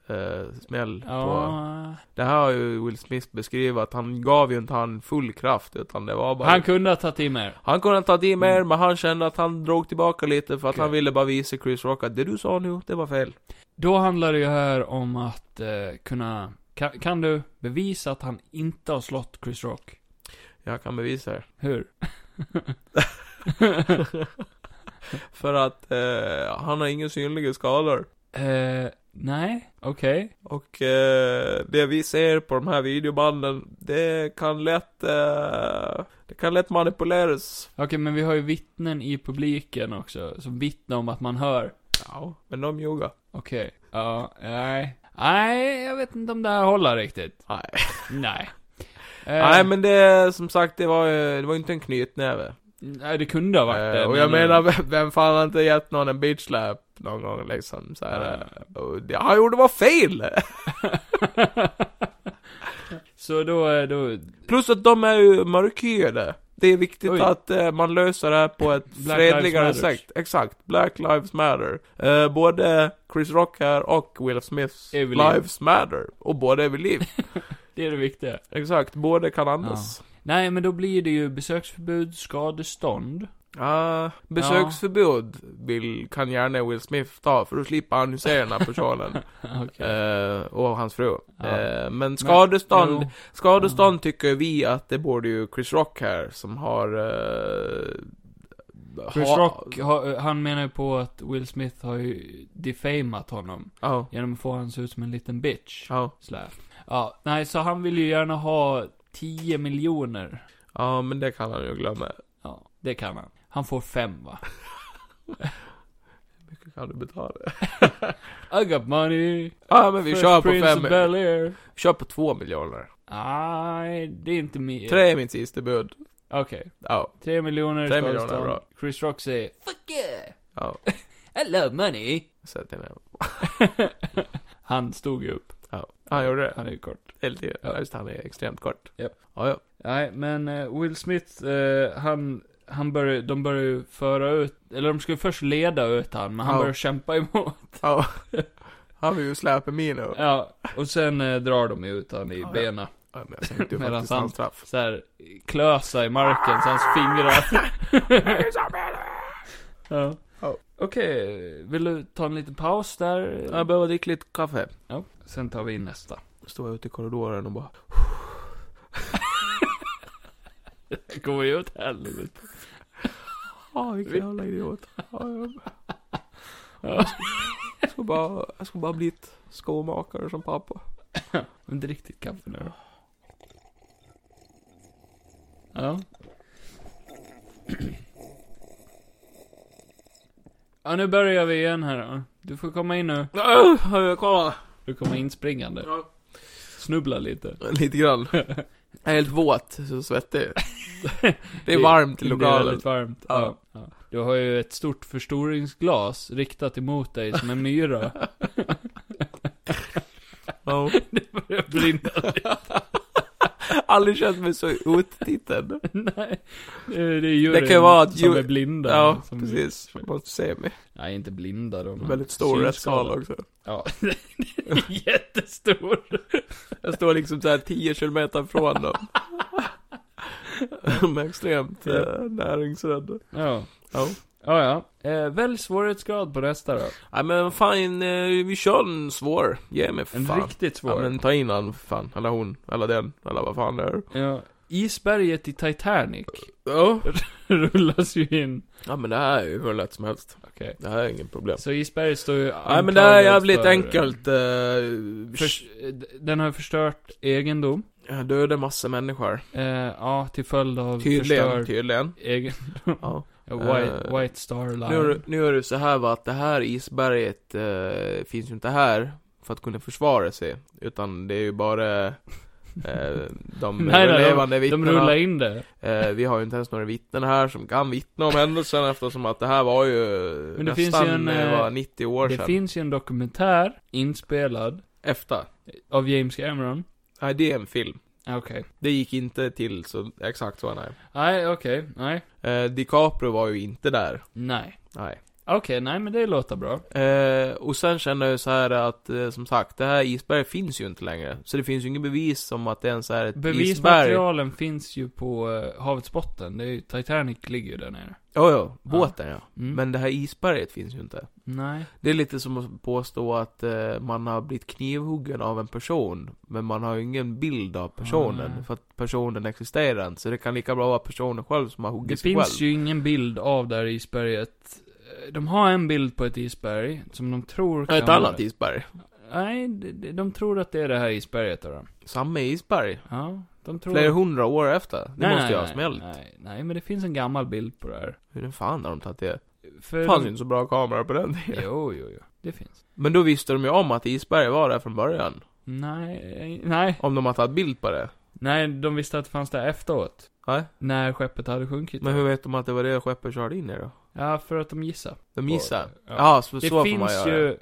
A: eh, smäll på...
B: Ja.
A: Det här har ju Will Smith beskrivit att han gav ju inte han full kraft utan det var bara...
B: Han kunde ha tagit i mer.
A: Han kunde ta i mer,
B: Mm.
A: men han kände att han drog tillbaka lite för att
B: Okej.
A: han ville bara visa Chris Rock att det du sa nu, det var fel.
B: Då handlar det ju här om att eh, kunna... Kan, kan du bevisa att han inte har slått Chris Rock?
A: Jag kan bevisa det.
B: Hur?
A: För att eh, han har inga synliga skador.
B: eh, nej, okej.
A: Och eh, det vi ser på de här videobanden, det kan lätt, eh, det kan lätt manipuleras.
B: Okej, men vi har ju vittnen i publiken också, som vittnar om att man hör.
A: Ja. Men de ljuger.
B: Okej, ja, nej. Nej, jag vet inte om det här håller riktigt.
A: Nej.
B: Nej. Eh,
A: Nej men det, som sagt, det var ju, det var ju inte en knytnäve.
B: Nej, det kunde ha varit det.
A: Eh, och jag menar, vem- vem fan har inte gett någon en bitch slap någon gång liksom? Så här, eh, och det han gjorde var fel!
B: Så eh, då, eh, då...
A: Plus att de är ju mörkhyade. Det är viktigt
B: Oj.
A: att eh, man löser det här på ett
B: Black
A: fredligare
B: Lives Matters.
A: sätt. Exakt. Black Lives Matter. Eh, både Chris Rock här och Will Smiths
B: Är vid liv.
A: Lives Matter. Och båda är vid liv.
B: Det är det viktiga.
A: Exakt. Båda kan andas.
B: Nej, men då blir det ju besöksförbud, skadestånd.
A: Ah, besöksförbud vill, kan gärna Will Smith ta, för då slipper han ju se den här personen.
B: Okej.
A: Eh, och hans fru.
B: Ja.
A: Eh, men skadestånd,
B: Jo.
A: skadestånd tycker vi att det borde ju Chris Rock här, som har... Eh,
B: Chris
A: ha-
B: Rock, ha, eh, han menar ju på att Will Smith har ju defamat honom.
A: Ja.
B: Genom att få honom att se ut som en liten bitch.
A: Ja.
B: Slap. Ja, nej, så han vill ju gärna ha 10 miljoner.
A: Ja, men det kan han ju glömma.
B: Ja, det kan han. Han får fem va?
A: Hur mycket kan du betala?
B: I got money.
A: Ja, men vi
B: Fresh
A: kör på
B: Prince of
A: fem...
B: Bel-Air.
A: Vi kör på två miljoner.
B: Nej, det är inte mer.
A: Tre är mitt sista bud.
B: Okej.
A: Ja.
B: Tre miljoner i
A: Tre miljoner,
B: skadestånd.
A: bra.
B: Chris Rock säger 'Fuck yeah!
A: Ja.
B: I love money!'
A: Sätt dig ner.
B: Han stod ju upp.
A: Ja. Han gjorde det.
B: Han är ju kort.
A: Hela tiden.
B: Ja.
A: Ja. Just det, han är extremt kort.
B: Japp.
A: Ja, ja.
B: Nej, men eh, Will Smith, eh, han, han började, de började ju föra ut, eller de skulle först leda ut han, men han
A: Ja.
B: började kämpa emot.
A: ja. Han vill ju släpa mig nu. Ja.
B: Ja, och sen eh, drar de ut han i
A: Ja, ja.
B: benen.
A: men jag tänkte ju
B: Medan
A: faktiskt
B: han-
A: hans straff.
B: Så här, klösa i marken så hans fingrar. ja.
A: Ja.
B: Okej, vill du ta en liten paus där?
A: Jag behöver dricka lite kaffe.
B: Ja. Sen tar vi in nästa.
A: Står jag ute i korridoren och bara
B: Det går ju åt helvete.
A: Ja, "Ah, vilken
B: Vi-
A: jävla idiot. Ja, jag-
B: Ja.
A: jag, ska bara, jag ska bara bli ett skomakare som pappa.
B: Men drick ditt kaffe nu då. Ja. Ja, nu börjar vi igen här då. Du får komma in nu.
A: Kolla!
B: Du kommer inspringande.
A: Ja.
B: Snubbla lite.
A: Lite grann. Jag är helt våt, så svettig. Det
B: Det-
A: är varmt i
B: Det är
A: lokalen.
B: väldigt varmt. Ja.
A: Ja.
B: ja. Du har ju ett stort förstoringsglas riktat emot dig som en myra.
A: Ja.
B: Det börjar brinna.
A: Aldrig känt mig så uttittad.
B: Nej. Det är det är djuren
A: Det kan ju vara att
B: som
A: djur-
B: är blinda.
A: Ja,
B: som
A: precis. Man måste se mig.
B: Nej, inte blinda då. men
A: Väldigt stor
B: synskadade.
A: rättssal också.
B: Ja, jättestor.
A: Jag står liksom såhär 10 kilometer från dem. De är extremt eh, näringsrädda.
B: Ja.
A: Ja.
B: Ja, ja. Eh, välj svårighetsgrad på nästa då.
A: Nej men fan, eh, vi kör en svår. Ge mig för
B: En
A: fan.
B: riktigt svår.
A: Ja, men ta in han för fan, eller hon, eller den, eller vad fan det är.
B: Ja. Isberget i Titanic
A: Ja.
B: rullas ju in.
A: ja men det här är ju hur lätt som helst.
B: Okej.
A: Det här är inget problem.
B: Så isberget står ju
A: Nej men det här är
B: anklagat
A: jävligt
B: för-
A: enkelt.
B: för-
A: Uh,
B: eh, den har förstört egendom.
A: döda massa människor.
B: Eh, ja, till följd av
A: Tydligen,
B: förstörd
A: tydligen.
B: egen...
A: Ja.
B: Ja, White,
A: Eh,
B: White Star Line.
A: Nu, är det- nu är det så här va, att det här isberget eh, finns ju inte här för att kunna försvara sig. Utan det är ju bara eh, de
B: Nej, nej,
A: överlevande
B: de
A: vittnena.
B: rullar in det.
A: Eh, vi har ju inte ens några vittnen här som kan vittna om händelsen eftersom att det här var ju
B: Men det
A: nästan
B: finns ju en,
A: eh,
B: eh,
A: var 90 år
B: Det
A: sedan.
B: finns ju en dokumentär inspelad
A: Efter.
B: av James Cameron. Ah,
A: Nej, det är en film.
B: Okej.
A: Det gick inte till så exakt så, nej.
B: Nej, okej. Nej.
A: Eh, DiCaprio var ju inte där.
B: Nej.
A: Nej.
B: Okej, nej men det låter bra.
A: Eh, och sen känner jag ju så här att, eh, som sagt, det här isberget finns ju inte längre. Så det finns ju inget bevis om att det ens är ett isberg. Ja,
B: Bevismaterialen finns ju på eh, havets botten. Det är ju, Titanic ligger ju där nere.
A: ja, båten ja.
B: Mm.
A: Men det här isberget finns ju inte.
B: Nej.
A: Det är lite som att påstå att eh, man har blivit knivhuggen av en person, men man har ju ingen bild av personen,
B: Nej.
A: för att personen existerar inte. Så det kan lika bra vara personen själv som har
B: Det
A: huggit sig själv.
B: finns ju ingen bild av det här isberget. Eh, De har en bild på ett isberg, som de tror
A: Ja, Ett annat isberg.
B: Nej, de, de- de tror att det är det här isberget då. då.
A: Samma isberg.
B: Ja, de tror...
A: Flera hundra år efter. Det
B: Nej,
A: måste
B: nej,
A: ju ha
B: nej,
A: smält.
B: Nej, nej, men det finns en gammal bild på det här.
A: Hur fan har de tagit det?
B: För
A: Det fanns ju inte så bra kameror på den tiden.
B: Jo, jo, jo. Det finns.
A: Men då visste de ju om att isberg var där från början.
B: Nej, nej.
A: Om de har tagit bild på det.
B: Nej, de visste att det fanns där efteråt.
A: Nej.
B: När skeppet hade sjunkit.
A: Men hur vet de att det var det skeppet körde in i då?
B: Ja, för att de gissar.
A: De gissar.
B: Ja.
A: Ja, så,
B: det
A: så får man
B: finns
A: göra.
B: ju, eh,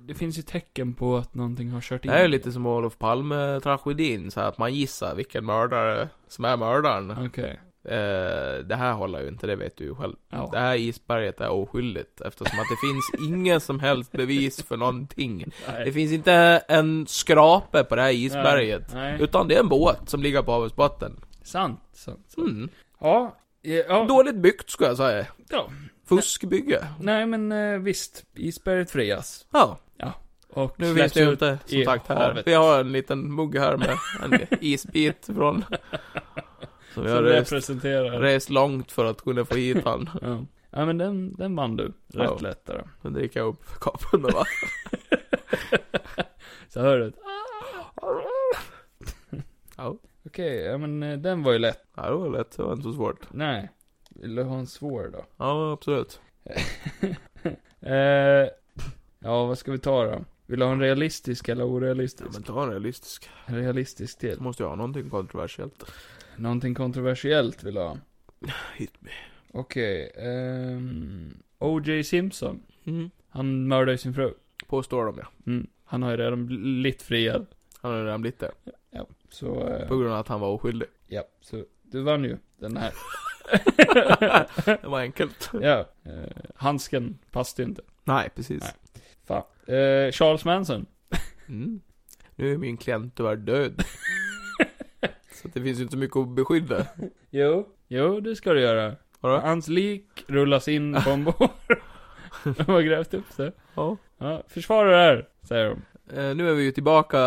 B: det finns ju tecken på att någonting har kört in.
A: Det här är ju lite som Olof Palme-tragedin, så här att man gissar vilken mördare som är mördaren.
B: Okej.
A: Eh, det här håller ju inte, det vet du ju själv.
B: Ja.
A: Det här isberget är oskyldigt eftersom att det finns inga som helst bevis för någonting. Det finns inte en skrape på det här isberget.
B: Nej. Nej.
A: Utan det är en båt som ligger på havets botten.
B: Sant, sant. sant.
A: Mm.
B: Ja. eh, ja.
A: Dåligt byggt skulle jag säga.
B: ja.
A: Fuskbygge.
B: Nej men eh, visst, isberget frias.
A: Ja,
B: Och
A: nu vet
B: släpps
A: jag
B: ut-
A: inte som
B: i
A: sagt här.
B: havet.
A: Vi har en liten mugg här med en isbit från... Som vi har
B: Som
A: rest,
B: representerar.
A: rest långt för att kunna få hit han.
B: ja. ja men den, den vann du. Rätt
A: Ja.
B: lätt där.
A: Nu dricker jag upp kapen med va?
B: Så hör du ett
A: Ja.
B: Okej, ja men eh, den var ju lätt.
A: Ja, det var lätt. Det var inte så svårt.
B: Nej. Vill du ha en svår då?
A: Ja, absolut.
B: Eh, ja, vad ska vi ta då? Vill du ha en realistisk eller
A: Ja,
B: orealistisk?
A: men ta en realistisk.
B: Realistisk
A: Då
B: till.
A: måste jag ha någonting kontroversiellt.
B: Någonting kontroversiellt vill du ha?
A: Hit me.
B: Okej, ehm... O.J. Simpson.
A: Mm.
B: Han mördade ju sin fru.
A: Påstår de ja.
B: Mm. Han har ju redan blivit friad.
A: Han har redan blivit det.
B: Så, eh,
A: På grund av att han var oskyldig.
B: ja. Så, du vann ju den här.
A: Det var enkelt.
B: ja. Eh, handsken passade ju inte.
A: Nej, precis.
B: Nej. Fan. Eh, Charles Manson.
A: Mm. Nu är min klient tyvärr död. så att det finns ju inte så mycket att beskydda.
B: Jo. Jo, det ska du göra.
A: Har du?
B: Hans lik rullas in på en bår. De har grävt upp det.
A: Ja.
B: Ja, försvara det här, säger de.
A: Eh, nu är vi ju tillbaka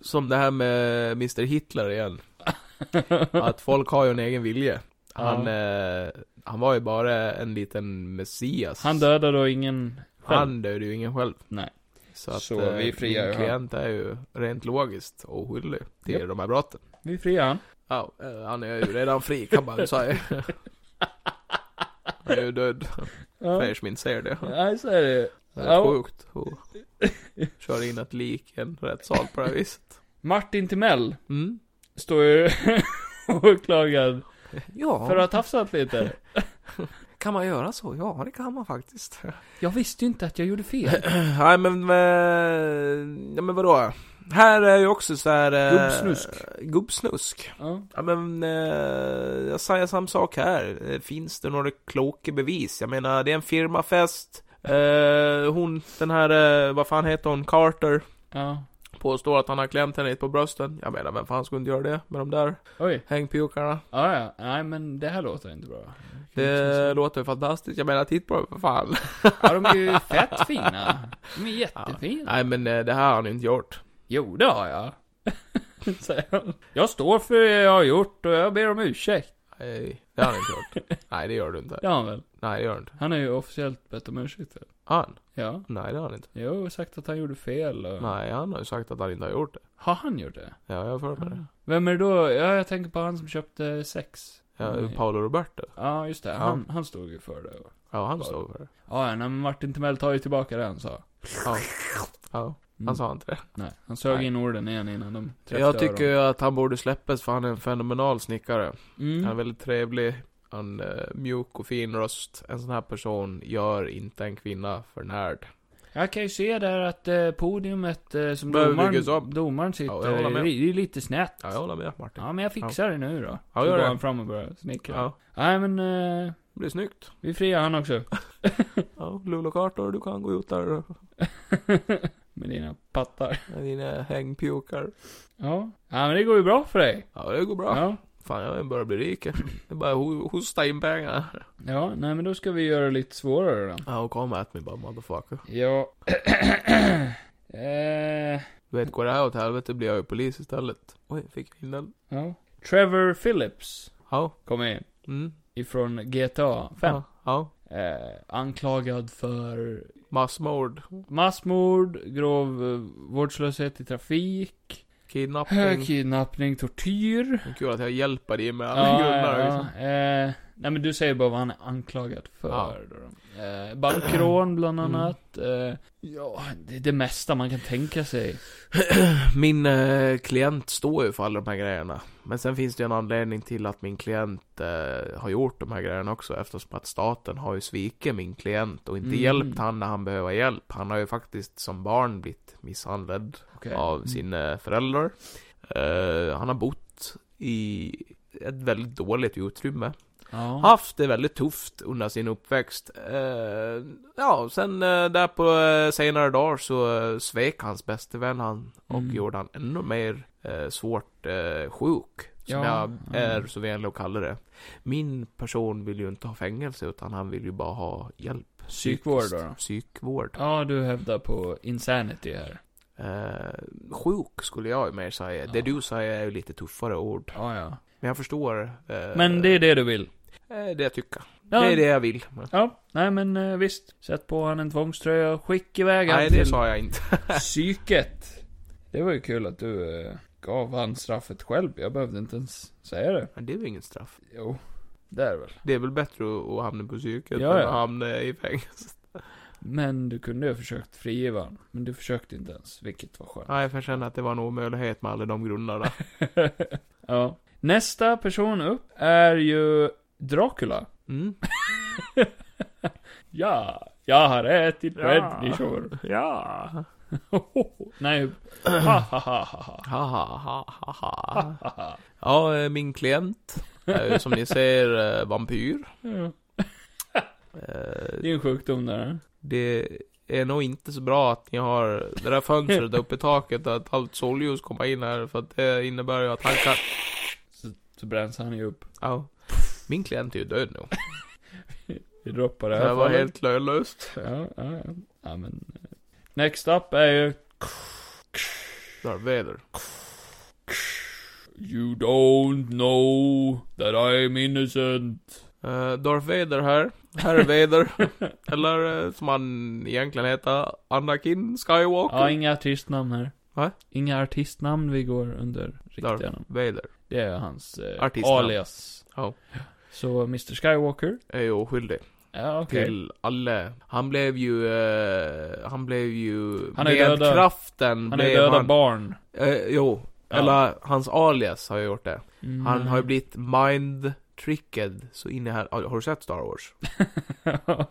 A: som det här med Mr Hitler igen. Att folk har ju en egen vilja. Han, eh, han var ju bara en liten messias.
B: Han dödar då ingen själv.
A: Han dödade ju ingen själv.
B: Nej.
A: Så att
B: Så
A: eh,
B: vi friar
A: min
B: ju han.
A: klient är ju rent logiskt oskyldig till
B: Japp.
A: de här brotten.
B: Vi friar han.
A: Ja, eh, han är ju redan fri kan man ju säga. Han är ju död, för
B: Ja.
A: er som inte ser det.
B: Nej, så är det
A: Det är
B: Ja.
A: sjukt att köra in ett lik i en rätt sal på det här viset.
B: Martin Timell
A: Mm.
B: står ju åklagad
A: Ja,
B: för att ha tafsat lite.
A: kan man göra så? Ja, det kan man faktiskt.
B: Jag visste ju inte att jag gjorde fel.
A: Nej men, eh, ja men vadå? Här är ju också så här... eh,
B: Gubbsnusk.
A: Gubbsnusk.
B: Ja.
A: Ja men, eh, jag säger samma sak här. Eh, Finns det några kloka bevis? Jag menar, det är en firmafest. Eh, hon, den här, eh, vad fan heter hon, Carter,
B: ja.
A: påstår att han har klämt henne lite på brösten. Jag menar, vem fan skulle inte göra det med de där
B: Oj.
A: hängpjukarna?
B: Ja, ja. Nej, men det här låter inte bra.
A: Det låter ju fantastiskt. Jag menar, titta på det för fan.
B: Ja, de är ju fett fina. De är jättefina.
A: Nej men, eh, det här har han ju inte gjort.
B: Jo, det har jag. Säger han. Jag står för det jag har gjort och jag ber om ursäkt.
A: Nej, det har han inte gjort. Nej, det gör du inte.
B: Det har han väl?
A: Nej, det gör du inte.
B: Han har ju officiellt bett om ursäkt. väl?
A: Han?
B: Ja.
A: Nej, det har han inte.
B: Jag har sagt att han gjorde fel och...
A: Nej, han har ju sagt att han inte har gjort det.
B: Har han gjort det?
A: Ja, jag har för mig det.
B: Vem är det då? Ja, jag tänker på han som köpte sex.
A: Ja,
B: Nej.
A: Paolo Roberto.
B: Ja, just det. Han, han stod ju för det.
A: Ja, han står för det.
B: Ja, ja, nej, men Martin Timell tar ju tillbaka det han sa.
A: Ja. ja.
B: Mm.
A: Han sa inte det.
B: Nej, han sög
A: Nej.
B: in orden igen innan de träffade
A: Jag tycker
B: öron.
A: ju att han borde släppas för han är en fenomenal snickare. Han är
B: Mm.
A: väldigt trevlig, han är mjuk och fin röst. En sån här person gör inte en kvinna förnärd.
B: Jag kan ju se där att eh, podiumet eh, som
A: Behöver byggas
B: domaren,
A: upp.
B: domaren sitter,
A: Ja, jag håller med.
B: det är ju lite snett.
A: Ja, jag håller med Martin.
B: Ja, men jag fixar det nu då.
A: Ja,
B: Så
A: gör
B: går
A: det.
B: han fram och börjar snickra.
A: Ja,
B: Nej, men eh,
A: det blir snyggt.
B: vi friar han också.
A: Ja, Luleå Carter, du kan gå ut där
B: Med dina pattar.
A: med dina hängpjukar.
B: Ja. ja, men det går ju bra för dig.
A: Ja, det går bra.
B: Ja.
A: Fan, jag börjar bli rik. Det är bara att hosta in pengar.
B: Ja, nej men då ska vi göra det lite svårare då.
A: Ja, och kom at me bara motherfucker.
B: Ja. eh,
A: Du vet, går det här åt helvete blir jag ju polis istället. Oj, fick jag in den?
B: ja. Trevor Phillips
A: Ja.
B: kom in.
A: Mm.
B: Ifrån GTA 5.
A: Ja. ja.
B: Eh, anklagad för
A: Massmord.
B: massmord, grov eh, vårdslöshet i trafik,
A: Kidnappning.
B: hög kidnappning, tortyr.
A: Men Kul att jag hjälper dig med alla
B: Ja,
A: grundare.
B: ja,
A: Liksom.
B: eh, nej men du säger bara vad han är anklagad för.
A: Ja.
B: då. Eh, bankrån bland
A: Mm.
B: annat. Eh, ja, det är det mesta man kan tänka sig.
A: Min eh, klient står ju för alla de här grejerna. Men sen finns det ju en anledning till att min klient eh, har gjort de här grejerna också. Eftersom att staten har ju svikit min klient och inte
B: Mm.
A: hjälpt han när han behöver hjälp. Han har ju faktiskt som barn blivit misshandlad
B: Okej. Mm.
A: av sina föräldrar. Eh, han har bott i ett väldigt dåligt utrymme.
B: Ja.
A: Haft det väldigt tufft under sin uppväxt. Eh, ja, sen eh, där på eh, senare dagar så eh, svek hans bäste vän han och
B: Mm.
A: gjorde han ännu mer eh, svårt eh, sjuk. Som
B: Ja,
A: jag är
B: mm.
A: så vänlig och kallar det. Min person vill ju inte ha fängelse utan han vill ju bara ha hjälp.
B: Psykvård
A: Psykiskt-
B: då, då?
A: Psykvård.
B: ja, du hävdar på insanity här.
A: Eh, sjuk skulle jag ju mer säga. Det
B: Ja.
A: du säger är ju lite tuffare ord.
B: Ja, ja.
A: Men jag förstår. eh,
B: Men det är det du vill?
A: eh, det jag tycker.
B: Ja,
A: Det är det jag vill.
B: Ja, nej men eh, visst. Sätt på han en tvångströja och skicka iväg han
A: Nej, det
B: till
A: sa jag inte.
B: psyket. Det var ju kul att du eh, gav han straffet själv. Jag behövde inte ens säga det.
A: Men det är ju inget straff.
B: Jo, det är det väl.
A: Det är väl bättre att- att hamna på psyket
B: Ja, ja.
A: än att hamna i fängelse.
B: Men du kunde ju ha försökt frigiva han. Men du försökte inte ens, vilket var skönt.
A: Nej, för jag känner att det var en omöjlighet med alla de grunderna.
B: ja. Nästa person upp är ju Dracula.
A: Mm.
B: Ja, jag har ätit
A: Ja.
B: människor.
A: Ja.
B: Nej, ha ha ha ha
A: Ha, ha, ha, ha, ha.
B: ha, ha.
A: Ja, eh, min klient är ju som ni ser eh, vampyr.
B: Ja.
A: Eh,
B: Det är en sjukdom där.
A: Det är nog inte så bra att ni har det där fönstret uppe i taket och att allt solljus kommer in här för att det innebär ju att han kan...
B: Så bränns han ju upp.
A: Ja. Min klient är ju död nu.
B: Vi droppar det
A: Det
B: här
A: här var
B: fallet.
A: helt lönlöst.
B: Ja, ja, ja. ja men... eh, Next up är ju...
A: Darth Vader.
B: You don't know that I'm innocent.
A: Eh, Darth Vader här. Herr Vader. Eller eh, som han egentligen heter, Anakin Skywalker.
B: Ja, inga artistnamn här.
A: Va?
B: Inga artistnamn vi går under riktiga
A: Darth
B: namn.
A: Vader
B: Det är hans eh,
A: Artistnamn.
B: alias.
A: Ja.
B: Så Mr Skywalker.
A: är ju oskyldig.
B: Ja, okej.
A: Till alla. Han blev ju... eh, han blev ju...
B: Han är
A: med
B: döda.
A: kraften
B: Han är
A: blev
B: döda
A: han-
B: barn.
A: Eh, jo.
B: Ja.
A: Eller hans alias har ju gjort det.
B: Mm.
A: Han har ju blivit mind-tricked så in i här... Har du sett Star Wars?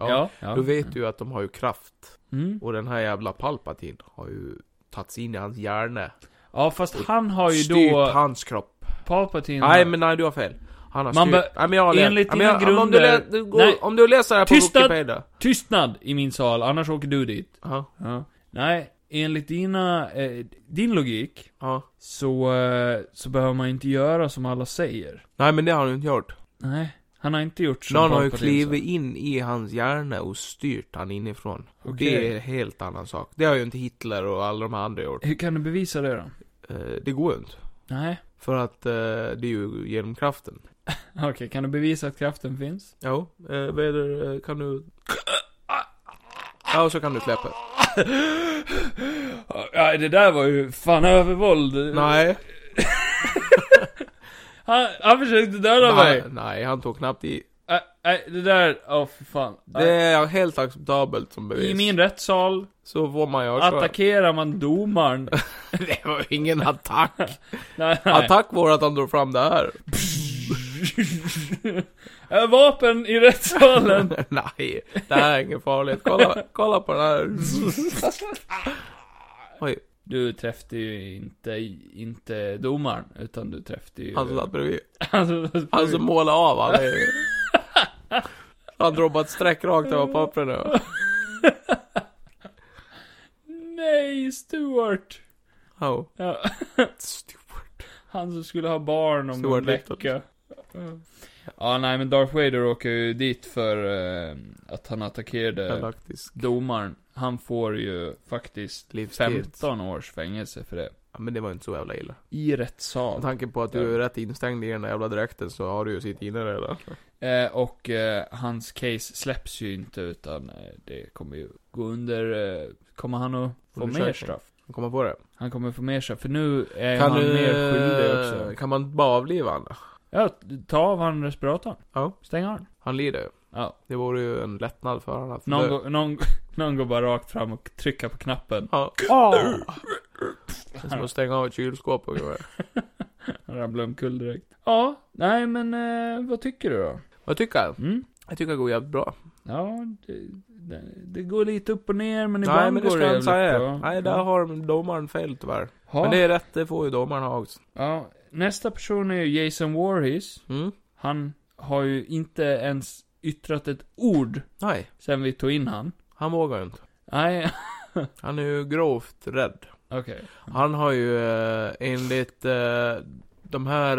B: ja. ja.
A: Du vet ju att de har ju kraft.
B: Mm.
A: Och den här jävla Palpatine har ju tagit sig in i hans hjärna.
B: Ja, fast han har ju
A: styrt
B: då...
A: hans kropp.
B: Palpatine...
A: Nej men nej, du har fel. Han har
B: Man
A: styrt...
B: be-
A: Nej men jag har läst...
B: enligt
A: Nej, men jag-
B: dina
A: men om du
B: grunder-
A: lä- du går-
B: Nej.
A: Om du läser det här på
B: Tystnad!
A: Wikipedia.
B: Tystnad i min sal, annars åker du dit.
A: Ja.
B: Ja. Nej, enligt dina, eh, din logik
A: Ja.
B: så, eh, så behöver man inte göra som alla säger.
A: Nej men det har han ju inte gjort.
B: Nej, han har inte gjort som
A: Någon har ju
B: Palpatine
A: klivit in i hans hjärna och styrt han inifrån.
B: sa.
A: Och
B: Okej.
A: Det är en helt annan sak. Det har ju inte Hitler och alla de här andra gjort.
B: Hur kan du bevisa det då?
A: Eh, det går ju inte.
B: Nej,
A: För att eh, det är ju genom kraften.
B: okej, kan du bevisa att kraften finns?
A: Ja, eh, Vader, eh, kan du... Ja, och så kan du släppa.
B: Ja, det där var ju fan övervåld.
A: Nej,
B: Han, han försökte döda
A: nej,
B: mig.
A: nej, han tog knappt i.
B: Nej, nej, det där, åh för fan.
A: Det är helt acceptabelt som bevis.
B: I min rättssal
A: Så får man ju också...
B: attackerar man domaren.
A: det var ju ingen attack.
B: nej, nej.
A: Attack var att han drog fram det här.
B: Äh, Vapen i rättssalen.
A: nej, det här är inget farligt. Kolla, kolla på den här. Oj,
B: Du träffade ju inte, inte domaren, utan du träffade ju...
A: han som satt bredvid.
B: Alltså-
A: Han som målade av alla. Han drog bara ett streck rakt över pappren nu.
B: Nej, Stuart!
A: Oh.
B: Ja, han som skulle ha barn om
A: Stuart
B: en
A: Little.
B: vecka. Ja. Ja, nej men Darth Vader åker ju dit för eh, att han
A: eh,
B: attackerade
A: Galaktisk
B: domaren. Han får ju faktiskt
A: livstid.
B: 15 års fängelse för det.
A: Ja, men det var inte så jävla illa.
B: I
A: Med
B: rättssal.
A: tanke på att du är rätt instängd i den där jävla dräkten så har du ju sitt inne redan.
B: Eh, och eh, hans case släpps ju inte utan eh, det kommer ju gå under, eh, kommer han att få mer
A: Undersökning.
B: straff?
A: Komma på det.
B: Han kommer få mer straff, för nu är
A: Kan
B: han
A: du... eh,
B: mer skyldig också.
A: Kan man bara avliva han då?
B: Ja, ta av han respiratorn.
A: Ja.
B: Stäng av den.
A: Han lider ju.
B: Ja.
A: Det vore ju en lättnad för honom att
B: Någon,
A: dö.
B: går, någon, någon går bara rakt fram och trycker på knappen.
A: Ja.
B: Åh!
A: Det är som att stänga av ett kylskåp ungefär.
B: Han ramlar omkull direkt. Ja, nej men eh, vad tycker du då?
A: Vad tycker jag?
B: Mm?
A: Jag tycker det går jävligt bra.
B: Ja, det, det, det går lite upp och ner, men
A: Nej,
B: ibland
A: men det
B: går
A: ska
B: det
A: jag inte
B: jävligt
A: säga.
B: bra.
A: Nej, där
B: ja.
A: har de- domaren fel tyvärr.
B: Ha,
A: Men det är rätt, det får ju domaren ha också.
B: ja. Nästa person är ju Jason Voorhees.
A: Mm.
B: Han har ju inte ens yttrat ett ord
A: Nej,
B: sen vi tog in han.
A: han vågar ju inte.
B: Nej,
A: Han är ju grovt rädd.
B: okej.
A: Han har ju eh, enligt eh, de här,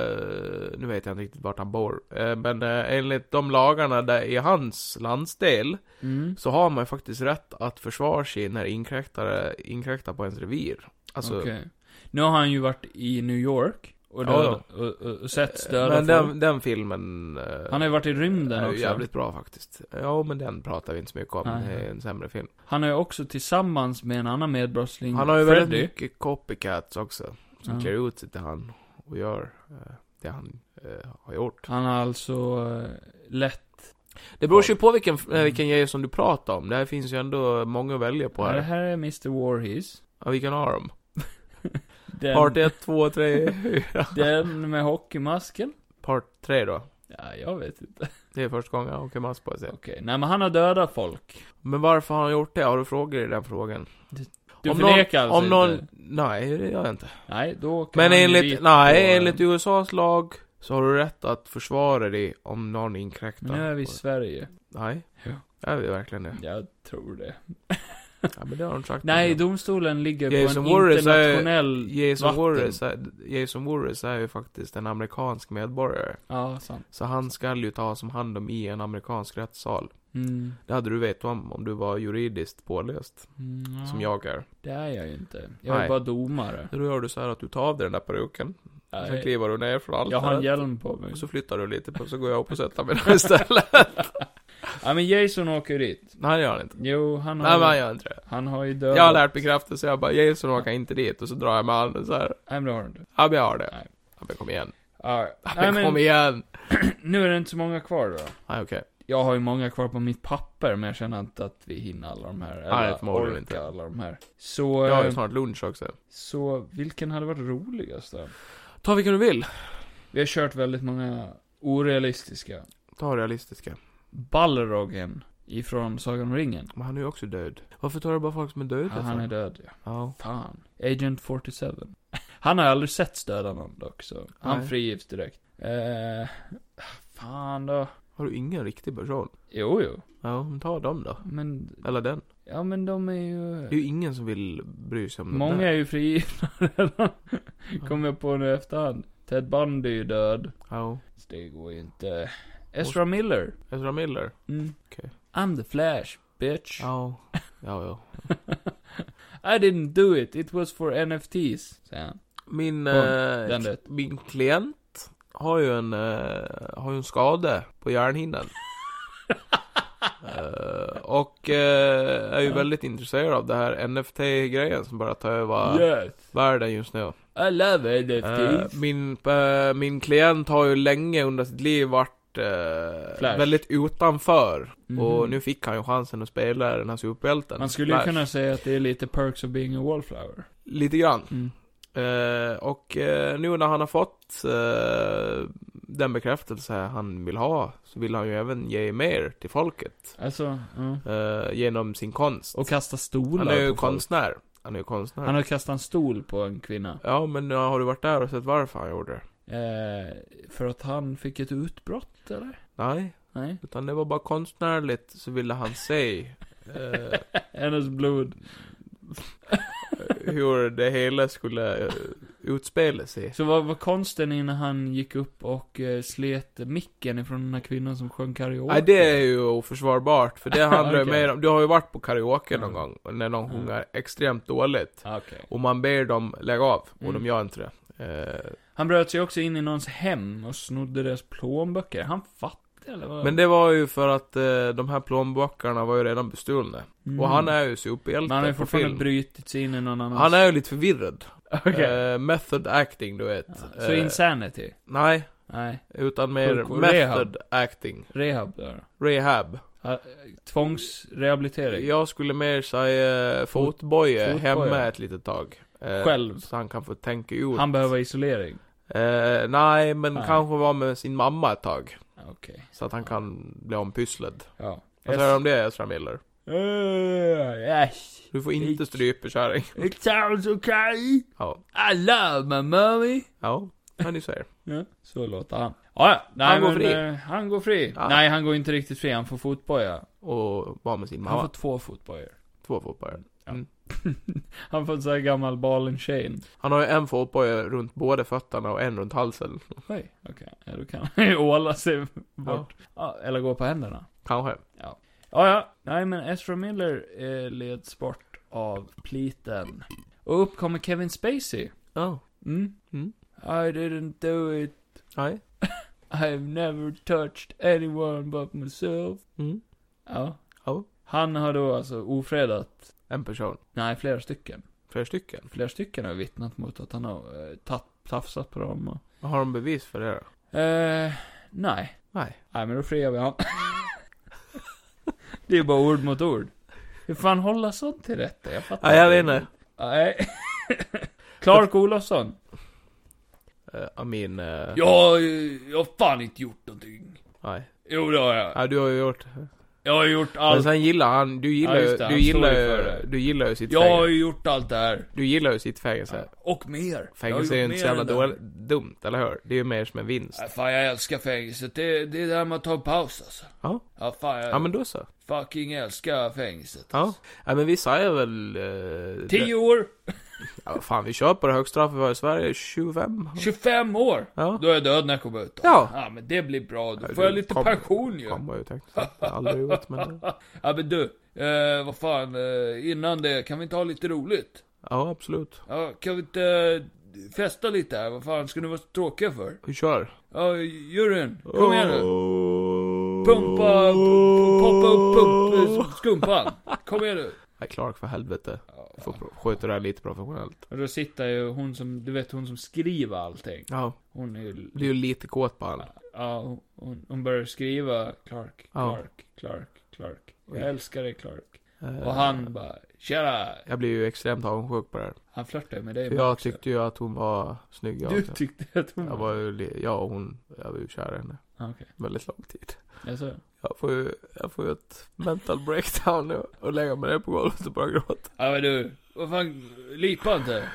A: eh, nu vet jag inte riktigt vart han bor, eh, men eh, enligt de lagarna där i hans landsdel
B: Mm.
A: så har man ju faktiskt rätt att försvara sig när inkräktare inkräktar på ens revir. Alltså,
B: Okej. Nu har han ju varit i New York och,
A: Ja,
B: död, och, och, och sett döda
A: eh, men
B: folk.
A: den, den filmen... eh,
B: Han har ju varit i rymden
A: är ju
B: också.
A: jävligt bra faktiskt. Ja, men den pratar vi inte så mycket om.
B: Nej.
A: Det är en sämre film.
B: Han är ju också tillsammans med en annan medbrottsling,
A: Han har ju
B: Freddy.
A: väldigt mycket copycats också. Som
B: Ja.
A: klär ut sig till han och gör eh, det han eh, har gjort.
B: Han har alltså eh, lätt...
A: Det beror ju på vilken, eh, vilken Jason du pratar om. Det här finns ju ändå många att välja på
B: Det
A: här.
B: här är Mr. Warhees.
A: Ja, vi kan ha dem.
B: Den,
A: Part 1, 2, 3, 4.
B: den med hockeymasken.
A: Part 3 då.
B: Ja, jag vet inte.
A: Det är första gången jag åker mask på sig.
B: Okej, nej men han har dödat folk.
A: Men varför har han gjort det? Har du frågor i den frågan?
B: Du
A: om
B: förnekar
A: någon,
B: alltså
A: om någon,
B: inte?
A: Nej, det gör jag inte.
B: Nej, då kan
A: Men
B: han ju
A: enligt,
B: dit
A: nej,
B: på-
A: enligt USAs lag så har du rätt att försvara dig om någon inkräktar.
B: Nu är vi i
A: på dig.
B: Sverige.
A: Nej.
B: Ja.
A: Är vi verkligen det?
B: Jag tror det.
A: Ja, men det har de sagt.
B: Nej, domstolen ligger
A: Jason
B: på en
A: Voorhees är-
B: internationell...
A: Jason
B: vatten.
A: Voorhees, är, Jason Voorhees är ju faktiskt en amerikansk medborgare.
B: Ja, sant.
A: Så han ska ju tas om hand om i en amerikansk rättssal.
B: Mm.
A: Det hade du vetat om, om du var juridiskt påläst.
B: Mm, ja,
A: Som jag är.
B: Det är jag ju inte. Jag är
A: Nej.
B: bara domare.
A: Så då gör du så här att du tar av dig den där peruken. Sen
B: Nej,
A: kliver du ner från allt
B: jag har en hjälm på mig.
A: Och så flyttar du lite på, så går jag upp och sätter mig där istället.
B: Ja, men Jason åker dit.
A: Nej, det gör han inte.
B: Jo, han har,
A: Nej, men han gör inte det.
B: han har ju dödat...
A: Jag har lärt mig krafter så jag bara, Jason åker inte dit och så drar jag med handen så här.
B: Nej, men det har han inte.
A: Ja men jag har det.
B: Nej.
A: Ja men kom igen.
B: Ja,
A: Ja
B: nej,
A: men kom igen.
B: nu är det inte så många kvar då.
A: Nej okej.
B: Jag har ju många kvar på mitt papper, men jag känner inte att vi hinner alla de här. Eller
A: Nej, förmodligen
B: orkar
A: inte.
B: alla de här. Så,
A: Jag har
B: eh,
A: ju snart lunch också.
B: så vilken hade varit roligast då?
A: Ta vilken du vill.
B: Vi har kört väldigt många orealistiska.
A: Ta realistiska.
B: Balrogen ifrån Sagan om ringen.
A: Men han är ju också död. Varför tar du bara folk som är döda?
B: Ja, han
A: för?
B: är död, ja.
A: Ja.
B: Fan. Agent 47. Han har aldrig sett döda någon dock, så han
A: Nej.
B: frigivs direkt. Eh, fan då.
A: Har du ingen riktig person?
B: Jo, jo.
A: Ja, men ta dem då.
B: Men,
A: Eller den.
B: ja men de är
A: Det är
B: ju...
A: ju ingen som vill bry sig om den
B: Många
A: där.
B: är ju frigivna redan. Kom jag på nu i efterhand. Ted Bundy är ju död.
A: Ja.
B: Så det går ju inte. Ezra Miller.
A: Ezra Miller?
B: Mm.
A: Okej.
B: I'm the Flash, bitch.
A: Ja. Ja, ja.
B: I didn't do it, it was for NFTs, säger han.
A: Min,
B: Hon,
A: eh,
B: den rätt.
A: min klient har ju en, eh, har ju en skada på hjärnhinnan. Eh, och eh, är ju
B: Ja.
A: väldigt intresserad av det här NFT-grejen som börjar ta över
B: Yes.
A: världen just nu.
B: I love
A: Eh,
B: NFTs.
A: min, eh, min klient har ju länge under sitt liv varit eh,
B: Flash.
A: väldigt utanför.
B: Mhm.
A: Och nu fick han ju chansen att spela den här superhjälten.
B: Man skulle ju
A: Flash.
B: kunna säga att det är lite perks of being a wallflower.
A: Lite grann.
B: Mm.
A: Eh, och eh, nu när han har fått eh, den bekräftelse han vill ha så vill han ju även ge mer till folket
B: Alltså, ja.
A: eh, genom sin konst.
B: Och kasta stolar
A: han är ju
B: på folk.
A: konstnär. Han är ju konstnär.
B: Han har kastat en stol på en kvinna.
A: Ja, men eh, har du varit där och sett varför han gjorde det?
B: Eh, för att han fick ett utbrott, eller?
A: Nej,
B: Nej.
A: utan det var bara konstnärligt så ville han se eh,
B: Hennes blod.
A: hur det hela skulle eh, utspela sig.
B: Så vad var konsten innan han gick upp och eh, slet micken ifrån den här kvinnan som sjöng karaoke?
A: Nej, det är ju oförsvarbart, för det handlar ju
B: Okej.
A: mer om... Du har ju varit på karaoke någon
B: Mm.
A: gång, och när någon
B: Mm.
A: sjunger extremt dåligt.
B: Ah, Okej.
A: Och man ber dem lägga av, och
B: Mm.
A: de gör inte det. Eh,
B: Han bröt sig också in i någons hem och snodde deras plånböcker. Han fattig eller vad?
A: men det var ju för att eh, de här plånböckerna var ju redan bestulna.
B: Mm.
A: Och han är ju
B: Men han har
A: superhjälte
B: ju
A: på
B: fortfarande
A: film.
B: brutit sig in i någon annans...
A: Han är ju lite förvirrad.
B: Okej.
A: Eh, method acting, du vet.
B: Ja, Så
A: Eh,
B: insanity?
A: nej,
B: Nej.
A: utan mer
B: Sjuk- och
A: method acting.
B: Rehab där.
A: Rehab.
B: Ja, Tvångsrehabilitering?
A: Jag skulle mer säga eh, fotboja
B: fotboja.
A: hemma ett litet tag. Eh,
B: Själv?
A: Så han kan få tänka ut.
B: Han behöver isolering?
A: Eh, nej, men
B: Nej.
A: kanske vara med sin mamma ett tag.
B: Okej.
A: Så att han kan bli ompysslad.
B: Ja.
A: Vad säger du om det, Ezra Miller?
B: Eh, yes.
A: Du får inte strypa kärring.
B: It sounds okay.
A: Ja.
B: I love my mommy.
A: Ja. Vad ni säger.
B: Ja, så låter han. Ja, ja. nej,
A: Han går
B: men,
A: fri.
B: eh, han går fri.
A: Ja.
B: Nej, han går inte riktigt fri. Han får fotboja.
A: Och vara med sin
B: Han
A: mamma.
B: får två fotbojor.
A: Två fotbojor.
B: Han får en sån här gammal ball and chain.
A: Han har ju en fotboja runt båda fötterna och en runt halsen.
B: Oj, okej. Ja, då kan han ju åla sig bort. Ja, eller gå på händerna.
A: Kanske.
B: Ja, ja. Nej, men Ezra Miller eh, leds bort av pliten. Och upp kommer Kevin Spacey.
A: Ja.
B: Mm.
A: Mm.
B: I didn't do it.
A: Nej.
B: I've never touched anyone but myself.
A: Mm.
B: Ja.
A: Ja.
B: Han har då alltså ofredat,
A: En person.
B: nej flera stycken.
A: Flera stycken.
B: Flera stycken har vittnat mot att han har eh, tatt, tafsat på dem och...
A: Har de bevis för det då?
B: Eh, nej.
A: Nej.
B: Nej men då friar vi han. det är bara ord mot ord. Hur fan hålla sånt till rätta? Jag fattar
A: Nej, jag vet inte.
B: Nej. Clark Olofsson.
A: Eh, Amin... eh,
B: Jag, eh, jag har fan inte gjort någonting.
A: Nej.
B: Jo det har jag.
A: Ja, du har ju gjort...
B: Jag har gjort
A: Men
B: allt.
A: sen gillar han... Du gillar
B: Ja,
A: ju...
B: just det, han
A: du, gillar
B: står ju
A: ju
B: för det.
A: du gillar ju sitt
B: Jag har
A: fängelse.
B: ju gjort allt det här.
A: Du gillar ju sitt fängelse.
B: Och mer.
A: Fängelse är ju
B: Jag har gjort
A: inte så
B: mer
A: jävla
B: än det.
A: dåligt, dumt, eller hur? Det är ju mer som en vinst.
B: Nej, fan jag älskar fängelset. Det, det är där man tar en paus alltså.
A: Ja.
B: Ja, fan jag
A: Ja, men då så.
B: fucking älskar fängelset.
A: Ja. Ja, men vi säger väl... Eh,
B: Tio år,
A: Ja, vad fan, vi kör på det högstraffet vi har i Sverige, 25.
B: 25 år.
A: Ja.
B: Då är jag död när jag kommer ut. då.
A: Ja.
B: Ja men det blir bra. Då
A: Ja,
B: får
A: du
B: jag lite
A: kommer-
B: pension ju.
A: Kommer ju tänkte jag. Det har aldrig gjort, men...
B: Ja men du. Eh, vad fan. Eh, innan det, kan vi inte ha lite roligt?
A: Ja, absolut.
B: Ja, kan vi inte eh, festa lite här? Vad fan ska ni vara så tråkiga för?
A: Vi kör.
B: Ja, juryn. Kom igen
A: Oh.
B: nu. Pumpa,
A: Pumpa...
B: p- poppa upp pump, eh, skumpan. Kom igen nu.
A: Nej, Clark för helvete. Du får pro- sköta det här lite professionellt.
B: Och då sitter ju hon som, du vet hon som skriver allting.
A: Ja,
B: Hon är ju,
A: blir ju lite kåt på honom.
B: ja hon- hon, hon börjar skriva Clark,
A: Ja.
B: Clark, Clark, Clark.
A: Oj.
B: Jag älskar dig Clark. Och han bara, tjena!
A: Eh, Jag blir ju extremt avundsjuk på det här.
B: Han flörtar ju med dig
A: För jag tyckte ju att hon var snygg. Jag,
B: Du tyckte att hon
A: jag var ju, li- jag och hon, jag var ju kär i henne.
B: Ah, Okej,
A: Väldigt lång tid.
B: Jaså?
A: Jag får ju, jag får ju ett mental breakdown nu och lägga mig ner på golvet och börja gråta.
B: Ja men du, vad fan, lipa inte.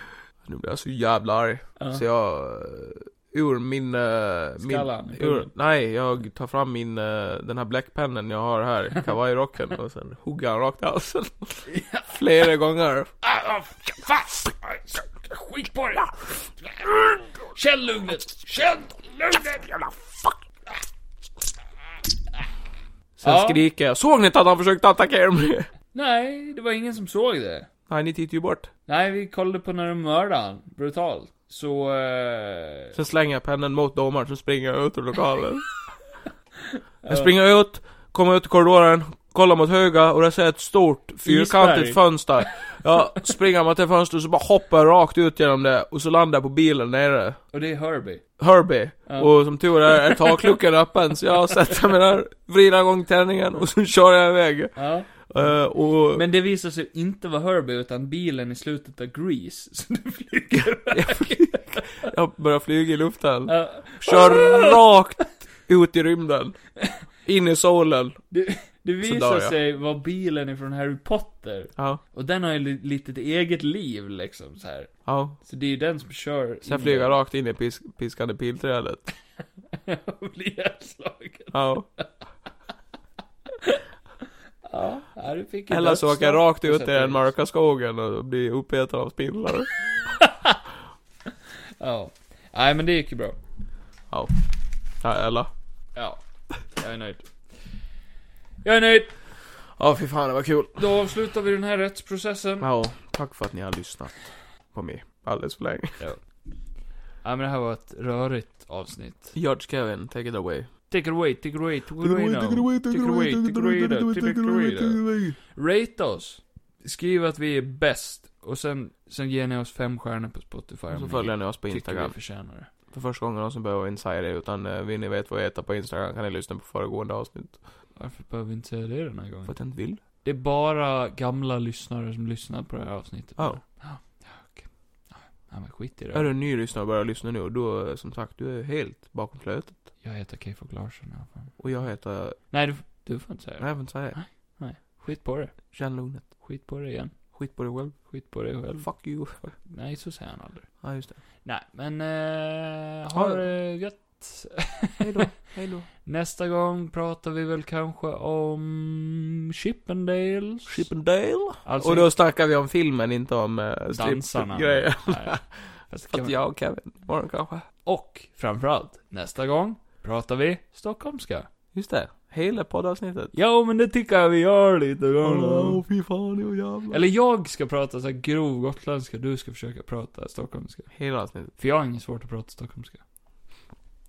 A: Nu blir jag så jävla arg.
B: Ja.
A: Så jag, eh, ur min... eh,
B: Skallan,
A: min ur,
B: pungen.
A: nej, jag tar fram min, eh, den här bläckpennan jag har här, kavajrocken och sen hugger han rakt i halsen. Flera gånger.
B: Ah, ah, fast! Skit på det! Känn lugnet! Känn lugnet! Jävla fuck!
A: Sen
B: Ja.
A: skriker jag, såg ni inte att han försökte attackera mig?
B: Nej, det var ingen som såg det.
A: Nej, ni tittar ju bort.
B: Nej, vi kollade på när de mördade han, brutalt. Så, eh,
A: Sen slänger jag pennan mot domaren, sen springer jag ut ur lokalen. Jag springer ut, kommer ut i korridoren, kollar mot höger och där ser jag ett stort fyrkantigt
B: Isberg.
A: fönster. Jag springer mot det fönstret och så bara hoppar jag rakt ut genom det och så landar jag på bilen nere.
B: och det är Herbie.
A: Herbie.
B: Ja.
A: Och som tur är är takluckan öppen så jag sätter mig där, vrider igång tändningen och så kör jag iväg.
B: Ja.
A: Eh, och
B: Men det visar sig inte vara Herbie, utan bilen i slutet av Grease. Så du flyger
A: jag börjar flyga i luften.
B: Ja.
A: Kör rakt ut i rymden. In i solen.
B: Det
A: dör
B: visar
A: jag.
B: sig vara bilen ifrån Harry Potter.
A: Ja,
B: Och den har ju li- litet eget liv liksom så här.
A: ja.
B: Så det är ju den som kör.
A: Så jag
B: in
A: flyger
B: den.
A: rakt in i pis piskande pilträdet.
B: Och blir ihjälslagen.
A: Ja.
B: Ja, ja, du fick ju
A: Eller så åker jag
B: dödsstraff
A: rakt
B: på
A: ut
B: sätt
A: i
B: och
A: den
B: vis.
A: mörka skogen och blir uppäten av spindlar.
B: Ja. Nej men det gick ju bra.
A: Ja, eller?
B: Ja. Jag är nöjd. Jag är nöjd.
A: Ja, fy fan det var kul.
B: Då avslutar vi den här rättsprocessen.
A: Ja, tack för att ni har lyssnat på mig alldeles för länge.
B: Ja men det här var ett rörigt avsnitt.
A: George Kevin, take it away.
B: Take it away, take it away, take it away now. Take it away, take it away, take it away, take it away, take it away. Rate oss. Skriv att vi är bäst. Och sen, sen ger ni oss fem stjärnor på Spotify. om
A: Och så
B: ni
A: följer ni oss på
B: Tycker
A: Instagram.
B: vi förtjänar det.
A: För första gången någonsin behöver vi inte säga det, utan eh, vill ni veta vad vi heter på Instagram kan ni lyssna på föregående avsnitt.
B: Mm. Varför behöver vi inte säga det den här gången?
A: För att jag inte vill.
B: Det är bara gamla lyssnare som lyssnar på det här avsnittet.
A: Ja.
B: Ja, ja, okej. Ja, Ja men skit i det.
A: Är du en ny lyssnare och börjar lyssna nu, då eh, som sagt, du är helt bakom flötet.
B: Jag heter Keyfolk Larsson i alla fall.
A: Och jag heter...
B: Nej, du, du får inte säga
A: Nej,
B: det.
A: jag får inte säga det.
B: Skit på det.
A: Känn lugnet.
B: Skit på det igen.
A: Skit på dig själv.
B: Skit på det själv.
A: Fuck you.
B: Nej, så säger han aldrig.
A: Ja, just det.
B: Nej, men eh, ha
A: Ja.
B: det gött.
A: Hejdå. Hejdå.
B: Nästa gång pratar vi väl kanske om Chippendales.
A: Chippendale.
B: alltså,
A: Och då snackar vi om filmen, inte om uh,
B: dansarna.
A: grejer.
B: Nej. Fast
A: För
B: kan
A: att
B: man...
A: jag och Kevin, imorgon kanske.
B: Och framförallt, nästa gång pratar vi stockholmska.
A: Just det. Hela poddavsnittet.
B: Ja, men det tycker jag vi gör lite
A: Åh,
B: grann.
A: fy fan, jo jävlar.
B: Eller jag ska prata så här grov gotländska, du ska försöka prata stockholmska.
A: Hela avsnittet.
B: För jag har inget svårt att prata stockholmska.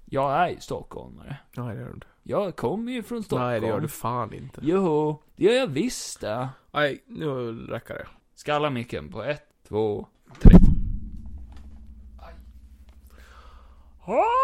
B: Jag är stockholmare.
A: Nej, det gör du inte.
B: Jag kommer ju från Stockholm.
A: Nej, det gör du fan inte.
B: Jo, det gör jag visst det.
A: Nej, nu räcker det.
B: Skalla micken på ett, två, tre. Aj. Ah!